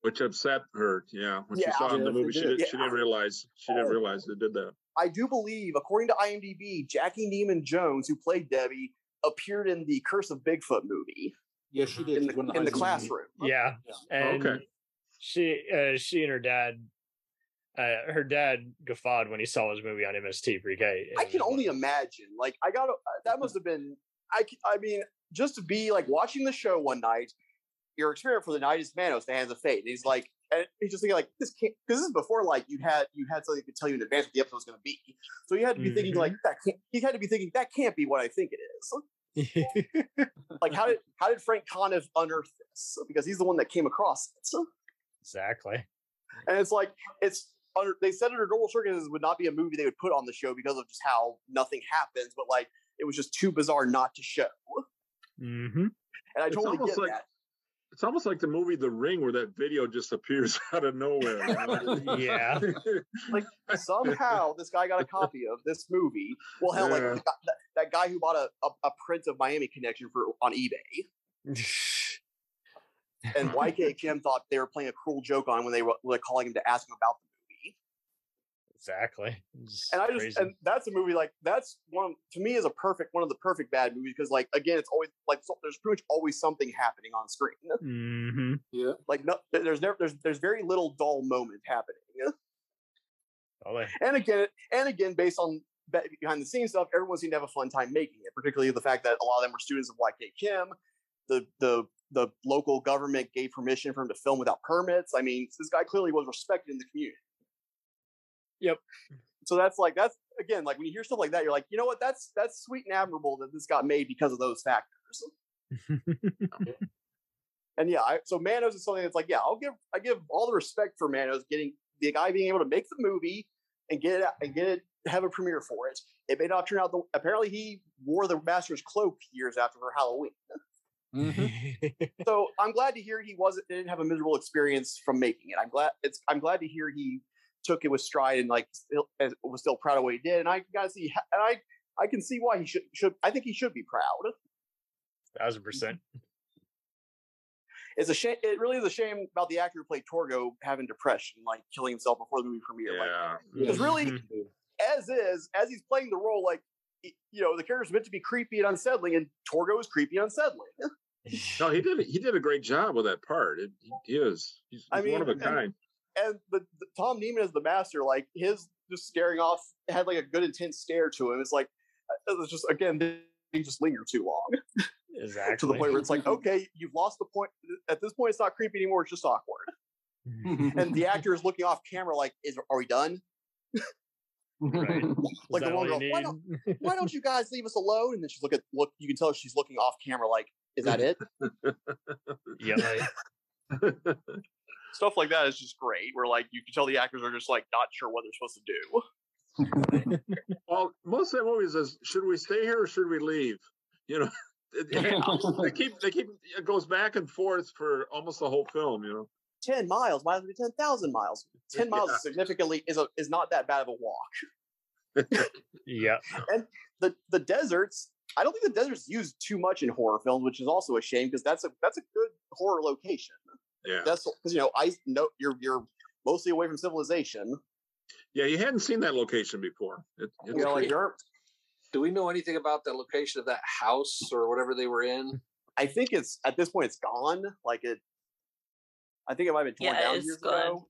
Speaker 5: Which upset her, yeah. When
Speaker 6: Yeah, Oh.
Speaker 5: she saw it in the
Speaker 6: yes, it
Speaker 5: movie, she,
Speaker 6: did.
Speaker 5: did, she didn't realize she didn't realize they did that.
Speaker 6: I do believe, according to IMDb, Jackie Neiman Jones, who played Debbie, appeared in the Curse of Bigfoot movie.
Speaker 7: Yes, she did.
Speaker 6: In the, in the classroom.
Speaker 1: Yeah, and
Speaker 6: Okay.
Speaker 1: she uh, she and her dad, uh, her dad guffawed when he saw his movie on MST pre K.
Speaker 6: I can only imagine. Like, I got to that must have been. I c- I mean, just to be like watching the show one night. Your experience for the night is Manos, the Hands of Fate. And he's like, and he's just thinking like this can't because this is before like you had you had something to tell you in advance what the episode was going to be. So you had to be thinking like that can't. He had to be thinking that can't be what I think it is. like how did how did Frank Conniff unearth this? Because he's the one that came across it.
Speaker 1: Exactly.
Speaker 6: And it's like it's under, they said under normal circumstances it would not be a movie they would put on the show because of just how nothing happens, but like it was just too bizarre not to show.
Speaker 1: Mm-hmm.
Speaker 6: And I
Speaker 5: It's
Speaker 6: totally
Speaker 5: almost
Speaker 6: get
Speaker 5: like-
Speaker 6: that.
Speaker 5: It's almost like the movie The Ring, where that video just appears out of nowhere. you know?
Speaker 1: yeah.
Speaker 6: like somehow this guy got a copy of this movie. Well, hell, like
Speaker 5: Yeah.
Speaker 6: that, that- that guy who bought a, a, a print of Miami Connection for on eBay. and YK Kim thought they were playing a cruel joke on him when they were like, calling him to ask him about
Speaker 1: Exactly.
Speaker 6: and I just and that's a movie like that's one to me is a perfect one of the perfect bad movies because like again it's always like so, there's pretty much always something happening on screen.
Speaker 1: Mm-hmm.
Speaker 7: Yeah,
Speaker 6: like no, there- there's never there's there's very little dull moment happening.
Speaker 1: Totally.
Speaker 6: And again, and again, based on be- behind the scenes stuff, everyone seemed to have a fun time making it. Particularly the fact that a lot of them were students of YK Kim. The the the local government gave permission for him to film without permits. I mean, this guy clearly was respected in the community.
Speaker 1: Yep.
Speaker 6: So that's like that's again like when you hear stuff like that, you're like, you know what? That's that's sweet and admirable that this got made because of those factors. and yeah, I, so Manos is something that's like, yeah, I'll give I give all the respect for Manos getting the guy being able to make the movie and get it out, and get it have a premiere for it. It may not turn out the apparently he wore the master's cloak years after for Halloween. so I'm glad to hear he wasn't didn't have a miserable experience from making it. I'm glad it's I'm glad to hear he took it with stride and like still, and was still proud of what he did. And I gotta see and I I can see why he should should I think he should be proud.
Speaker 1: Thousand percent.
Speaker 6: It's a shame. It really is a shame about the actor who played Torgo having depression, like killing himself before the movie premiere. Yeah. because
Speaker 1: Mm-hmm.
Speaker 6: really, as is, as he's playing the role, like y- you know, the character's meant to be creepy and unsettling, and Torgo is creepy and unsettling.
Speaker 5: No, he did. He did a great job with that part. It, he is. He's, he's one of a
Speaker 6: and-
Speaker 5: kind.
Speaker 6: And the, the Tom Neiman is the master. Like his just staring off had like a good intense stare to him. It's like uh, it was just again they they just linger too long
Speaker 1: Exactly.
Speaker 6: to the point where it's like okay, you've lost the point. At this point, it's not creepy anymore. It's just awkward. and the actor is looking off camera like, is are we done?
Speaker 1: Right.
Speaker 6: Like
Speaker 1: that
Speaker 6: the one
Speaker 1: all
Speaker 6: girl,
Speaker 1: you
Speaker 6: why
Speaker 1: need?
Speaker 6: don't, why don't you guys leave us alone? And then she's looking, look, you can tell she's looking off camera, like, is that it?
Speaker 1: yeah.
Speaker 6: Stuff like that is just great. Where like you can tell the actors are just like not sure what they're supposed to do.
Speaker 5: Well, most of that movies is should we stay here or should we leave? You know, it- it- they keep they keep it goes back and forth for almost the whole film. You know,
Speaker 6: Ten miles, might as well be ten thousand miles. Ten miles
Speaker 5: Yeah.
Speaker 6: is significantly is a, is not that bad of a walk.
Speaker 1: Yeah.
Speaker 6: and the the deserts i don't think the deserts used too much in horror films which is also a shame because that's a that's a good horror location
Speaker 5: Yeah.
Speaker 6: that's because you know i know you're you're mostly away from civilization
Speaker 5: yeah, you hadn't seen that location before. It,
Speaker 6: you know like there aren't
Speaker 3: Do we know anything about the location of that house or whatever they were in?
Speaker 6: I think it's at this point it's gone. Like it, I think it might have been torn
Speaker 4: Yeah,
Speaker 6: down
Speaker 4: it's
Speaker 6: years
Speaker 4: gone.
Speaker 6: ago.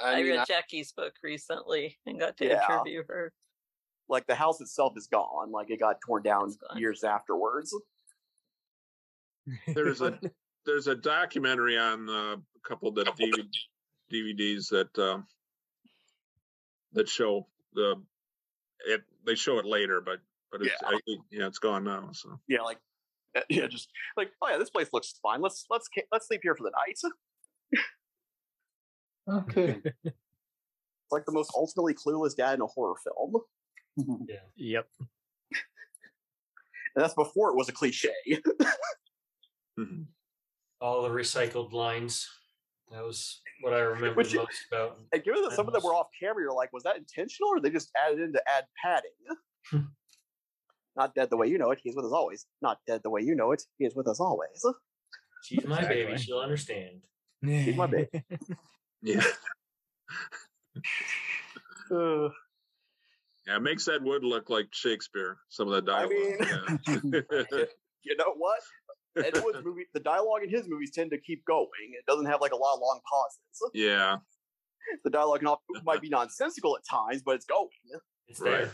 Speaker 4: I, read Jackie's book recently and got to
Speaker 6: Yeah.
Speaker 4: interview her.
Speaker 6: Like the house itself is gone. Like it got torn down years afterwards.
Speaker 5: there's a there's a documentary on uh, a couple of the DVD, DVDs that um, that show the it they show it later, but but it's,
Speaker 6: Yeah.
Speaker 5: I, yeah, it's gone now. So
Speaker 6: Yeah, like eh, yeah, just like oh yeah, this place looks fine. Let's let's ca- let's sleep here for the night. Oh,
Speaker 7: Okay.
Speaker 6: It's like the most ultimately clueless dad in a horror film.
Speaker 2: Yeah.
Speaker 1: Yep.
Speaker 6: And that's before it was a cliche.
Speaker 5: mm-hmm.
Speaker 2: All the recycled lines. That was what I remember
Speaker 6: Which-
Speaker 2: most about.
Speaker 6: and given that some of them were off camera, you're like, was that intentional or they just added in to add padding? not dead the way you know it. He's with us always. Not dead the way you know it. He is with us always.
Speaker 2: She's my baby.
Speaker 6: Exactly.
Speaker 2: She'll understand.
Speaker 6: He's my baby.
Speaker 5: yeah,
Speaker 6: Uh,
Speaker 5: yeah, it makes that wood look like Shakespeare. Some of the
Speaker 6: I
Speaker 5: dialogue.
Speaker 6: mean,
Speaker 5: yeah.
Speaker 6: you know what? Ed Wood's movie, the dialogue in his movies tend to keep going. It doesn't have like a lot of long pauses.
Speaker 5: yeah,
Speaker 6: The dialogue not, might be nonsensical at times, but it's going.
Speaker 2: It's
Speaker 5: right.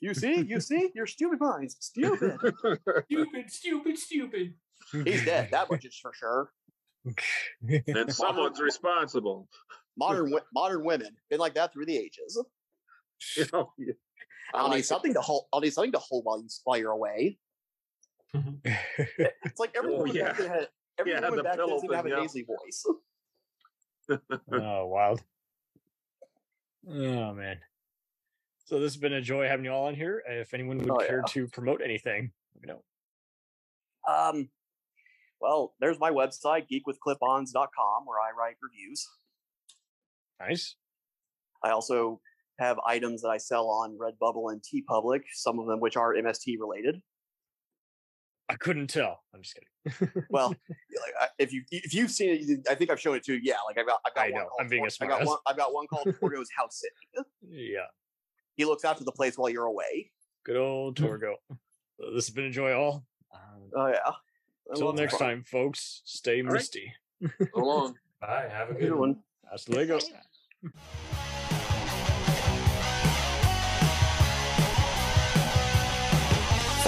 Speaker 6: You see, you see, your stupid minds, stupid.
Speaker 2: Stupid, stupid, stupid.
Speaker 6: He's dead. That much is for sure.
Speaker 5: And someone's responsible.
Speaker 6: Modern wo- modern women been like that through the ages.
Speaker 5: You know,
Speaker 6: I'll need something to hold. I'll need something to hold while you while you're away. it's like every
Speaker 5: Oh,
Speaker 6: woman
Speaker 5: yeah.
Speaker 6: back then had every
Speaker 5: Yeah,
Speaker 6: woman
Speaker 5: the
Speaker 6: back then
Speaker 5: pillow
Speaker 6: seemed to have a
Speaker 5: thing, yeah.
Speaker 6: nasally voice.
Speaker 1: oh, wild. Oh man. So this has been a joy having you all on here. If anyone would
Speaker 6: Oh,
Speaker 1: care
Speaker 6: yeah.
Speaker 1: to promote anything, let me know.
Speaker 6: Um, well, there's my website, geekwithclipons.com, where I write reviews.
Speaker 1: Nice.
Speaker 6: I also have items that I sell on Redbubble and TeePublic, some of them which are MST related.
Speaker 1: I couldn't tell. I'm just kidding.
Speaker 6: Well, like, I- if you if you've seen it, you- I think I've shown it too. Yeah, like I've got I've got
Speaker 1: I
Speaker 6: one
Speaker 1: know.
Speaker 6: called
Speaker 1: I'm being a
Speaker 6: I got
Speaker 1: smartass.
Speaker 6: one I've got one called Torgo's House Sitting.
Speaker 1: Yeah.
Speaker 6: He looks after the place while you're away.
Speaker 1: Good old Torgo. So this has been a joy all. Um,
Speaker 6: Oh yeah.
Speaker 1: Until next time, folks, stay
Speaker 6: right.
Speaker 1: misty.
Speaker 3: So long.
Speaker 2: Bye. Have a
Speaker 1: Good
Speaker 2: good one.
Speaker 1: Hasta luego.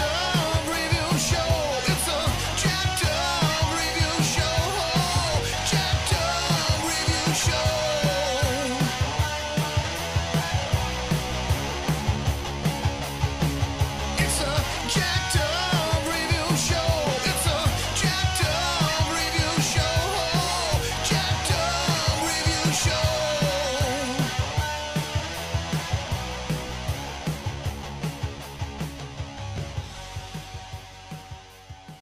Speaker 8: up